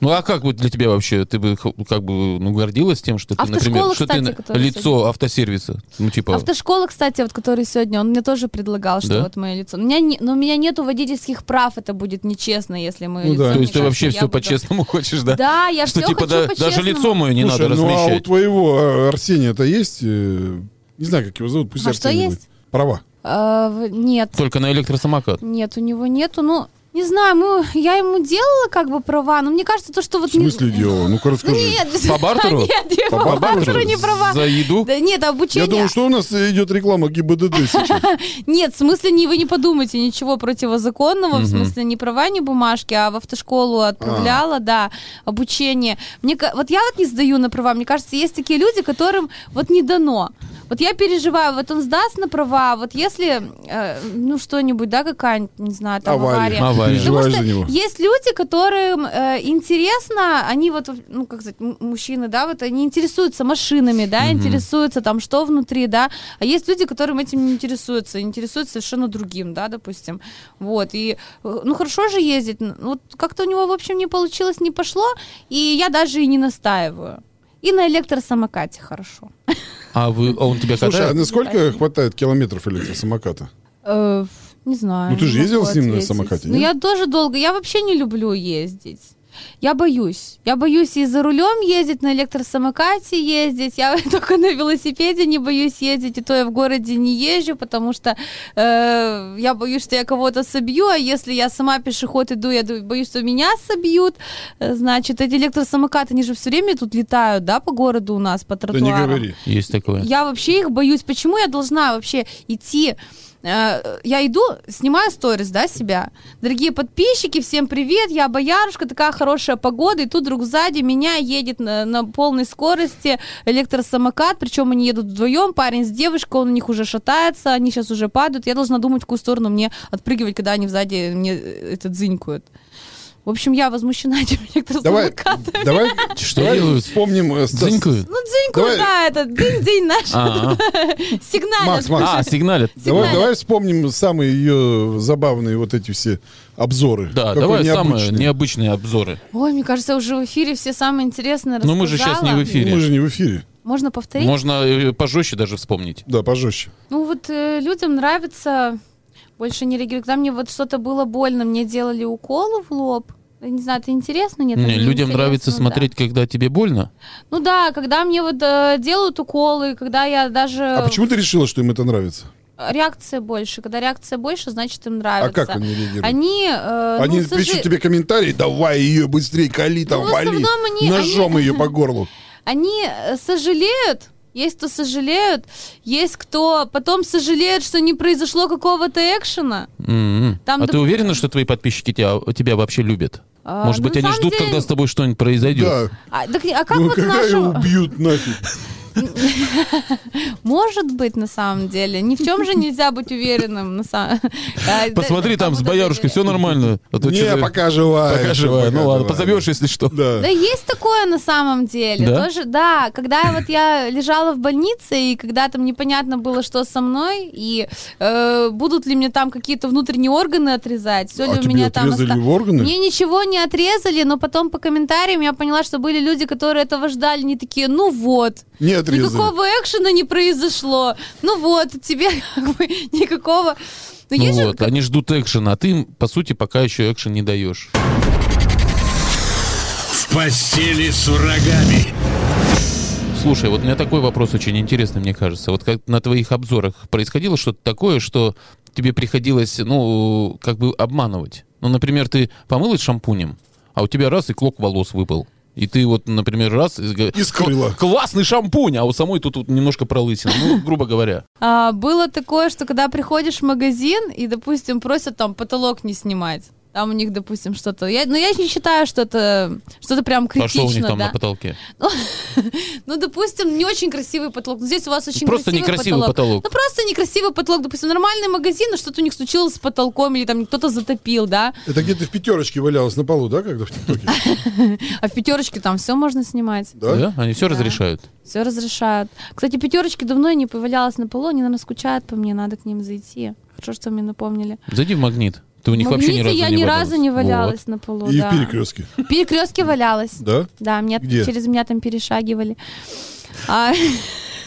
C: Ну а как вот для тебя вообще? Ты бы х- как бы ну, гордилась тем, что ты,
D: Автошкола,
C: например, что ты
D: кстати,
C: на-
D: которая
C: лицо
D: сегодня-
C: автосервиса? Ну типа...
D: Автошкола, кстати, вот который сегодня, он мне тоже предлагал, что
C: Да?
D: вот мое лицо. У меня не- но у меня нету водительских прав, это будет нечестно, если мое
B: Ну
D: лицо.
B: да.
C: То есть ты
D: мне
C: вообще
D: кажется,
C: все
D: я буду-
C: по-честному [LAUGHS] хочешь, да?
D: Да, я
C: Что
D: все
C: типа
D: хочу
C: да- даже
D: по-честному.
C: лицо мое не
B: Слушай,
C: надо
B: ну а у
C: размещать.
B: твоего э, Арсения-то есть? э, Не знаю, как его зовут, пусть
D: А что
B: Арсений
D: есть?
B: будет. Права.
D: А, в- нет,
C: Только на электросамокат.
D: нет, у него нету. Ну, не знаю, мы, я ему делала как бы права, но мне кажется, то, что вот...
B: В смысле дела? Ну-ка
D: Ну,
B: расскажи.
D: нет,
C: По бартеру?
D: [LAUGHS] нет, я
B: По
D: по
B: бартеру?
D: бартеру не права.
C: За еду?
D: Да нет,
B: Я
D: обучение.
B: думаю, что у нас идет реклама ГИБДД сейчас.
D: Нет, в смысле, не, вы не подумайте ничего противозаконного,
C: Мгм.
D: в смысле, не права, не бумажки, а в автошколу отправляла, да, обучение. Мне, ка- вот я вот не сдаю на права, мне кажется, есть такие люди, которым вот не дано. Вот я переживаю, вот он сдаст на права, вот если, э, ну, что-нибудь, да, какая-нибудь, не знаю, там
B: Авария.
D: авария.
C: Авария.
D: Потому
B: Переживаешь
D: что
B: за него.
D: есть люди, которым э, интересно, они вот, ну, как сказать, м- мужчины, да, вот они интересуются машинами, да, интересуются там, что внутри, да, а есть люди, которым этим не интересуются, интересуются совершенно другим, да, допустим, вот, и, э, ну, хорошо же ездить, н- вот как-то у него, в общем, не получилось, не пошло, и я даже и не настаиваю. И на электросамокате хорошо.
C: А, вы, а он тебя
B: Слушай, а
C: катает?
B: на сколько хватает километров электросамоката?
D: Э, не знаю.
B: Ну, ты же
D: не
B: ездила
D: могу
B: с ним на
D: ответить.
B: самокате,
D: Ну,
B: нет?
D: я тоже долго. Я вообще не люблю ездить. Я боюсь. Я боюсь и за рулем ездить, на электросамокате ездить. Я [LAUGHS] только на велосипеде не боюсь ездить. И то я в городе не езжу, потому что э, я боюсь, что я кого-то собью. А если я сама пешеход иду, я ду- боюсь, что меня собьют. Э, Значит, эти электросамокаты, они же все время тут летают, да, по городу у нас, по
B: Да
D: тротуарам.
B: не говори.
C: Есть такое.
D: Я вообще их боюсь. Почему я должна вообще идти? Э, Я иду, снимаю сторис, да, себя. Дорогие подписчики, всем привет, я Боярушка, такая хорошая погода, и тут друг сзади меня едет на, на полной скорости электросамокат, причем они едут вдвоем, парень с девушкой, он у них уже шатается, они сейчас уже падают, я должна думать, в какую сторону мне отпрыгивать, когда они сзади мне э, это дзынькают. В общем, я возмущена этим
B: Давай,
D: электросамокатом.
B: давай,
C: Что
B: давай
C: делают?
B: вспомним... э, Стас-
D: [LAUGHS]
C: Дзинькают?
D: Ну, дзынькают,
B: Давай.
D: да, это дынь-дынь наш [LAUGHS]
C: А, а.
D: сигнал.
B: Макс, Макс,
C: А, сигналят.
B: Давай,
D: Сигналят.
B: давай вспомним самые ее забавные вот эти все обзоры.
C: Да,
B: Какой
C: давай самые
B: необычный.
C: необычные обзоры.
D: Ой, мне кажется, уже в эфире все самое интересное
C: Но Ну, мы же сейчас
D: рассказала.
C: не в эфире.
B: Ну, Мы же не в эфире.
D: Можно повторить?
C: Можно э, пожестче даже вспомнить.
B: Да, пожестче.
D: Ну вот э, людям нравится больше не реагировать. Когда мне вот что-то было больно, мне делали уколы в лоб. Я Не знаю, это интересно? Нет,
C: Не,
D: это не
C: людям нравится
D: интересно, Ну да.
C: смотреть, когда тебе больно.
D: Ну да, когда мне вот э, делают уколы, когда я даже...
B: А почему ты решила, что им это нравится?
D: Реакция больше. Когда реакция больше, значит им
B: А
D: нравится.
B: как они реагируют?
D: Они... э,
B: Они
D: ну, слушай,
B: пишут тебе комментарии, давай ее быстрее, кали там,
D: Ну, в
B: вали,
D: [LAUGHS] основном они-
B: ножом ее по горлу.
D: Они э, сожалеют, Есть, кто сожалеют, есть, кто потом сожалеет, что не произошло какого-то экшена.
C: М-м.
D: Там,
C: а
D: доп-
C: ты уверена, что твои подписчики тебя, тебя вообще любят?
D: А,
C: Может
D: ну,
C: быть,
D: на
C: они
D: самом
C: ждут,
D: деле-
C: когда с тобой что-нибудь произойдет?
B: Да.
D: А, так, а как
B: Ну,
D: вот
B: когда
D: нашего...
B: его убьют [LAUGHS] нафиг?
D: Может быть, на самом деле. Ни в чем же нельзя быть уверенным. На самом... А, [LAUGHS] да,
C: Посмотри, там с
D: кому-то
C: боярушкой все
D: доверять.
C: нормально. А то
B: Не,
C: чё ты-
B: пока живая.
C: Пока живая. Ну
B: Пока
C: ладно,
B: живая.
C: позовешь, если что.
B: Да.
D: Да есть такое на самом деле.
C: Да?
D: Тоже, да, когда вот я лежала в больнице, и когда там непонятно было, что со мной, и э, будут ли мне там какие-то внутренние органы отрезать, все
B: А
D: ли у
B: тебе
D: меня там...
B: отрезали
D: оста-
B: в органы?
C: Ну.
D: Мне ничего не отрезали, но потом по комментариям я поняла, что были люди, которые этого ждали, не такие, ну вот.
B: Не отрезали.
D: Никакого экшена не произошло. Ну вот, тебе как бы никакого... Но
C: Ну
D: есть же
C: вот, они ждут экшена, а ты им, по сути, пока еще экшен не даешь.
A: В постели с врагами.
C: Слушай, вот у меня такой вопрос очень интересный, мне кажется. Вот как на твоих обзорах происходило что-то такое, что тебе приходилось, ну, как бы обманывать? Ну, например, ты помылась шампунем, а у тебя раз и клок волос выпал. И ты вот, например, раз... И, га-
B: И скрыла.
C: «Кл- Классный шампунь, а у самой тут, вот немножко пролысина. Ну, [LAUGHS] грубо говоря.
D: А, было такое, что когда приходишь в магазин и, допустим, просят там потолок не снимать. Там у них, допустим, что-то. Я, но я не считаю, что это что-то прям
C: А
D: критично,
C: что у них там
D: да.
C: на потолке?
D: Ну, допустим, не очень красивый потолок. Но здесь у вас очень
C: Просто
D: красивый
C: некрасивый потолок.
D: Ну, просто некрасивый потолок. Допустим, нормальный магазин, но что-то у них случилось с потолком, или там кто-то затопил, да?
B: Это где-то в пятерочке валялось на полу, да, когда в ТикТоке?
D: А в пятерочке там все можно снимать.
B: [LAUGHS] Да?
C: Они все разрешают.
D: Все разрешают. Кстати, пятерочки давно я не повалялась на полу, они, наверное, скучают по мне, надо к ним зайти. Хорошо, что мне напомнили.
C: Зайди в магнит. Ты у них
D: В
C: вообще ни разу
D: «Магните» я
C: не
D: ни разу не
C: валялась.
D: валялась на полу.
B: И
D: да.
B: в перекрестке.
D: В перекрестке валялась.
B: Да?
D: Да, меня
B: Где?
D: через меня там перешагивали. А, [LAUGHS]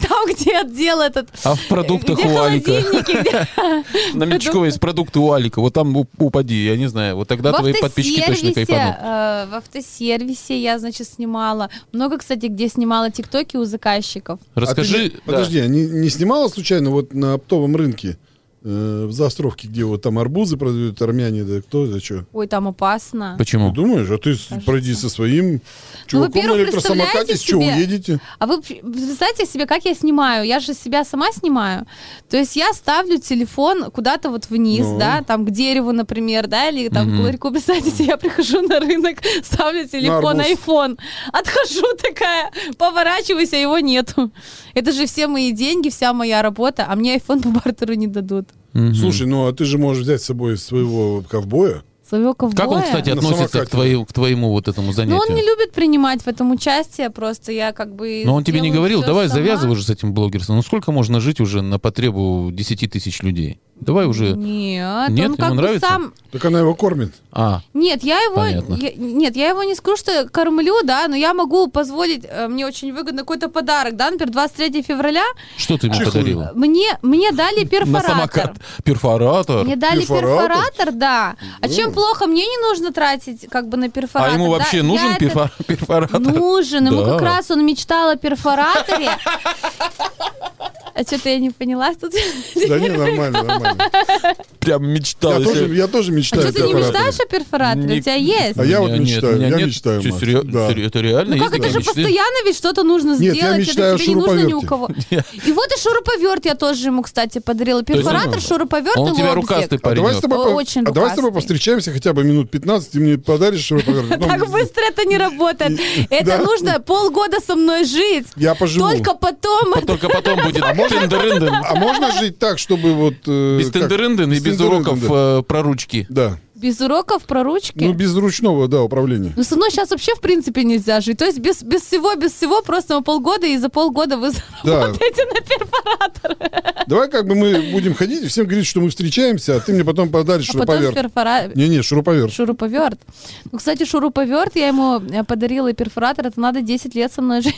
D: там, где отдел этот.
C: Вот. А в продуктах
D: где
C: у Алика.
D: холодильники, где-
C: Новичкова есть продукты у Алика. Вот там уп- упади, я не знаю. Вот тогда
D: в
C: твои подписчики точно
D: автосервисе,
C: кайфанут.
D: э, в автосервисе я, значит, снимала. Много, кстати, где снимала тиктоки у заказчиков.
B: А
C: Расскажи...
B: ты не-
C: да.
B: Подожди, а не, не снимала случайно вот на оптовом рынке э, в Заостровке, где вот там арбузы продают армяне, да кто, да что?
D: Ой, там опасно.
B: Ты
C: Почему?
B: думаешь, а ты с- пройди со своим чуваком на
D: Ну, во-первых,
B: электросамокате, с
D: представляете
B: чего
D: себе?
B: уедете?
D: А вы пр- представьте себе, как я снимаю? Я же себя сама снимаю. То есть я ставлю телефон куда-то вот вниз,
B: Ну.
D: да, там к дереву, например, да, или там
C: Мгм.
D: к ларьку. Представьте себе, я прихожу на рынок, [LAUGHS] ставлю телефон,
B: арбуз.
D: айфон, отхожу [LAUGHS] такая, поворачиваюсь, а его нету. Это же все мои деньги, вся моя работа, а мне айфон по бартеру не дадут.
C: Мгм.
B: Слушай, ну а ты же можешь взять с собой своего ковбоя.
D: Своего ковбоя.
C: Как он, кстати,
B: Ну, На
C: относится к,
B: самокате.
C: твоей- к твоему вот этому
D: Ну,
C: занятию?
D: он не любит принимать в этом участие, просто я как бы...
C: Но он тебе не
D: делаю
C: говорил,
D: всё
C: давай
D: сама.
C: завязывай уже с этим блогерством. Ну сколько можно жить уже на потребу 10 тысяч людей? Давай
D: Ну,
C: уже... Нет,
D: Нет, он
C: ему
D: как бы
C: нравится?
D: сам...
B: Так она его кормит.
C: А,
D: Нет, я его...
C: Понятно.
D: я- нет, я его не скажу, что я кормлю, да, но я могу позволить, э, мне очень выгодно какой-то подарок, да, например, 23 февраля
C: что ты ему
B: Чехлы.
C: подарила?
D: мне, мне дали
C: [LAUGHS] На
D: перфоратор.
C: самокат. Перфоратор?
D: Мне дали
B: Перфоратор?
D: перфоратор, да. А чем плохо? Мне не нужно тратить как бы на
C: а
D: перфоратор.
C: ему
D: да.
C: вообще
D: Я
C: нужен
D: это-
C: перфор- перфоратор?
D: Нужен. Ему
C: Да.
D: как раз он мечтал
C: [LAUGHS]
D: о перфораторе. А что-то я не поняла тут.
B: Да не, нормально, нормально.
C: Прям мечтал.
B: Я
C: если-
B: тоже, я тоже
D: А
B: мечтаю.
D: что ты не
B: перфоратором.
D: мечтаешь о перфораторе?
C: Не-
D: У тебя есть.
B: А я
C: У
B: вот
C: меня нет,
B: мечтаю,
C: у меня
B: я
C: нет.
B: мечтаю,
C: Чё,
B: Маш,
C: серьё-
B: да.
C: серьё- Это реально
D: Ну
C: есть
D: как это
C: такие
D: же
C: мечты?
D: постоянно ведь что-то нужно
B: Нет, я
D: сделать,
B: мечтаю о
D: это тебе не нужно ни у
B: шуруповерте.
C: [LAUGHS]
D: кого. И вот и шуруповерт я тоже ему, кстати, подарила.
C: есть
D: Перфоратор,
C: он- А
D: шуруповерт и
C: Он у тебя
D: лобзик.
C: рукастый
B: А давай, с
C: парень.
B: тобой, по-
D: Очень
B: а давай с тобой
D: рукастый.
B: повстречаемся хотя бы минут 15, ты мне подаришь
D: [LAUGHS]
B: Ну, шуруповерт. потом-
D: Так быстро это
B: [LAUGHS]
D: не работает. Это
B: Да.
D: нужно полгода со мной жить.
B: Я поживу.
D: Только потом. это-
C: Только потом будет тендерынден.
B: А можно жить так, чтобы вот... э,
C: Без
B: как-
C: тендерынден и
B: без
C: без
B: тендерынден,
C: уроков
B: да.
C: э, проручки.
B: Да.
D: Без уроков,
B: Ну,
D: проручки.
B: без ручного, да, управления.
D: Ну, со мной сейчас вообще, в принципе, нельзя жить. То есть без, без всего, без всего, просто мы полгода, и за полгода вы [LAUGHS] а
B: Да.
D: заработаете Ну, на перфоратор.
B: Давай как бы мы будем ходить и всем говорить, что мы встречаемся, а ты мне потом подаришь
D: А потом
B: шуруповерт.
D: перфоратор.
B: Не-не, шуруповерт.
D: Шуруповерт. Ну, кстати, шуруповерт я ему э, подарила и перфоратор. Это надо 10 лет со мной жить.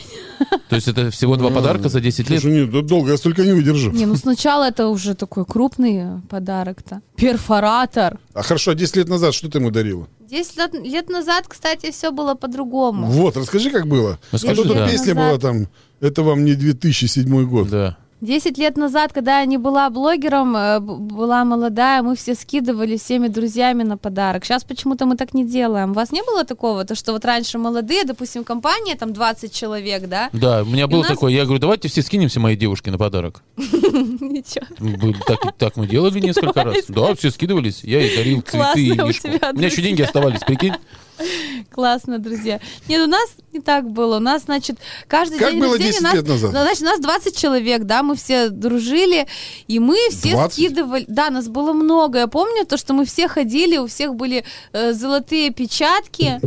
C: То есть это всего два подарка за 10 лет.
B: Слушай, нет, да долго я столько не выдержу.
D: Не, ну сначала это уже такой крупный э, подарок-то. Перфоратор.
B: А хорошо, а 10 лет назад что ты ему дарила?
D: 10 лет, лет назад, кстати, все было по-другому.
B: Вот, расскажи, как было.
C: Расскажи,
B: а то тут
C: да.
B: песня
D: Назад.
B: была там, это вам не 2007 год.
C: Да.
D: Десять лет назад, когда я не была блогером, э, б- была молодая, мы все скидывали всеми друзьями на подарок. Сейчас почему-то мы так не делаем. У вас не было такого, то что вот раньше молодые, допустим, компания, там 20 человек, да? [LAUGHS]
C: Да, у меня
D: И
C: было
D: у нас-
C: такое, я говорю, давайте все скинемся моей девушке на подарок.
D: Ничего.
C: Были- Так, и- так мы делали несколько раз. Да, все скидывались, я ей дарил цветы и
D: Классно у
C: книжку.
D: тебя,
C: У меня еще деньги
D: друзья.
C: оставались, прикинь?
D: Классно, друзья. Нет, у нас не так было. У нас, значит, каждый
B: Как
D: день
B: было
D: рождения
B: 10
D: нас,
B: лет назад?
D: Ну, Значит, нас 20 человек, да, мы все дружили, и мы все
B: 20?
D: скидывали. Да, нас было много. Я помню то, что мы все ходили, у всех были э, золотые печатки.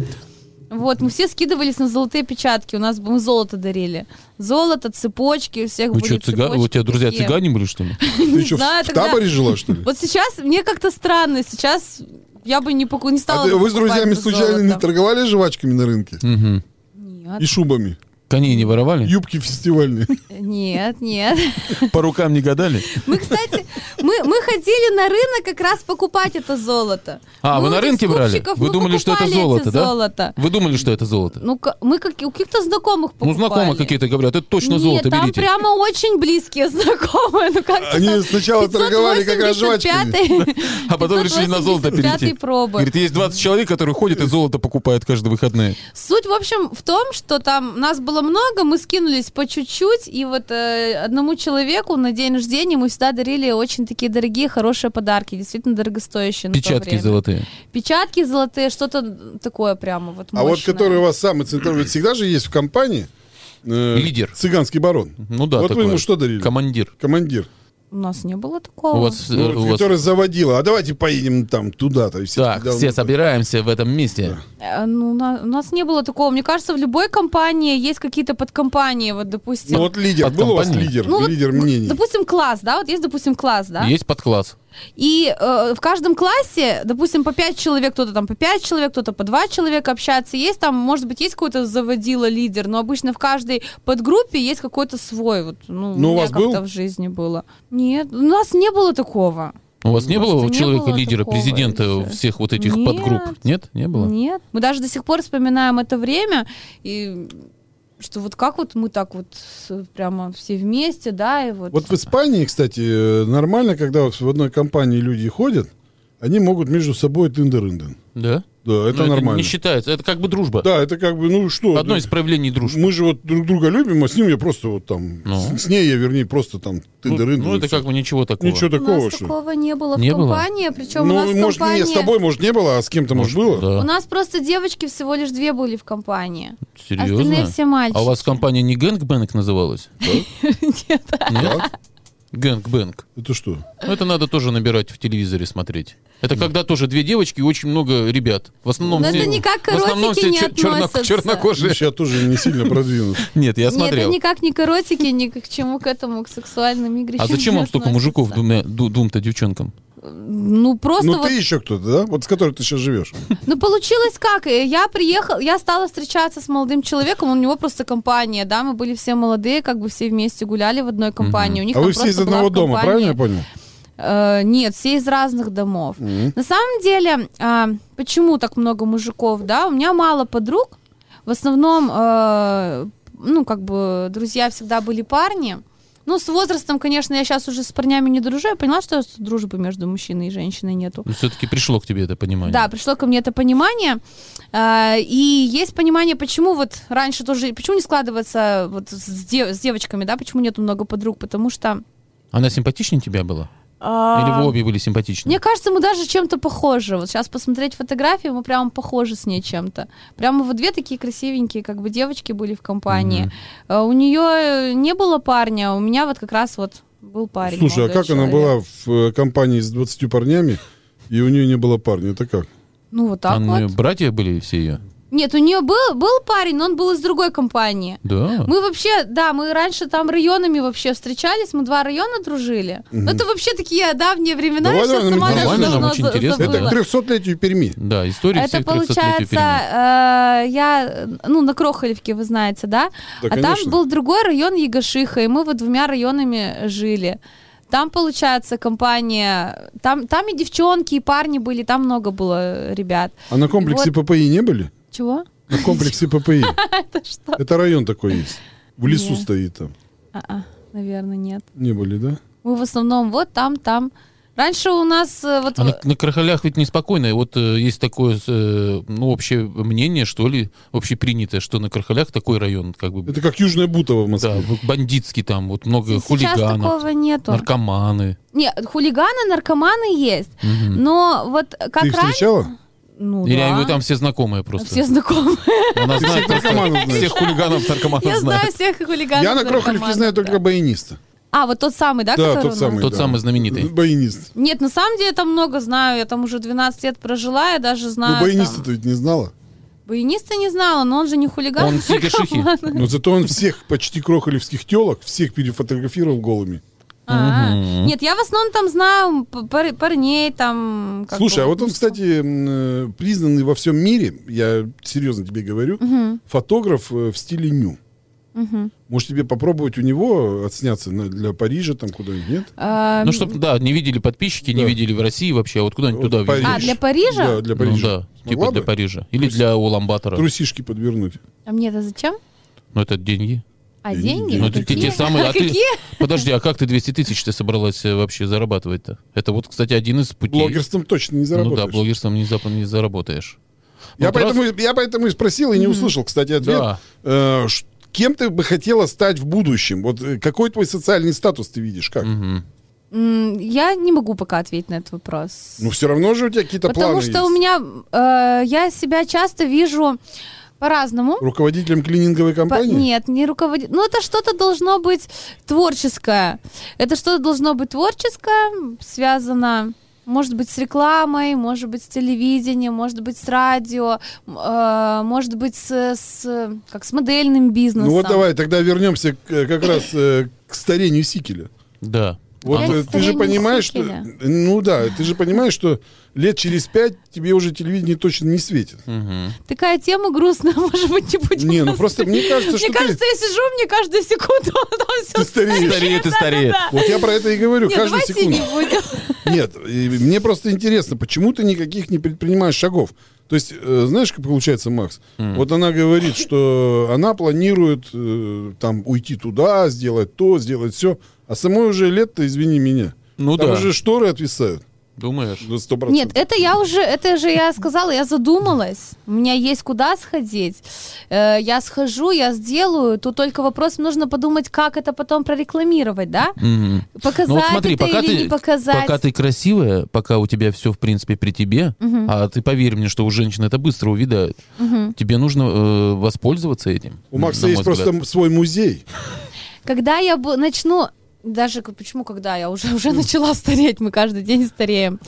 D: Вот, мы все скидывались на золотые печатки. У нас бы- мы золото дарили. Золото, цепочки, у всех
C: Вы
D: были
C: что, цыгане? Ну У
D: цепочки
C: тебя друзья
D: такие.
C: цыгане были, что ли?
B: Ты
D: [LAUGHS]
B: что, в
D: знаю,
B: в
D: тогда-
B: таборе жила, что ли?
D: Вот сейчас мне как-то странно. Сейчас я бы не, поку... не [LAUGHS] стала
B: А ты-
D: бы
B: вы с
D: покупать
B: друзьями
D: бы
B: случайно не
D: золото.
B: торговали жвачками на рынке?
C: Мгм.
D: Нет,
B: И шубами?
C: Коней не воровали?
B: Юбки
D: [LAUGHS]
B: фестивальные?
D: нет, нет. [LAUGHS]
C: По рукам не гадали?
D: Мы, кстати, мы, мы ходили на рынок как раз покупать это золото.
C: А,
D: Мы
C: вы
D: у
C: на
D: этих
C: рынке брали?
D: скупщиков,
C: Вы
D: мы
C: думали, что это
D: покупали эти
C: золото, да?
D: Золото.
C: Вы думали, что это золото?
D: Ну, ка- мы как, у каких-то знакомых покупали.
C: Ну, знакомые какие-то говорят, это точно
D: Нет,
C: золото,
D: там
C: берите.
D: прямо очень близкие [LAUGHS] знакомые. Ну, как
B: Они сначала торговали как раз жвачками.
C: А потом решили на золото перейти.
D: пробы.
C: Говорит, есть 20 человек, которые ходят и золото покупают каждые выходные.
D: Суть, в общем, в том, что там нас было много, мы скинулись по чуть-чуть, и вот э, одному человеку на день рождения мы всегда дарили очень такие дорогие, хорошие подарки, действительно дорогостоящие. на то
C: Печатки
D: время.
C: золотые.
D: Печатки золотые, что-то такое прямо вот
B: А вот
D: мощное.
B: который у вас самый центральный, ведь всегда же есть в компании э,
C: Лидер.
B: Цыганский барон.
C: Ну да,
B: Вот вы
C: такое.
B: ему что дарили?
C: Командир.
B: Командир.
D: У нас не было такого.
C: У вас... э,
B: Ну,
C: у вас-
B: который заводил. А давайте поедем там туда-то. и все
C: Так,
B: такие, да,
C: все
B: ну,
C: собираемся в этом месте.
D: Э, ну, на- у нас не было такого. Мне кажется, в любой компании есть какие-то подкомпании, вот, допустим.
B: Ну вот лидер.
C: От
B: Был у вас
C: компании.
B: лидер?
D: Ну, вот,
B: лидер мнений.
D: Допустим, класс, да, вот есть, допустим, класс, да.
C: Есть подкласс.
D: И э, в каждом классе, допустим, по пять человек, кто-то там по пять человек, кто-то по два человека общается. Есть там, может быть, есть какой-то заводила лидер, но обычно в каждой подгруппе есть какой-то свой. Вот, ну,
B: Ну, у
D: меня
B: вас был?
D: как-то в жизни было. Нет, у нас не было такого.
C: У вас не
D: Просто
C: было
D: не
C: человека
D: было
C: лидера,
D: такого
C: президента
D: еще.
C: всех вот этих
D: Нет.
C: подгрупп? Нет, не было.
D: Нет. Мы даже до сих пор вспоминаем это время и что вот как вот мы так вот с- прямо все вместе, да, и вот.
B: Вот в Испании, кстати, э, нормально, когда вот в одной компании люди ходят, они могут между собой тындер-инден.
C: Да?
B: Да,
C: Ну,
B: это нормально.
C: не считается. Это как бы дружба.
B: Да, это как бы, ну что...
C: Одно из проявлений дружбы.
B: Мы же вот друг друга любим, а с ним я просто вот там...
C: Ну.
B: С, с ней я, вернее, просто там
C: Ну,
B: тындер-инден.
C: ну,
B: и
C: это
B: всё.
C: как бы ничего такого.
B: Ничего
D: у
B: такого,
D: нас
B: что...
D: такого не было
C: Не
D: в
C: было?
D: компании, причем
B: ну,
D: у нас в
B: может,
D: компании...
B: не, с тобой, может, не было, а с кем-то, может, было?
D: У
C: Да.
D: нас просто девочки всего лишь две были в компании.
C: Серьезно?
D: остальные все мальчики.
C: А у вас компания не Гэнгбэнк называлась?
D: Нет.
B: Так,
C: Гэнгбэнк.
B: Это что?
C: Ну, это надо тоже набирать в телевизоре смотреть. Это когда тоже две девочки и очень много ребят. В основном
D: Но
C: все,
D: это никак к
C: в основном
D: эротике
C: все
D: не
C: чер- черно-
D: относится.
C: чернокожие.
B: Я тоже не сильно продвинулся.
C: Нет, я
D: Нет,
C: смотрел.
D: это никак не к эротике, ни к чему к этому, к сексуальным играм.
C: А зачем вам столько мужиков двумя, ду- двум-то девчонкам?
D: Ну, просто
B: Ну,
D: вот...
B: ты еще кто-то, да? Вот с которой ты сейчас живешь.
D: Ну, получилось как? Э, Я приехал, я стала встречаться с молодым человеком, у него просто компания, да, мы были все молодые, как бы все вместе гуляли в одной компании. У них
B: А
D: там
B: вы все
D: просто
B: из одного
D: была
B: дома,
D: компания.
B: правильно я понял?
D: Э, нет, все из разных домов. На самом деле, а, почему так много мужиков, да? У меня мало подруг. В основном, э, ну, как бы, друзья всегда были парни. Ну, с возрастом, конечно, я сейчас уже с парнями не дружу. Я поняла, что дружбы между мужчиной и женщиной нету.
C: Все-таки пришло к тебе это понимание.
D: Да, пришло ко мне это понимание. А, И есть понимание, почему вот раньше тоже, почему не складываться вот с, дев- с девочками, да, почему нету много подруг, потому что...
C: Она симпатичнее тебя была?
D: а,
C: Или вы обе были симпатичны?
D: Мне кажется, мы даже чем-то похожи. Вот сейчас посмотреть фотографии, мы прямо похожи с ней чем-то. Прямо вот две такие красивенькие, как бы девочки были в компании. А, У нее не было парня, у меня вот как раз вот был парень.
B: Слушай, а
D: молодой
B: как она
D: человек.
B: была в э, компании с 20 парнями, и у нее не было парня? Это как?
D: Ну вот так
C: А ну,
D: вот.
C: Братья были все ее?
D: Нет, у нее был, был парень, но он был из другой компании.
C: Да.
D: Мы вообще, да, мы раньше там районами вообще встречались, мы два района дружили. Ну, это вообще такие давние времена,
B: Давай,
D: я сейчас
B: давай, нам
D: сама даже
C: интересно.
D: давно
C: Нам очень
D: за-
C: интересно,
B: Это
D: забыла.
B: к 300-летию Перми.
C: Да, история
D: Это
C: всех 300-летию
D: получается,
C: перемен.
D: э, я, ну, на Крохолевке, вы знаете, да?
B: Да,
D: а
B: конечно.
D: там был другой район Ягошиха, и мы вот двумя районами жили. Там, получается, компания, там, там и девчонки, и парни были, там много было ребят.
B: А на комплексе ППИ не были?
D: Чего?
B: На комплексе ППИ.
D: [LAUGHS] Это что?
B: Это район такой есть. В лесу
D: Нет.
B: стоит там.
D: А-а. наверное, нет.
B: Не были, да?
D: Мы в основном вот там, там. Раньше у нас э, вот...
C: А на, на крахалях ведь неспокойно. И Вот э, есть такое э, ну, общее мнение, что ли, общепринятое, что на крахалях такой район, как бы,
B: Это как Южная Бутова в
C: да,
B: Москве.
C: бандитский там, вот много
D: Сейчас
C: хулиганов,
D: такого нету.
C: наркоманы.
D: Нет, хулиганы, наркоманы есть.
C: Мгм.
D: Но вот как
B: Ты их
D: раньше...
B: встречала?
D: Ну,
C: Или
D: да.
C: они там все знакомые просто.
D: Все знакомые.
C: Она знает
B: всех
C: просто
B: наркоманов знаешь.
C: всех хулиганов, наркоманов
D: Я знаю
C: знает.
D: всех хулиганов.
B: Я на Крохолевке
D: наркоманов,
B: знаю только
D: да.
B: баяниста.
D: А, вот тот самый, да,
B: Да,
D: который
B: тот
D: у нас?
B: самый.
C: Тот
B: да. Ну,
C: самый знаменитый.
B: Баянист.
D: Нет, на самом деле я там много знаю. Я там уже 12 лет прожила, я даже знаю.
B: Ну,
D: там-
B: баяниста ты ведь не
D: [LAUGHS]
B: знала.
D: Баяниста не знала, но он же не хулиган.
C: Он Сигашихи.
B: Но зато он всех почти крохолевских телок, всех перефотографировал голыми.
D: А, Нет, я в основном там знаю п- пар- парней, там... как
B: Слушай,
D: бы,
B: а вот он,
D: ну, что.
B: кстати, м, э, признанный во всем мире, я серьезно тебе говорю, фотограф э, в стиле ню. Может, тебе попробовать у него отсняться на- для Парижа, там куда-нибудь, нет?
D: А,
C: Ну, чтобы, да, не видели подписчики, не
B: Да.
C: видели в России вообще, а вот куда-нибудь
B: Вот
C: туда
B: Париж.
C: видели.
D: А, для Парижа?
B: Да, для Парижа.
C: Ну, да,
B: Смогла
C: типа для
B: бы?
C: Парижа. Или для Уламбатора.
B: Трусишки подвернуть.
D: а мне это зачем?
C: Ну, это деньги.
D: А
B: Деньги,
D: деньги?
B: деньги.
C: Ну, это те,
D: Какие?
C: те самые...
D: [LAUGHS]
C: А ты-
D: Какие?
C: Подожди, а как ты 200 тысяч ты собралась э, вообще зарабатывать-то? Это вот, кстати, один из путей.
B: Блогерством точно не
C: Ну
B: заработаешь.
C: да, блогерством не, зап- не заработаешь.
B: я,
C: Вот
B: поэтому,
C: раз-
B: я поэтому и спросил, и не услышал, кстати, ответ.
C: Да.
B: Э, ш- кем ты бы хотела стать в будущем? Вот э, какой твой социальный статус ты видишь? Как?
C: Мгм.
D: М, Я не могу пока ответить на этот вопрос.
B: Ну, все равно же у тебя какие-то
D: Потому
B: планы
D: что
B: есть.
D: у меня... э, Я себя часто вижу по-разному.
B: Руководителем клининговой
D: По-
B: компании?
D: Нет, не руководитель. Ну, это что-то должно быть творческое. Это что-то должно быть творческое, связано, может быть, с рекламой, может быть, с телевидением, может быть, с радио, м, э, может быть, с, с- как с модельным бизнесом.
B: Ну вот давай, тогда вернемся к, э, как раз э, к старению сикеля.
C: Да.
B: Вот
D: Я
B: э,
D: не
B: ты же
D: А, старению
B: понимаешь, что...
D: сикеля.
B: Ну да, ты же понимаешь, что лет через пять тебе уже телевидение точно не светит.
C: Мгм.
D: Такая тема грустная, [LAUGHS] может быть, не будем.
B: Не, ну просто мне кажется,
D: Мне
B: что ты-
D: кажется, я сижу, мне каждую секунду [LAUGHS] там
B: ты
D: все
C: А
B: стареешь.
C: Старее ты старее.
B: Вот я про это и говорю,
D: Нет,
B: каждую
D: давайте
B: секунду.
D: не будем.
B: Нет, и мне просто интересно, почему ты никаких не предпринимаешь шагов? То есть, э, знаешь, как получается, Макс? Вот она говорит, что она планирует э, там уйти туда, сделать то, сделать все, а самой уже лет-то, извини меня.
C: Ну
B: там
C: да.
B: уже шторы отвисают
C: Думаешь?
B: до 100%.
D: Нет, это я уже, это же я сказала, я задумалась. У меня есть куда сходить. Э, я схожу, я сделаю. Тут только вопрос, нужно подумать, как это потом прорекламировать, да?
C: Мгм.
D: Показать
C: Ну вот смотри,
D: это
C: пока
D: или
C: ты,
D: не показать.
C: пока ты красивая, пока у тебя все, в принципе, при тебе, а ты поверь мне, что у женщин это быстро увидают, тебе нужно э, воспользоваться этим.
B: У Макса
C: на
B: есть
C: мой взгляд.
B: просто свой музей.
D: Когда я бу- начну, даже к- почему когда я уже [LAUGHS] уже начала стареть, мы каждый день стареем.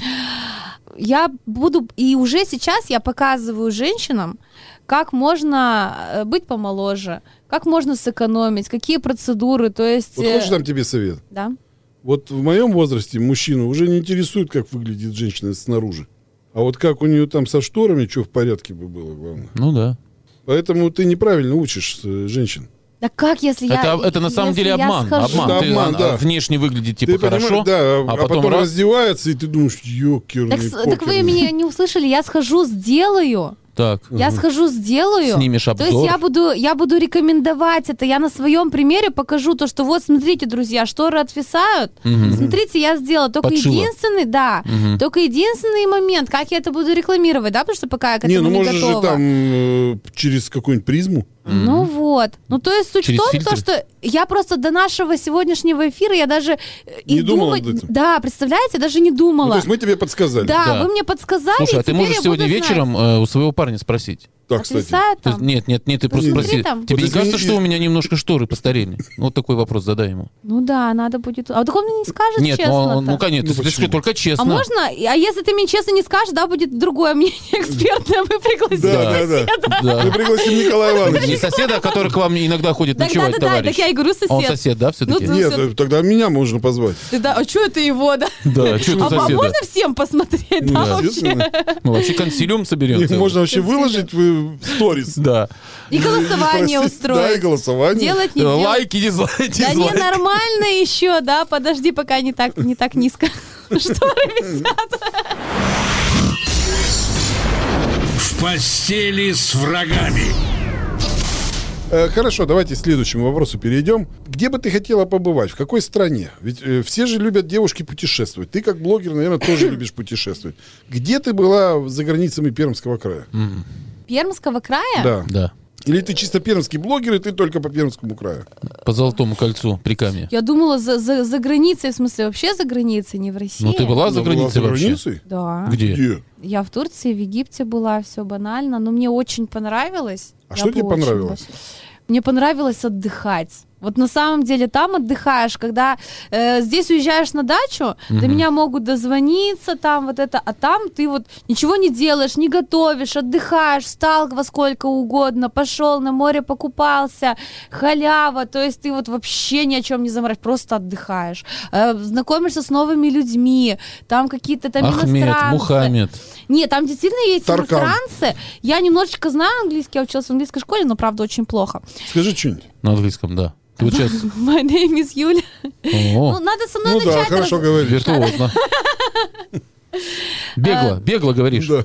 D: Я буду и уже сейчас я показываю женщинам, как можно э, быть помоложе, как можно сэкономить, какие процедуры, то есть.
B: Вот
D: э,
B: хочешь там тебе совет?
D: Да.
B: Вот в моем возрасте мужчину уже не интересует, как выглядит женщина снаружи. А вот как у нее там со шторами, что в порядке бы было, главное.
C: Ну да.
B: Поэтому ты неправильно учишь э, женщин.
D: Да как, если я...
C: это, это на самом
D: если
C: деле
D: я
C: обман.
D: схожу?
C: Обман.
B: Это
C: Ты
B: обман,
C: а,
B: да.
C: а, внешне выглядит типа
B: понимаешь,
C: хорошо,
B: да, а,
C: а потом, раз.
B: раздевается, и ты думаешь, ну ёкерный
D: Так, с- так вы
B: покерный».
D: меня не услышали, я схожу, сделаю.
C: Так.
D: Я схожу, сделаю.
C: Снимешь
D: То
C: обзор.
D: есть я буду, я буду рекомендовать это. Я на своем примере покажу то, что вот смотрите, друзья, шторы отвисают.
C: Мгм.
D: Смотрите, я сделала. Только
C: Подшила.
D: единственный, да,
C: Мгм.
D: только единственный момент, как я это буду рекламировать, да, потому что пока я к
B: Не,
D: этому
B: ну
D: не,
B: можешь
D: готова.
B: же там э, через какую-нибудь призму.
D: Ну вот. Ну то есть суть
C: Через
D: в том,
C: фильтры?
D: то, что я просто до нашего сегодняшнего эфира я даже э, и
B: Не думала
D: думать-
B: над этим.
D: Да, представляете, даже не
B: Ну,
D: думала.
B: то есть мы тебе подсказали.
D: Да,
C: Да.
D: вы мне подсказали.
C: Слушай, а ты
D: теперь
C: можешь
D: я
C: сегодня
D: буду знать.
C: вечером э, у своего парня спросить?
B: Да, кстати.
D: Отвисает
C: Ты-
D: там?
C: нет, нет, нет, ты просто
D: смотри
C: спроси.
D: там.
C: Тебе
B: Вот
C: не
B: если
C: кажется,
B: не-
C: что у меня немножко шторы постарели? Вот такой вопрос задай ему.
D: Ну да, надо будет. А так он мне не скажет
C: Нет, ну,
D: честно.
C: он- ну конечно,
B: Ну,
C: ты- ты
B: почему?
C: скажи только честно.
D: А можно? А если ты мне честно не скажешь, да, будет другое [LAUGHS] мнение экспертное. Мы пригласим
B: Да, да,
D: соседа.
B: да. Мы
C: Да.
B: пригласим Николая
C: Не
B: Ивановича.
C: соседа, который к вам иногда ходит
D: Так, да,
C: ночевать,
D: да, да,
C: Ну, товарищ.
D: так я и говорю сосед.
C: А он сосед, да, все-таки?
D: Ну,
B: Нет,
D: всё-
B: э, тогда меня можно позвать.
D: Ты да, а что это
C: [LAUGHS]
D: его, да?
C: Да, что
D: А,
C: Ну, это
D: а
C: соседа?
D: можно всем посмотреть,
B: Ну,
D: да,
B: естественно.
D: вообще?
C: Ну, вообще консилиум соберем.
B: Их
C: целый.
B: можно вообще выложить в э, сторис.
C: Да.
D: И
B: И спросить,
D: голосование
B: Да, и
D: устроить.
B: голосование.
D: Делать не делать.
C: Лайки, дизлайки,
D: Да не,
C: дизлайки.
D: нормально еще, да, подожди, пока не так, не так низко. [LAUGHS] Что, ребята?
A: В постели с врагами.
B: Э, Хорошо, давайте к следующему вопросу перейдем. Где бы ты хотела побывать? В какой стране? Ведь э, все же любят девушки путешествовать. Ты как блогер, наверное,
C: [COUGHS]
B: тоже любишь путешествовать. Где ты была за границами Пермского края?
D: Пермского края?
B: Да.
C: Да.
B: Или ты чисто пермский блогер, и ты только по Пермскому краю?
C: По Золотому кольцу при камне.
D: Я думала за, за, за границей, в смысле вообще за границей, не в России.
C: Ну ты была за
B: Она была
C: границей вообще?
B: границей?
D: Да.
C: Где?
B: Где?
D: Я в Турции, в Египте была, все банально, но мне очень понравилось.
B: А
D: Я
B: что
D: бы
B: тебе
D: очень
B: понравилось?
D: бы- Мне понравилось отдыхать. Вот на самом деле там отдыхаешь, когда э, здесь уезжаешь на дачу, до меня могут дозвониться, там вот это, а там ты вот ничего не делаешь, не готовишь, отдыхаешь, встал во сколько угодно, пошел на море, покупался, халява, то есть ты вот вообще ни о чем не заморать, просто отдыхаешь, Э, знакомишься с новыми людьми, там какие-то там
C: Ахмед,
D: иностранцы.
C: Мухаммед.
D: Нет, там действительно есть
B: Таркан.
D: иностранцы. Я немножечко знаю английский, я училась в английской школе, но правда очень плохо.
B: Скажи что-нибудь.
C: На английском, да. Ты вот
D: [LAUGHS]
C: сейчас...
D: My name is Юля. Ну,
C: О,
D: надо со мной
B: Ну да,
D: начать.
B: хорошо
D: раз-
B: говоришь.
D: [LAUGHS]
C: виртуозно.
D: А.
C: Бегло, бегло говоришь.
B: Да.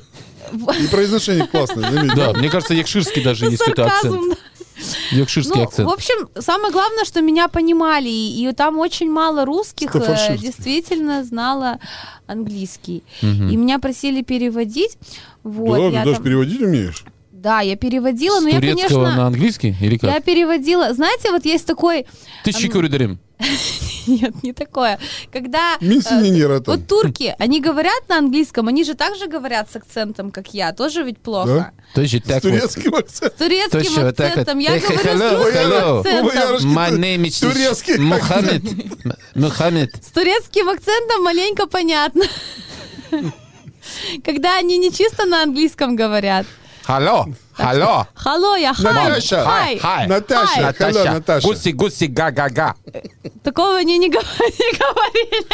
C: [LAUGHS]
B: И произношение классное, заметь.
C: Да, мне кажется, якширский даже есть какой-то
D: Ну, Сарказм,
C: акцент.
D: да.
C: Якширский
D: Ну, в
C: акцент.
D: общем, самое главное, что меня понимали, и, и там очень мало русских э,
B: Стаффордширцы.
D: действительно знала английский. И меня просили переводить. Вот,
B: Да,
D: я
B: ты даже
D: там-
B: переводить умеешь?
D: да, я переводила,
C: С
D: но ну, я,
C: турецкого
D: конечно,
C: на английский или
D: я
C: как?
D: переводила. Знаете, вот есть такой... [LAUGHS]
C: Ты чикуридерим.
D: Нет, не такое. Когда... э,
B: Миссионера а там.
D: Вот турки, они говорят на английском, они же так же говорят с акцентом, как я, тоже ведь плохо.
C: То есть
B: С
C: так вот.
B: турецким акцентом.
D: С турецким
C: Точно, вот так вот.
D: акцентом, я
C: Эх, hello,
D: говорю с
C: hello.
D: русским акцентом.
B: Боярышки
C: My
B: ту-
C: name is
B: турецкий
C: Мухаммед. Мухаммед.
D: С турецким акцентом маленько понятно. Когда они не чисто на английском говорят.
C: Алло, алло.
D: Hello, я
C: Ну,
D: хай,
B: Наташа.
D: хай.
B: Наташа, hello, Наташа.
C: Гуси, гуси, га-га-га.
D: Такого они не говор- [LAUGHS] не говорили.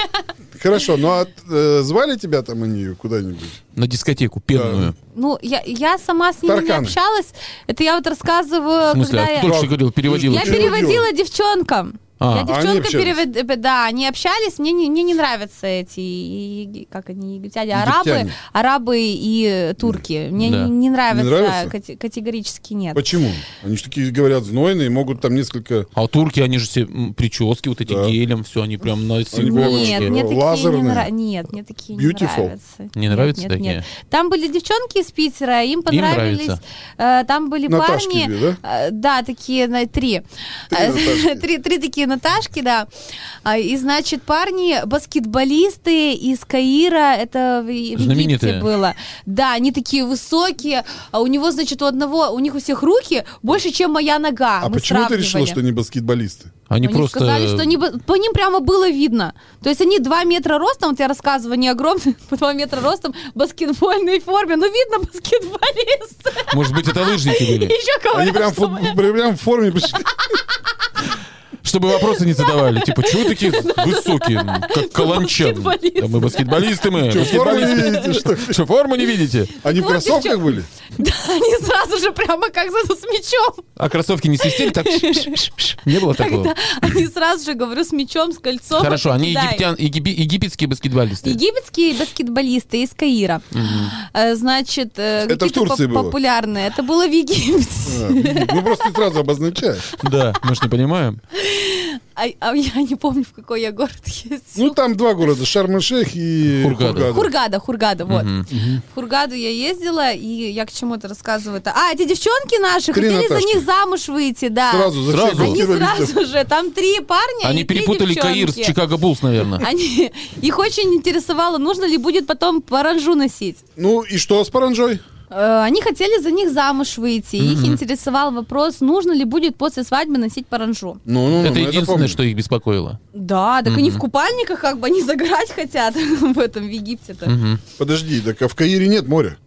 B: Хорошо, ну а э, звали тебя там они куда-нибудь?
C: На дискотеку пенную.
D: Ну, я, я сама с ними не
B: Тарканы.
D: общалась. Это я вот рассказываю,
C: В смысле,
D: когда
C: а
D: я...
C: ты только что говорил, переводил.
D: Я
B: Чего
D: переводила девчонкам.
C: А,
D: я
C: а
B: они
D: девчонка
B: общались?
D: перевод... э, Да, они общались, мне не, мне не нравятся эти, и- и- как они, египтяне, арабы,
B: Египтяне.
D: арабы и э, турки. Мне
C: Да.
D: не, не нравятся,
B: нравятся?
D: кате- категорически нет.
B: Почему? Они же такие говорят знойные, могут там несколько...
C: А турки, они же все м, прически вот эти
B: Да.
C: гелем, все, они прям на
B: девочки.
D: Нет,
C: силиконовые.
D: мне такие не
B: Лазерные.
D: нра- Нет, мне такие не
B: Beautiful.
D: нравятся.
C: Не нравятся
D: нет, нет.
C: такие?
D: Там были девчонки из Питера, им понравились.
C: нравится.
D: э, там были
B: Наташки
D: парни.
B: две,
D: э, да, такие на три. Э,
B: Наташки.
D: [LAUGHS] три, три такие Наташки, да. А, И значит, парни, баскетболисты из Каира, это в Е- в Египте
C: Знаменитые.
D: было. Да, они такие высокие, а у него, значит, у одного, у них у всех руки больше, чем моя нога.
B: А
D: Мы
B: почему ты решила,
D: сравнивали.
B: что они
D: [LAUGHS]
B: баскетболисты?
C: Они
D: Они
C: просто...
D: сказали, что они, бы- по ним прямо было видно. То есть они 2 метра ростом, вот я рассказываю, они [LAUGHS] огромные, по 2 метра ростом, в баскетбольной форме. Ну, видно баскетболист. [LAUGHS]
C: Может быть, это лыжники
B: [LAUGHS]
C: были,
D: Еще кого-то.
B: Они прям, фу- прям в форме
D: [LAUGHS]
B: пришли.
C: чтобы вопросы не задавали. Типа, чего вы такие высокие, м, как каланчан?
D: баскетболисты.
C: Да Мы баскетболисты, мы
B: Что, форму не видите,
C: баскетболисты.
B: что ли?
C: Что, форму не видите?
B: Они в
D: Вот
B: кроссовках
D: еще.
B: были?
D: [LAUGHS] Да, они сразу же прямо как за с
C: [LAUGHS]
D: мячом.
C: А кроссовки не
B: [LAUGHS]
C: свистели? Так не было такого.
D: Когда они сразу же, говорю, с мячом, с кольцом.
C: Хорошо, они
D: Китай.
C: египтян, егиби- египетские баскетболисты.
D: Египетские баскетболисты из Каира. Э, Значит, э,
B: Это в
D: какие-то
B: Турции
D: поп-
B: было?
D: популярные. Это было в Египте. [LAUGHS]
B: А, Ну просто ты сразу обозначаешь.
C: Да, мы же не понимаем.
D: А, а я не помню, в какой я город ездила.
B: Ну там два города, Шарм-эль-Шейх и
C: Хургада.
B: Хургада.
D: Хургада, Хургада, вот.
C: Мгм.
D: В Хургаду я ездила, и я к чему-то рассказываю-то. А, эти девчонки наши
B: Три
D: хотели за
B: Наташки.
D: них замуж выйти, да.
B: Сразу за всех
C: Сразу.
D: Они
B: баскетболистов.
D: сразу же, там три парня
C: Они
D: и три
C: перепутали
D: девчонки.
C: Каир с Чикаго Буллс, наверное.
D: Они, их очень интересовало, нужно ли будет потом паранжу носить.
B: Ну и что с Паранжой?
D: Э, Они хотели за них замуж выйти. и Их интересовал вопрос, нужно ли будет после свадьбы носить паранжу.
B: Ну, ну, ну,
C: Это
B: мы
C: единственное,
B: помним.
C: что их беспокоило.
D: Да, так они в купальниках как бы, они загорать хотят [LAUGHS] в этом в Египте-то.
B: Подожди, так а в Каире нет моря.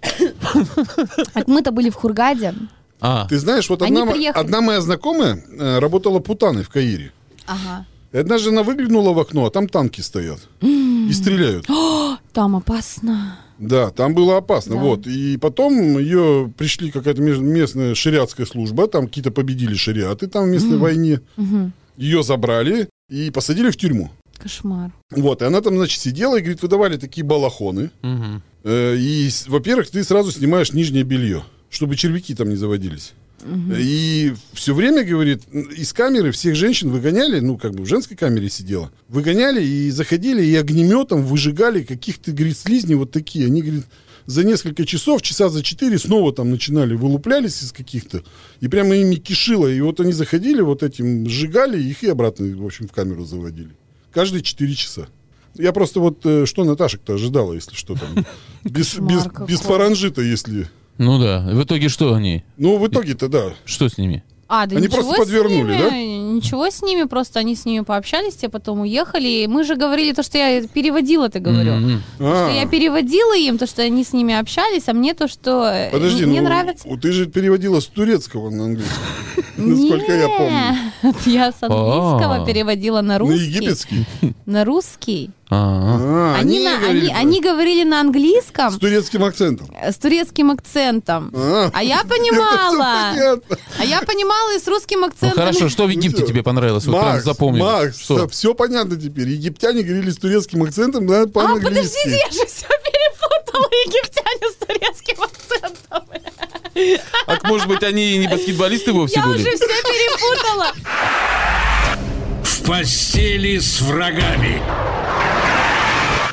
D: Так мы-то были в Хургаде.
C: А,
B: Ты знаешь, вот
D: Они
B: одна, мо-
D: приехали.
B: одна моя знакомая э, работала путаной в Каире.
D: Ага.
B: И однажды она выглянула в окно, а там танки стоят. И
D: [GASPS]
B: стреляют.
D: Там опасно.
B: Да, там было опасно. Вот. И потом ее пришли какая-то меж- местная шариатская служба, там какие-то победили шариаты там в местной войне. Ее забрали и посадили в тюрьму.
D: Кошмар.
B: Вот, и она там, значит, сидела и говорит, выдавали такие балахоны. Э, И, с- во-первых, ты сразу снимаешь нижнее белье, чтобы червяки там не заводились. И все время, говорит, из камеры всех женщин выгоняли, ну, как бы в женской камере сидела, выгоняли и заходили, и огнеметом выжигали каких-то, говорит, слизней вот такие. Они, говорит, за несколько часов, часа за четыре снова там начинали, вылуплялись из каких-то, и прямо ими кишило. И вот они заходили вот этим, сжигали их и обратно, в общем, в камеру заводили. Каждые четыре часа. Я просто вот, э, что Наташек-то ожидала, если что
D: [LAUGHS]
B: там. Без, без,
D: Кошмар
B: без
D: какой.
B: паранжита, если...
C: Ну да. В итоге что они?
B: Ну, в итоге-то, да.
C: Что с ними?
D: А, да
B: Они
D: ничего
B: просто
D: с
B: подвернули,
D: ними, Ничего с ними, просто они с ними пообщались, те потом уехали. И мы же говорили то, что я переводила, ты говорю.
C: М-м.
B: А,
D: Что я переводила им то, что они с ними общались, а мне то, что э,
B: Подожди,
D: н- мне
B: ну,
D: нравится.
B: у- ты же переводила с турецкого на английский, насколько я помню.
D: Нет, Я с английского
C: А.
D: переводила на
B: На
D: русский.
B: египетский.
D: На русский.
C: А,
B: А,
D: Они на-
B: говорили
D: они- они говорили на английском
B: С турецким акцентом.
D: э, с турецким акцентом.
B: А.
D: А я
B: Это
D: понимала.
B: всё понятно.
D: А я понимала и с русским
C: Ну
D: акцентом.
C: хорошо, что в Египте
B: всё.
C: тебе понравилось? Вот прям запомнил.
B: Макс,
C: Что?
B: все понятно теперь. Египтяне говорили с турецким акцентом, да,
D: А,
B: по-английски.
D: подождите, я же все перепутала [LAUGHS] египтяне с турецким акцентом.
C: А может быть они и не баскетболисты вовсе
D: Я
C: были? [LAUGHS]
D: уже все перепутала.
A: В постели с врагами.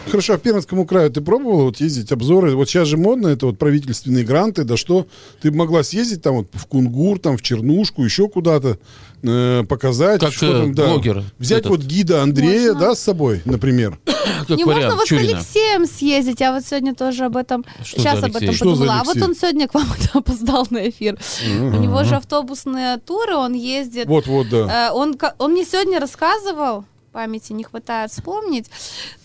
B: Хорошо, а в Пермскому краю ты пробовала вот ездить, обзоры? Вот сейчас же модно, это вот правительственные гранты, да что? Ты могла съездить там вот в Кунгур, там в Чернушку, еще куда-то, э, показать.
C: Как,
B: что там,
C: э,
B: да.
C: блогер
B: Взять
C: этот.
B: вот гида Андрея,
D: Можно.
B: да, с собой, например.
C: Как
D: Не
C: вариант,
D: можно вот с
C: Чурина.
D: Алексеем съездить. Я вот сегодня тоже об этом...
C: Что
D: Сейчас
C: за
D: об
C: Алексей?
D: этом
B: Что за
D: подумала. А вот
B: Алексей?
D: он сегодня к вам [LAUGHS] опоздал на эфир. У него же автобусные туры, он ездит.
B: Вот-вот, да.
D: Э, Он, ка- он мне сегодня рассказывал, памяти не хватает вспомнить,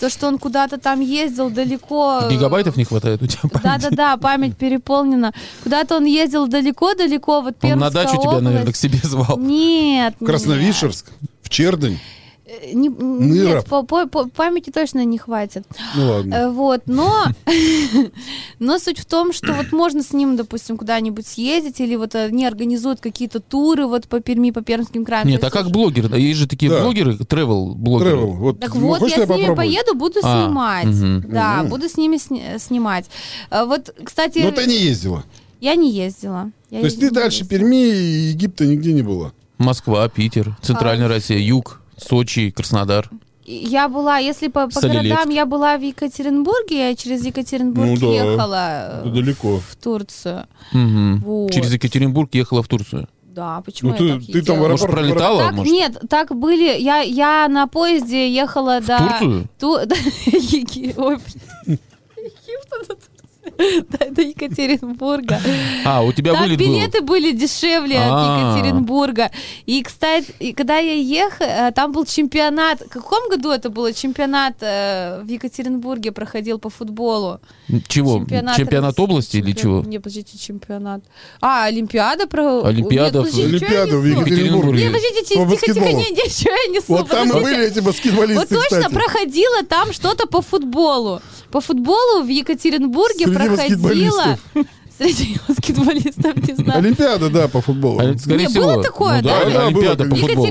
D: то, что он куда-то там ездил далеко. э,
C: Гигабайтов не хватает у тебя памяти.
D: Да-да-да, память переполнена. Куда-то он ездил далеко-далеко, вот
C: Он
D: Пермская
C: на дачу тебя,
D: область.
C: наверное, к себе звал.
D: Нет.
B: В
D: нет.
B: Красновишерск, в Чердень.
D: Э, не-
B: Ныра.
D: нет, по- по- по- памяти точно не хватит.
B: Ну ладно.
D: Э, Вот, но, [LAUGHS] но суть в том, что вот можно с ним, допустим, куда-нибудь съездить, или вот э, они организуют какие-то туры вот по Перми, по Пермским краям.
C: Нет, а
D: То есть
C: как блогер? Да, Есть же такие
B: Да.
C: блогеры, тревел блогеры.
B: Тревел. Вот,
D: Э, Так
B: ну,
D: вот,
B: хочешь,
D: я с ними
B: попробую?
D: поеду, буду
C: А,
D: снимать.
C: мгм.
D: Да,
B: Мгм.
D: буду с ними сни- снимать. Э, Вот, кстати,
B: Но Ну, ты не ездила.
D: я не ездила. Я
B: То есть ты
D: ездила-
B: дальше Перми и Египта нигде не была.
C: Москва, Питер,
D: А.
C: Центральная Россия, Юг, Сочи, Краснодар.
D: Я была, если по, по
C: Солилецк.
D: городам, я была в Екатеринбурге, я через Екатеринбург
B: Ну да.
D: ехала э,
B: далеко.
D: в Турцию.
C: Мгм.
D: Вот.
C: Через Екатеринбург ехала в Турцию.
D: Да, почему
B: Ну
D: я
B: ты,
D: так
B: ты там в
D: ездила?
C: Может,
B: аэропорт-
C: пролетала?
D: Так,
C: может?
D: нет, так были. Я, я на поезде ехала до...
C: Турцию?
D: Ту- [LAUGHS] да, Еги- Ой, блин. [LAUGHS] Египта до Турции. [LAUGHS] Да, до Екатеринбурга.
C: А, у тебя
D: Там
C: вылет был.
D: билеты были дешевле
C: А.
D: от Екатеринбурга. И, кстати, и когда я ехала, э, там был чемпионат. В каком году это было? Чемпионат э, в Екатеринбурге проходил по футболу.
C: Чего? Чемпионат,
D: России-
C: области или
D: чемпион-
C: чего?
D: Не, подождите, чемпионат. А, Олимпиада про...
C: Олимпиада в-
B: Олимпиада в
C: Екатеринбурге.
B: Екатеринбурге.
D: Нет, подождите,
B: По
D: тихо, тихо,
B: баскетболу.
D: не, ничего я несу.
B: Вот там и
D: подождите.
B: были эти баскетболисты,
D: Вот точно,
B: кстати.
D: проходило там что-то по футболу. По футболу в Екатеринбурге
B: Среди
D: проходило...
B: баскетболистов.
D: Среди баскетболистов, не знаю.
B: Олимпиада, да, по футболу.
C: А, Скорее
D: Не,
C: всего.
D: было такое,
C: Ну
D: да?
C: да,
B: Да, да,
C: Олимпиада
B: было,
C: по
D: В
B: конечно.
C: футболу.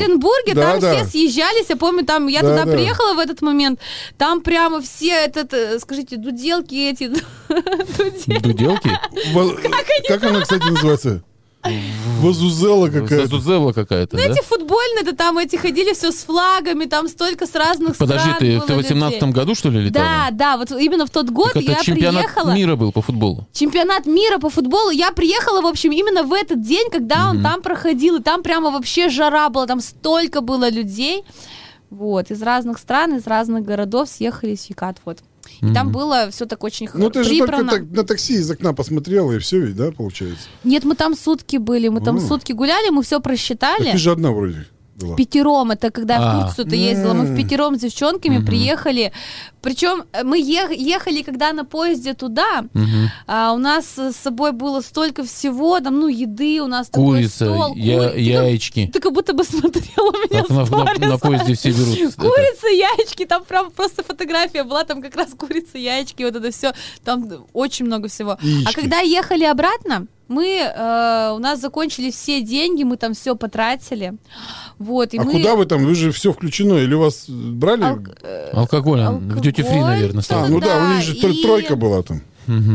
D: Екатеринбурге
B: Да,
D: там
B: да.
D: все съезжались, я помню, там я
B: Да,
D: туда
B: да.
D: приехала в этот момент, там прямо все этот, э, скажите, дуделки эти, [LAUGHS] дуделки.
C: Дуделки?
B: Во- Как она, кстати, называется? Вазузела какая-то.
C: Зазузела какая-то, да?
D: Ну, Эти футбольные-то там эти ходили все с флагами, там столько с разных
C: Подожди,
D: стран
C: ты,
D: было
C: ты в 18
D: людей.
C: году, что ли, летала?
D: Да, да, вот именно в тот год
C: Так это
D: я
C: чемпионат
D: приехала.
C: мира был по футболу.
D: Чемпионат мира по футболу. Я приехала, в общем, именно в этот день, когда он там проходил. И там прямо вообще жара была, там столько было людей. Вот, из разных стран, из разных городов съехались в Екат, вот. И там было все так очень
B: Ну ты
D: хор-
B: же только
D: прибрано.
B: так- на такси из окна посмотрела, и все ведь, да, получается?
D: Нет, мы там сутки были, мы там
B: М.
D: сутки гуляли, мы все
B: Так
D: просчитали.
B: Ты же одна вроде была.
D: Пятером, это когда я
C: А.
D: в Турцию то ездила, мы
B: М.
D: в пятером с девчонками приехали. Причем э, мы ех- ехали, когда на поезде туда,
C: Мгм.
D: а, у нас э, с собой было столько всего, там, ну, еды, у нас
C: Курица,
D: такой стол,
C: я-
D: кури- ты, как,
C: яички.
D: ты как будто бы смотрела у меня
C: Так на, на-
D: сторис.
C: на поезде все берут. это.
D: Курица, яички, там прям просто фотография была, там как раз курица, яички, вот это все, там очень много всего.
B: Яички.
D: А когда ехали обратно, мы, э, у нас закончились все деньги, мы там все потратили, вот, и
B: А
D: мы...
B: куда вы там? Вы же все включено. Или вас э, брали?
D: алк- э,
C: Алкоголь, он в
D: Алкоголь,
C: duty free, наверное,
D: что-то
B: А,
C: стал.
B: ну да, у них же
D: да,
B: тр-
D: и-
B: тройка была там.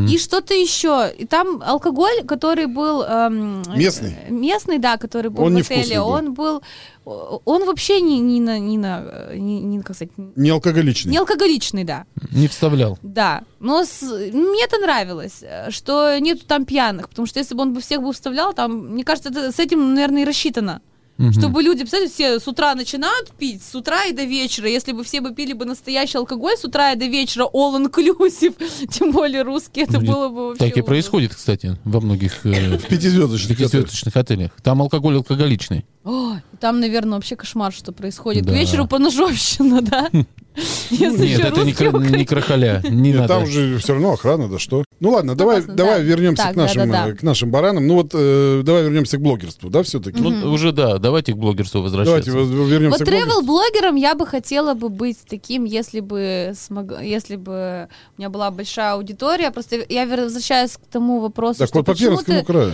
D: и что-то еще. И там алкоголь, который был... эм,
B: Местный?
D: э, Местный, да, который был
B: Он
D: в
B: невкусный
D: отеле.
B: был.
D: Он был... о- Он вообще не, не на... Не, на, э, не- не, как сказать, не
B: Не алкоголичный.
D: алкоголичный, да.
C: Не вставлял.
D: Да, но с- мне это нравилось, э, что нету там пьяных, потому что если бы он бы всех бы вставлял, там, мне кажется, это, с этим, наверное, и рассчитано. Чтобы люди, представляете, все с утра начинают пить, с утра и до вечера. Если бы все бы пили бы настоящий алкоголь с утра и до вечера, all inclusive, [LAUGHS] тем более русские, это
C: Ну,
D: было бы вообще...
C: Так и
D: ужас.
C: происходит, кстати, во многих
D: [LAUGHS]
C: э,
B: Пятизвездочный. который.
C: пятизвездочных отелях. Там алкоголь алкоголичный.
D: О, там, наверное, вообще кошмар, что происходит.
C: Да.
D: К вечеру
C: [LAUGHS]
D: поножовщина, да? Если
C: Нет,
D: еще
C: это не,
D: русские
C: кра- не
D: украинцы.
C: крахаля. Не
B: Нет,
C: надо.
B: там же все равно охрана, да что. Ну ладно, давай,
D: классно,
B: давай
D: да.
B: вернемся
D: Так,
B: к, нашим,
D: да-да-да.
B: э, к нашим баранам. Ну вот, э, давай вернемся к блогерству, да, все-таки?
C: Ну, уже да, давайте к блогерству возвращаться.
B: Давайте воз- вернемся
D: Вот
B: к блогерству.
D: тревел-блогером я бы хотела бы быть таким, если бы смог... если бы у меня была большая аудитория. Просто я вер- возвращаюсь к тому вопросу,
B: Так
D: что
B: вот по
D: почему
B: Пермскому
D: ты- А,
B: краю.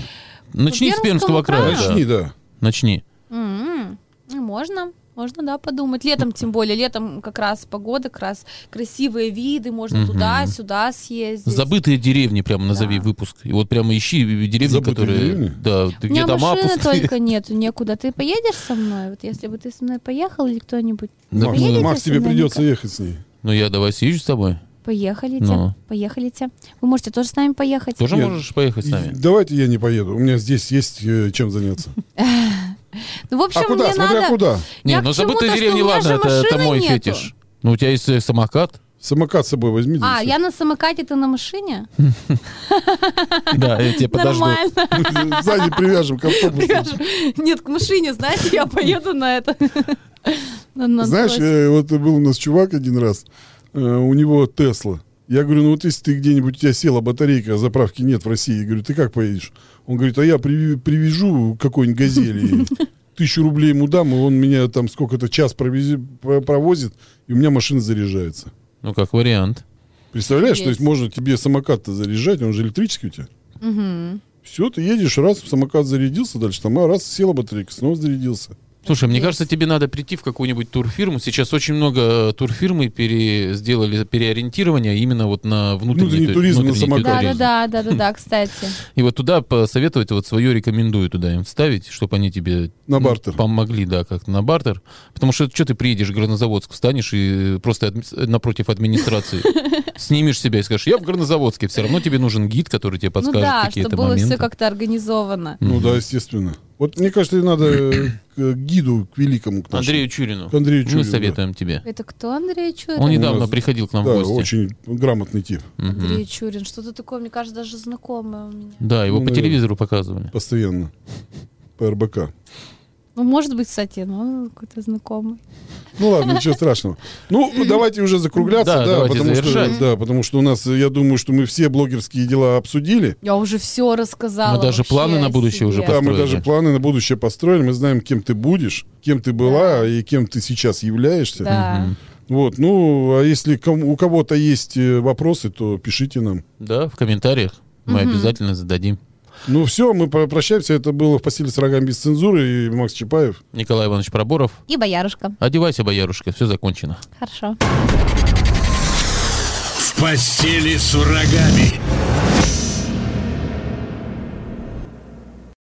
C: Начни с Пермского
D: Пермского
C: края.
D: края?
C: да.
B: Начни, да.
C: Начни.
D: М-м, ну, Можно, можно, да, подумать. Летом, тем более, летом как раз погода, как раз красивые виды, можно туда-сюда съездить.
C: Забытые деревни, прям назови
D: Да.
C: выпуск. И вот прямо ищи деревни,
B: Забытые
C: которые...
B: деревни?
C: Да,
D: У
C: где
D: меня
C: дома
D: машины
C: пустые.
D: только нету, некуда. Ты поедешь со мной? Вот если бы ты со мной поехал или кто-нибудь?
C: Да,
B: Макс,
D: поедете
B: Макс,
D: со
B: тебе
D: мной,
B: придется
D: Ника?
B: ехать с ней.
C: Ну я давай съезжу с тобой.
D: Поехали,
C: Ну.
D: поехали. Вы можете тоже с нами поехать.
C: Тоже
B: Нет.
C: можешь поехать с
B: И-
C: нами?
B: Давайте я не поеду. У меня здесь есть э, чем заняться.
D: Ну, в общем,
B: А куда?
D: мне
B: Смотря
D: надо...
B: куда.
C: Не,
D: Я
C: ну
D: к чему-то,
C: забытые
D: что
C: деревни,
D: у меня
C: ладно,
D: же
C: это, это
D: машины
C: мой
D: нету.
C: фетиш. Ну у тебя есть э,
D: [LAUGHS]
C: самокат?
B: Самокат с собой возьми. да
D: А,
B: и
D: я на самокате, ты на
B: [LAUGHS]
D: машине?
C: Да, я тебя подожду.
D: [LAUGHS] Нормально.
B: всё. [LAUGHS] Сзади привяжем к автобусу.
D: Нет, к машине, знаете, я поеду на это. [LAUGHS] На- на
B: Знаешь,
D: скорость.
B: э, вот был у нас чувак один раз, э, у него Тесла. Я говорю, ну вот если ты где-нибудь, у тебя села батарейка, а заправки нет в России, я говорю, ты как поедешь? Он говорит, а я приви- привяжу какой-нибудь газели, и тысячу рублей ему дам, и он меня там сколько-то час провези- про- провозит, и у меня машина заряжается.
C: Ну как вариант.
B: Представляешь, то есть
D: Есть.
B: можно тебе самокат-то заряжать, он же электрический у тебя.
D: Мгм.
B: Все, ты едешь, раз самокат зарядился, дальше там а, раз села батарейка, снова зарядился.
C: Слушай, мне
D: Есть.
C: кажется, тебе надо прийти в какую-нибудь турфирму. Сейчас очень много э, турфирмы пере... сделали переориентирование именно вот на внутренний,
B: Внутренний туризм, на
C: внутренний
B: самокат.
D: Да, да,
C: туризм.
D: да, да, да,
C: [LAUGHS]
D: да, кстати.
C: И вот туда посоветовать, вот свое рекомендую туда им вставить, чтобы они тебе
B: На
C: ну,
B: бартер.
C: помогли, да, как-то на бартер. Потому что что ты приедешь в Горнозаводск, встанешь и э, просто адми- напротив
D: [LAUGHS]
C: администрации снимешь себя и скажешь, я в Горнозаводске, все равно тебе нужен гид, который тебе
D: Ну
C: подскажет
D: да,
C: какие-то
D: чтобы было
C: моменты.
D: все как-то организовано.
B: Ну да, естественно. Вот мне кажется, надо э, к гиду, к великому, к нашему.
C: Андрею Чурину.
B: К Андрею Чурину,
C: Мы
B: да.
C: советуем тебе.
D: Это кто, Андрей Чурин?
C: Он
B: не-
C: недавно
B: нас-
C: приходил к нам
B: Да,
C: в гости.
B: очень грамотный тип,
D: Андрей Чурин, что-то такое, мне кажется, даже знакомое у меня.
C: Да, его
B: Ну,
C: по
B: и-
C: телевизору показывали.
B: постоянно. По РБК.
D: Ну, может быть, кстати, ну, какой-то знакомый.
B: Ну ладно, ничего страшного. Ну, давайте уже закругляться,
C: Да,
B: да,
C: давайте
B: потому что,
C: завершать.
B: да, потому что у нас, э, я думаю, что мы все блогерские дела обсудили.
D: Я уже все рассказала.
C: Мы даже
D: вообще
C: планы на
D: о
C: будущее
D: себе.
C: уже
B: Да, мы
C: Построили.
B: даже планы на будущее построили. Мы знаем, кем ты будешь, кем ты была и кем ты сейчас являешься.
D: Да.
B: Вот, ну, а если ком- у кого-то есть э, вопросы, то пишите нам.
C: Да, в комментариях мы обязательно зададим.
B: Ну все, мы про- прощаемся. Это было в постели с рогами без цензуры и Макс Чапаев.
C: Николай Иванович Проборов.
D: И боярышка.
C: Одевайся, боярушка, все закончено.
D: Хорошо.
A: В постели с врагами.